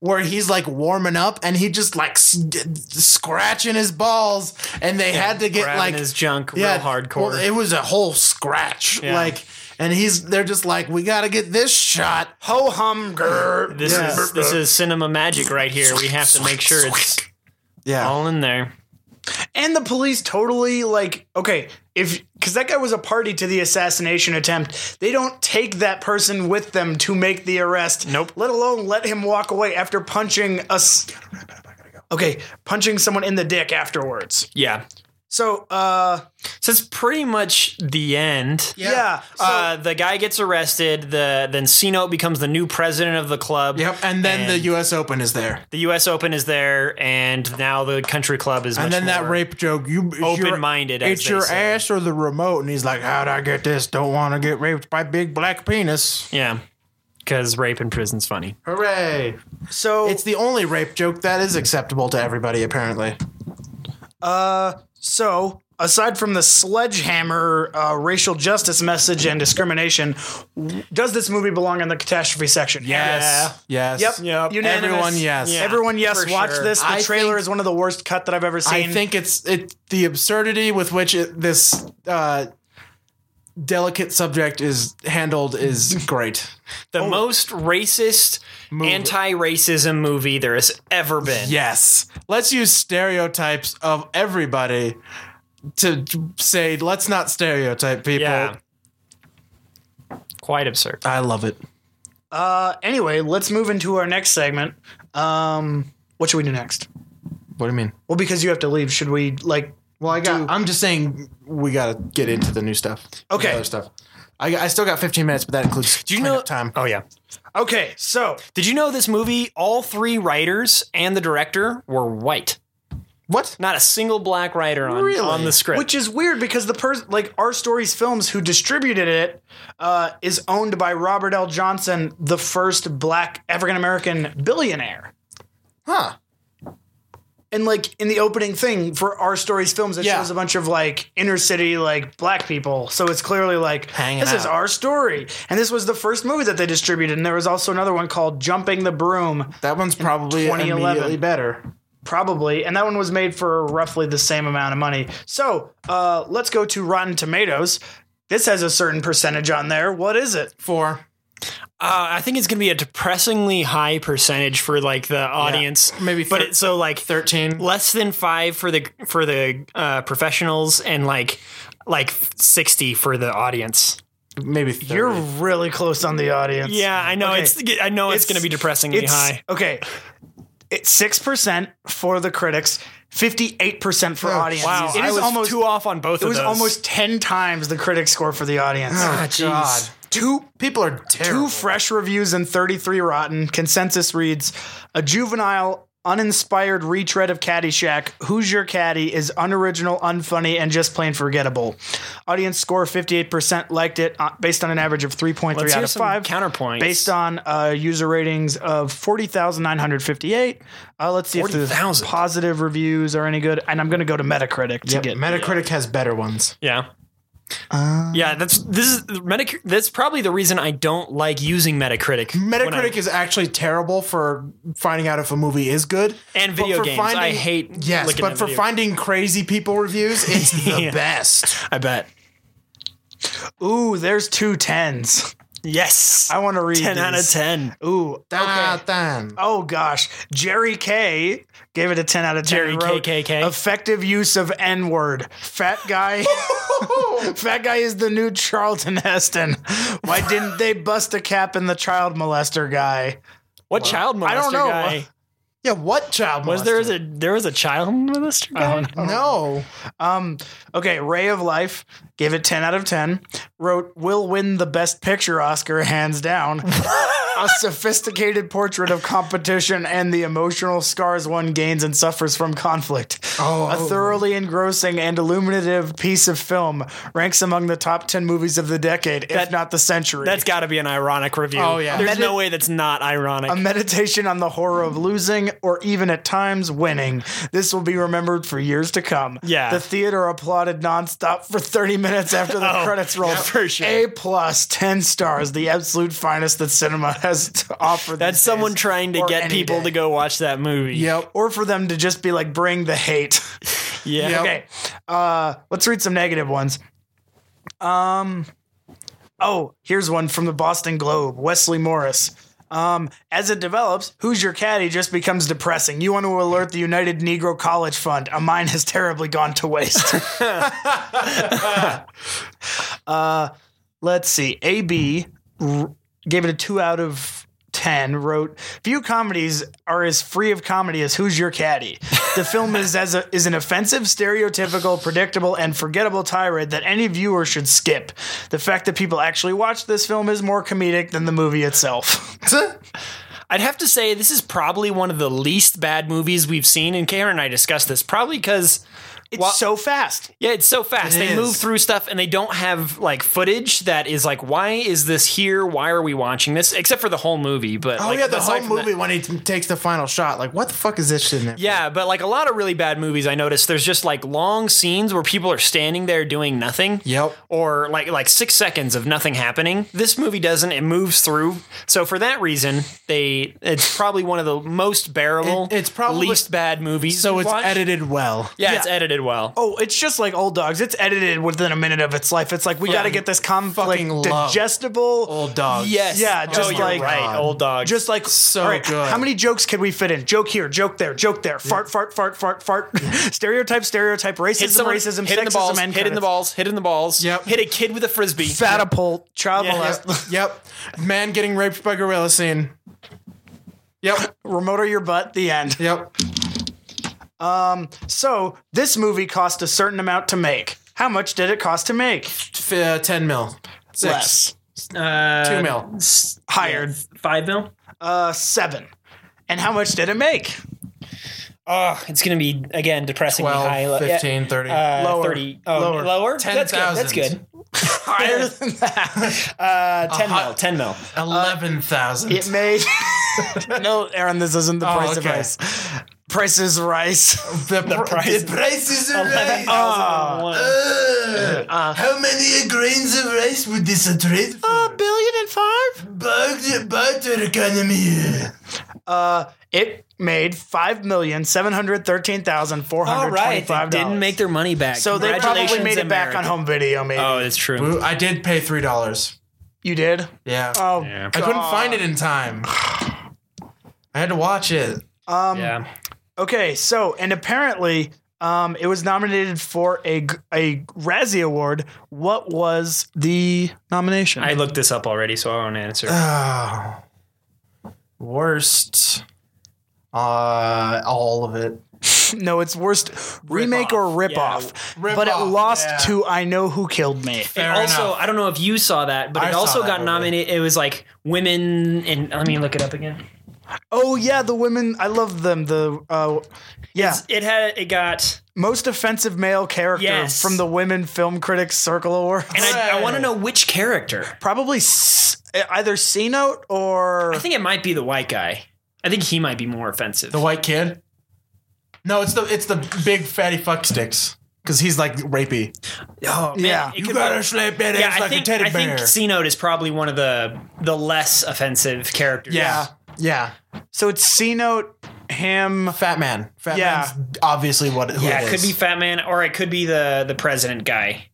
F: where he's like warming up and he just like s- d- scratching his balls and they had to get
C: Grabbing
F: like
C: his junk real hardcore.
F: well, it was a whole scratch.
C: Yeah.
F: Like, and he's they're just like, we got to get this shot.
B: Ho hum grr.
C: this
F: yeah.
C: is this is cinema magic right here. We have to make sure it's
F: Yeah.
C: all in there.
B: And the police totally like okay if because that guy was a party to the assassination attempt. They don't take that person with them to make the arrest.
C: Nope.
B: Let alone let him walk away after punching us. Okay, punching someone in the dick afterwards.
C: Yeah.
B: So, uh,
C: So it's pretty much the end.
B: yeah. so-
C: uh, the guy gets arrested. The then C Note becomes the new president of the club.
F: Yep. And then the
C: And-
F: U.S. Open is there,
C: The U.S. Open is there, and now the country club is.
F: and
C: much
F: then that
C: more-
F: rape joke. You it's your-
C: Open-minded, as
F: It's
C: they
F: your
C: say.
F: ass or the remote, and he's like, "How'd I get this? Don't want to get raped by big black penis."
C: Yeah, because rape in prison's funny.
F: Hooray!
B: so
F: It's the only rape joke that is acceptable to everybody, apparently.
B: So, aside from the sledgehammer uh, racial justice message and discrimination, w- does this movie belong in the catastrophe section?
F: Yes.
B: Yep.
C: Yep.
B: Unanimous.
F: Everyone, yes.
C: Yeah.
B: Everyone, yes.
C: For
B: Watch
C: sure.
B: this. The
F: I
B: trailer
F: think-
B: is one of the worst cut that I've ever seen.
F: I think it's it the absurdity with which it, this uh,
A: delicate subject is handled is great.
C: The
F: Oh.
C: most racist, anti-racism movie there has ever been.
A: Yes. Let's use stereotypes of everybody to say let's not stereotype people.
C: Yeah. Quite absurd.
A: I love it.
B: Uh, anyway, let's move into our next segment. Um, what should we do next?
A: What do you mean?
B: Well, because you have to leave, should we like?
A: Well, I got. I'm just saying we gotta get into the new stuff. the
B: Okay.
A: other stuff. I, I still got 15 minutes, but that includes
C: Do you
A: cleanup
C: know
A: time.
C: Oh yeah.
B: Okay, so
C: Did you know this movie? All three writers and the director were white.
A: What?
C: Not a single black writer on
A: Really?
C: on the script.
B: which is weird because the person like our stories films who distributed it uh, is owned by robert l johnson the first black african-american billionaire
A: Huh?
B: and like in the opening thing for our stories films it
A: Yeah.
B: shows a bunch of like inner city like black people so it's clearly like
A: Hanging
B: this is
A: out.
B: our story and this was the first movie that they distributed and there was also another one called jumping the broom
A: That one's probably
B: 2011.
A: immediately better.
B: probably and that one was made for roughly the same amount of money so uh, let's go to rotten tomatoes this has a certain percentage on there what is it
A: Four.
C: Uh, I think it's going to be a depressingly high percentage for like the audience.
A: Maybe
C: but
A: thir-
C: it, so like
A: 13.
C: less than five for the for the uh, professionals and like like sixty for the audience.
A: Maybe 30.
B: you're really close on the audience
C: Yeah, I know
B: Okay.
C: it's I know it's, going to be depressingly
B: it's-
C: high.
B: Okay. It's 6% for the critics, 58% for audience.
C: Wow,
B: It
C: I
B: is
C: was
B: almost
C: too off on both
B: it
C: of
B: was
C: those.
B: almost 10 times the critic score for the audience.
A: Oh, God. Two people are terrible.
B: Two fresh reviews and 33 rotten. Consensus reads a juvenile uninspired retread of Caddyshack. Who's your caddy is unoriginal, unfunny, and just plain forgettable. Audience score 58% liked it uh, based on an average of 3.3
C: Let's
B: out
C: hear
B: of
C: some
B: 5.
C: counterpoints.
B: Based on uh, user ratings of 40,958. Uh, let's see if the
C: 40,000.
B: positive reviews are any good. And I'm going to go to Metacritic to
A: Yep,
B: get.
A: Metacritic has better ones.
C: Yeah.
A: Um,
C: yeah, that's this is Metacritic. That's probably the reason I don't like using Metacritic. when I-
A: Metacritic is actually terrible for finding out if a movie is good.
C: and
A: but
C: video
A: for
C: games.
A: finding-
C: I hate.
A: Yes,
C: looking
A: but
C: at
A: for
C: video-
A: finding crazy people reviews,
C: [LAUGHS]
A: it's the best.
C: I bet.
B: Ooh, there's two tens.
C: Yes,
B: I want to read
C: ten out of
B: these.
C: ten.
B: Ooh,
A: Da,
B: okay.
A: da.
B: Oh gosh, Jerry K gave it a ten out of ten.
C: Jerry
B: and wrote,
C: KKK.
B: Effective use of N word. Fat
C: [LAUGHS]
B: guy. Fat guy is the new Charlton Heston. Why didn't they bust a cap in the child molester guy?
C: What child molester
B: I don't know.
C: guy?
A: Yeah, what child
C: Was there
A: molester?
C: a there was a child molester guy?
A: No.
B: Um, okay, Ray of Life gave it 10 out of 10. Wrote, Will win the Best Picture Oscar, hands down. a sophisticated portrait of competition and the emotional scars one gains and suffers from conflict.
A: Oh.
B: a thoroughly engrossing and illuminative piece of film ranks among the top 10 movies of the decade, if
C: That-
B: not the century.
C: That's got to be an ironic review.
A: Oh, yeah.
C: there's
B: Medi-
C: no way that's not ironic.
B: a meditation on the horror of losing or even at times winning. This will be remembered for years to come.
C: Yeah.
B: The theater applauded nonstop for 30 minutes after the
C: [LAUGHS] Oh,
B: credits rolled.
C: yeah, for sure.
B: A plus 10 stars, the absolute finest that cinema has to offer.
C: that's
B: these
C: someone
B: days,
C: trying to
B: or
C: get
B: any
C: people
B: day.
C: to go watch that movie.
A: Yep.
B: Or for them to just be like, bring the hate.
C: Yeah.
A: Yep.
B: Okay. Uh, let's read some negative ones. Um. Oh, here's one from the Boston Globe. Wesley Morris. Um, as it develops, Who's Your Caddy just becomes depressing. You want to alert the United Negro College Fund. A mine has terribly gone to waste. [LAUGHS] uh, let's see. AB r- gave it a two out of 10 wrote few comedies are as free of comedy as who's your caddy the film is as a, is an offensive stereotypical predictable and forgettable tirade that any viewer should skip the fact that people actually watch this film is more comedic than the movie itself [LAUGHS]
C: I'd have to say this is probably one of the least bad movies we've seen, and Karen and I discussed this probably because
B: it's
C: Well-
B: so fast
C: yeah, it's so fast.
A: It
C: they
A: is.
C: move through stuff and they don't have like footage that is like, why is this here? Why are we watching this? Except for the whole movie, but
A: Oh
C: like,
A: yeah, the
C: aside
A: whole
C: from that-
A: movie when he t- takes the final shot, like what the fuck is this shit in there?
C: Yeah, but like a lot of really bad movies, I noticed there's just like long scenes where people are standing there doing nothing.
A: Yep.
C: Or like like six seconds of nothing happening. This movie doesn't. It moves through. So for that reason, they it's probably one of the most bearable.
A: It- it's probably-
C: least bad movies.
A: So
C: we've
A: it's
C: watched.
A: edited well.
C: Yeah, it's edited did well.
B: Oh, it's just like old dogs. It's edited within a minute of its life. It's like we got to get this conflict
F: Fucking love
B: digestible.
F: Old dogs.
C: Yes.
B: Yeah,
C: Oh,
B: just
C: you're
B: like
C: right, old dog.
B: Just like
F: So
B: all right,
F: good.
B: How many jokes can we fit in? Joke here, joke there, joke there. Fart, fart, fart, fart, fart. [LAUGHS] stereotype, stereotype. Racism,
C: someone,
B: racism.
C: hit
B: sexism,
C: in the balls,
B: end
C: hit in
B: credits.
C: the balls, hit in the balls.
F: Yep.
C: Hit a kid with a frisbee.
B: Fatapult, child molest.
F: Yep. yep. Man getting raped by gorilla scene. Yep.
B: [LAUGHS] Remote or your butt. The end.
F: Yep.
B: So this movie cost a certain amount to make. How much did it cost to make?
F: F- uh, 10 mil. Six.
B: Less.
C: Uh,
F: 2 mil.
B: Hired.
C: Five mil.
B: Uh, seven. And how much did it make?
C: Oh, it's gonna be again depressingly
F: 12,
C: high.
F: 15, 30.
C: Uh,
B: Lower.
C: 30. Oh,
B: Lower.
C: lower. That's good.
F: 10,000.
C: That's good. Higher
B: [LAUGHS]
C: than that. Uh, 10
F: hi-
C: mil. 10 mil.
B: oh,
F: 11,000.
B: It made. [LAUGHS] no, Aaron, this isn't the
F: Oh,
B: price of
F: okay.
B: rice. Price is rice.
F: the, pr-
C: price-
F: the prices
B: Oh,
C: [LAUGHS]
F: are rising.
C: Oh, 11,001.
F: Uh, how many grains of rice would this a trade for?
B: A billion and five?
F: barter, barter economy.
B: It made five million seven hundred thirteen thousand four
C: All
B: hundred
C: right.
B: twenty-five
C: They
B: dollars.
C: didn't make their money back.
B: So they probably
C: Congratulations,
B: made it back
C: America.
B: on home video. Maybe
C: Oh, that's true.
F: Ooh, I did pay three dollars.
B: you did.
F: Yeah.
B: Oh,
F: I couldn't find it in time. I had to watch it.
C: yeah.
B: Um, okay. So and apparently, um, it was nominated for a g- a Razzie Award. What was the nomination?
C: I looked this up already, so I won't answer.
F: Oh. Worst. Uh, all of it.
B: [LAUGHS] no, it's worst remake or rip off.
F: Rip
B: but it
F: off,
B: lost
F: yeah.
B: to I Know Who Killed Me.
F: Fair
C: also,
F: enough.
C: I don't know if you saw that, but
F: I
C: it
F: saw
C: also
F: that
C: got
F: movie.
C: nominated. It was like women, and let me look it up again.
B: Oh yeah, the women. I love them. The uh, yeah,
C: It had it got,
B: most offensive male character
C: Yes.
B: from the Women Film Critics Circle Awards.
C: and I, I want to know which character.
B: Probably s- either C note or
C: I think it might be the white guy. I think he might be more offensive.
F: The white kid. No, it's the it's the big fatty fuck sticks. Cause he's like rapey.
C: oh, man,
B: yeah.
C: it
B: You
C: could be-
F: slap that
C: yeah, I think I think C Note is probably one of the the less offensive characters.
F: yeah. Yeah.
B: so it's C note him.
F: Fat man. Fat
B: Yeah.
F: man's obviously what who
C: yeah,
F: it
C: it could
F: is.
C: be Fat Man, or it could be the the president guy,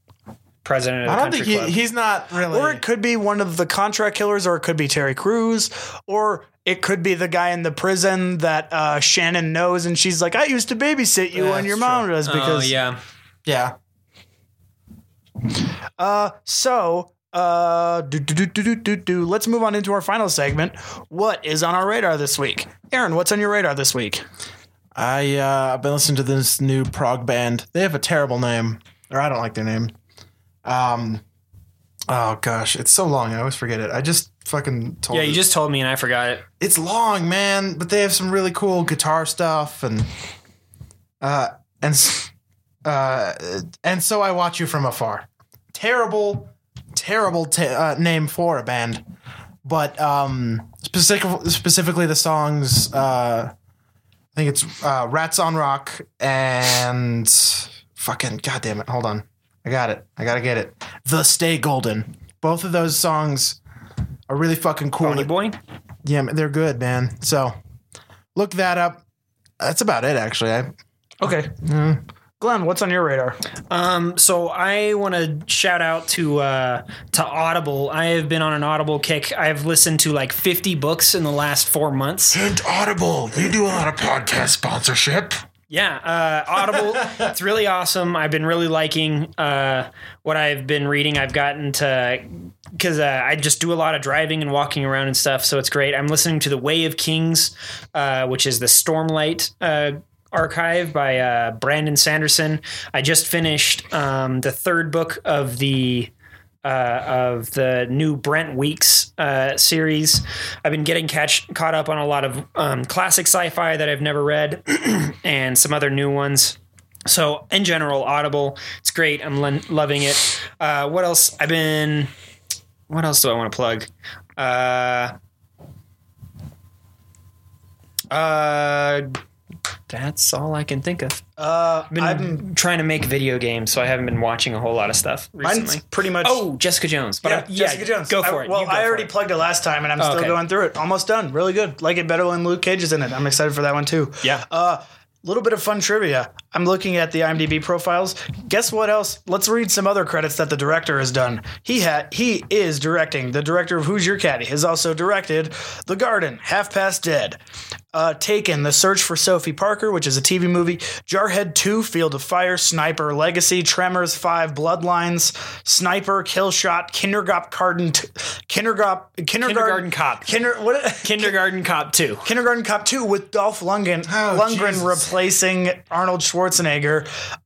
C: president of the
F: I don't
C: country
F: think he,
C: club.
F: he's not really
B: Or it could be one of the contract killers, or it could be Terry Crews, or it could be the guy in the prison that uh, Shannon knows, and she's like, "I used to babysit you,
F: Yeah,
B: and your
F: that's
B: mom does."
C: oh
B: Because
C: yeah,
F: Yeah.
B: Uh, so, uh, do, do, do, do, do, do, do. let's move on into our final segment. What is on our radar this week? Aaron, what's on your radar this week?
F: I uh, I've been listening to this new prog band. They have a terrible name, or I don't like their name. Um, oh gosh, it's so long. I always forget it. I just fucking told.
C: yeah. You
F: it.
C: just told me, and I forgot it.
F: it's long, man. But they have some really cool guitar stuff, and uh, and s- uh, and so I watch you from afar. Terrible, terrible ta uh, name for a band, but um, specific- specifically the songs. Uh, I think it's uh, "Rats on Rock" and fucking goddamn it. Hold on, I got it. I gotta get it. "The Stay Golden." Both of those songs are really fucking cool.
C: Pony boy.
F: Yeah, man, they're good, man. So look that up. That's about it, actually. I,
B: Okay. Mm. Glenn, what's on your radar?
C: Um, so I want to shout out to uh, to Audible. I have been on an Audible kick. I've listened to like 50 books in the last four months.
D: And Audible, you do a lot of podcast sponsorship.
C: Yeah, uh, Audible. it's really awesome. I've been really liking uh, what I've been reading. I've gotten to because uh, I just do a lot of driving and walking around and stuff, so it's great. I'm listening to The Way of Kings, uh, which is the Stormlight. Uh, Archive by uh, Brandon Sanderson. I just finished um, the third book of the uh, of the new Brent Weeks uh, series. I've been getting catch, caught up on a lot of um, classic sci fi that I've never read [CLEARS THROAT] and some other new ones. So, in general, Audible, it's great. I'm lo- loving it. Uh, what else? I've been. What else do I want to plug? Uh, uh, that's all I can think of.
B: Uh,
C: I've been trying to make video games, so I haven't been watching a whole lot of stuff recently.
B: pretty much.
C: Oh, Jessica Jones. But
B: yeah,
C: I-
B: Jessica Jones.
C: Go
B: I-
C: for it.
B: well,
C: You go
B: I
C: for
B: already
C: it.
B: plugged it last time, and I'm
C: Oh,
B: still
C: okay.
B: going through it. Almost done. Really good. Like it better when Luke Cage is in it. I'm excited for that one too.
C: Yeah.
B: Uh, little bit of fun trivia. I'm looking at the IMDb profiles. Guess what else? Let's read some other credits that the director has done. He had he is directing. The director of Who's Your Caddy has also directed The Garden, Half Past Dead, uh, Taken, The Search for Sophie Parker, which is a TV movie, Jarhead 2, Field of Fire, Sniper, Legacy, Tremors 5, Bloodlines, Sniper, Kill Shot, Kindergarten, Garden, t- Kindergarten, Kindergarten,
C: Kindergarten Cop.
B: Kinder, what?
C: Kindergarten Cop 2.
B: Kindergarten Cop 2 with Dolph Lundgren, Lundgren replacing Arnold Schwarzenegger.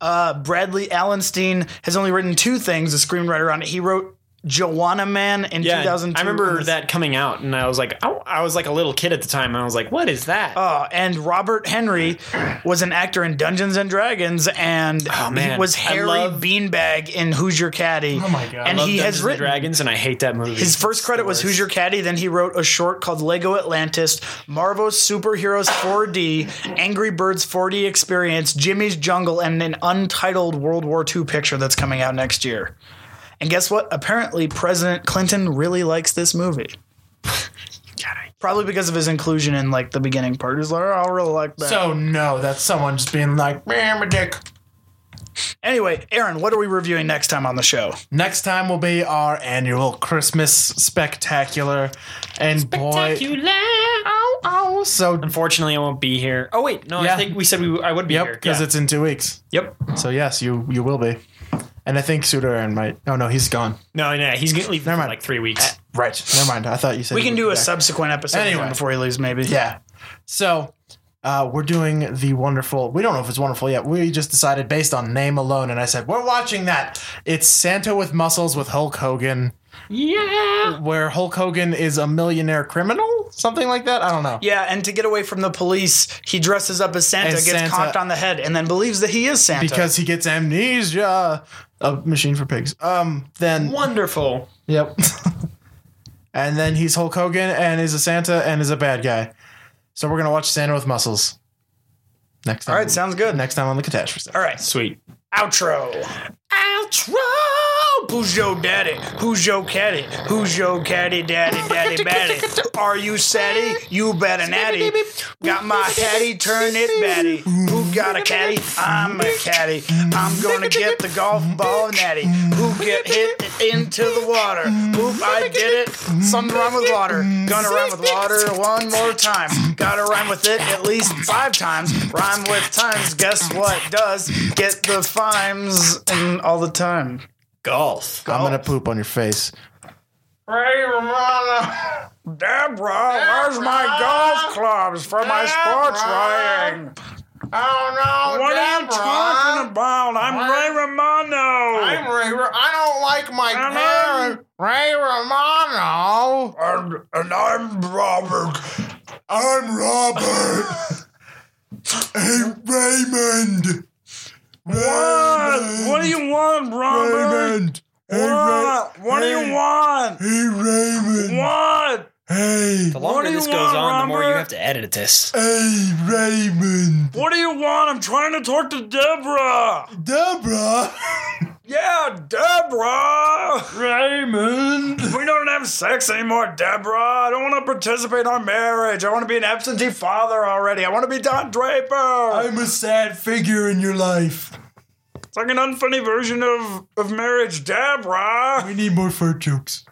B: Uh, Bradley Allenstein has only written two things, a screenwriter on it. He wrote Joanna Man in
C: Yeah,
B: 2002.
C: I remember
B: and-
C: that coming out, and I was like, I, I was like a little kid at the time, and I was like, what is that?
B: Uh, and Robert Henry was an actor in Dungeons and Dragons, and
C: Oh, man.
B: he was
C: I
B: Harry
C: love-
B: Beanbag in Who's Your Caddy. Oh my god! And
C: Love
B: he
C: Dungeons
B: has
C: and
B: written
C: Dragons, and I hate that movie.
B: His first credit was Who's Your Caddy? Then he wrote a short called Lego Atlantis, Marvel's Superheroes 4D, Angry Birds 4D Experience, Jimmy's Jungle, and an untitled World War II picture that's coming out next year. And guess what? Apparently, President Clinton really likes this movie. Probably because of his inclusion in like the beginning part. He's like, oh, I really like that.
F: So no, that's someone just being like, man, my dick.
B: anyway, Aaron, what are we reviewing next time on the show?
F: Next time will be our annual Christmas spectacular, and boy, oh,
C: Ow, ow.
F: so
C: Unfortunately, I won't be here. Oh wait, no,
F: Yeah.
C: I think we said we I would be
F: yep,
C: here.
F: because it's in two weeks.
C: yep.
F: So yes, you you will be, and I think Sudaran might. Oh no, he's gone.
C: No, no, he's gonna leave for
F: mind.
C: like three weeks.
F: Right, never mind. I thought you said
B: We
F: he
B: can
F: would
B: do
F: be
B: a
F: back.
B: subsequent episode with him
F: Anyway.
B: before he leaves, maybe.
F: Yeah. So uh, we're doing the wonderful. We don't know if it's wonderful yet. We just decided based on name alone, and I said we're watching that. It's Santa with muscles with Hulk Hogan. Yeah. Where Hulk Hogan is a millionaire criminal, something like that. I don't know.
B: Yeah, and to get away from the police, he dresses up as Santa,
F: As
B: gets
F: Santa.
B: conked on the head, and then believes that he is Santa.
F: Because he gets amnesia. A machine for pigs. Um. Then.
C: Wonderful.
F: Yep. and then he's Hulk Hogan and is a Santa and is a bad guy. So we're gonna watch Santa with muscles. Next time.
B: all right, sounds good.
F: Next time on the catastrophe.
B: All right,
C: Sweet.
B: outro. Outro. Who's your daddy? Who's your caddy? Who's your caddy, daddy,
F: [LAUGHS]
B: daddy, daddy? Are you satty? You better natty. Got my caddy, turn it batty. Who got a caddy? I'm a caddy. I'm gonna get the golf ball natty. Who get hit into the water? Oop, I did it. Something wrong with water. Gonna rhyme with water one more time. Gotta rhyme with it at least five times. Rhyme with times. Guess what does? Get the fimes and all the time.
C: Golf.
F: I'm gonna poop on your face.
B: Deborah, where's my golf clubs for my sports writing?
G: Oh no!
B: What are you talking about? I'm Ray Romano.
G: Ray, I don't like my
B: Uh-huh. parents.
G: Ray Romano.
B: And, and I'm Robert.
G: [LAUGHS]
D: I'm Robert. hey, Raymond.
B: What? What do you want, Robert?
D: Raymond. Hey, Ra-
B: What? What do you want?
D: hey, Raymond.
B: What?
D: Hey,
C: The
B: What
C: longer
B: do you
C: this goes
B: want,
C: on, the more you
B: Robert?
C: have to edit this.
D: hey, Raymond.
B: What do you want? I'm trying to talk to Deborah.
D: Deborah. [LAUGHS]
B: Yeah, Deborah.
D: Raymond.
B: We don't have sex anymore, Deborah. I don't want to participate in our marriage. I want to be an absentee father already. I want to be Don Draper.
D: I'm a sad figure in your life.
B: it's like an unfunny version of, of marriage, Deborah.
D: We need more fart jokes.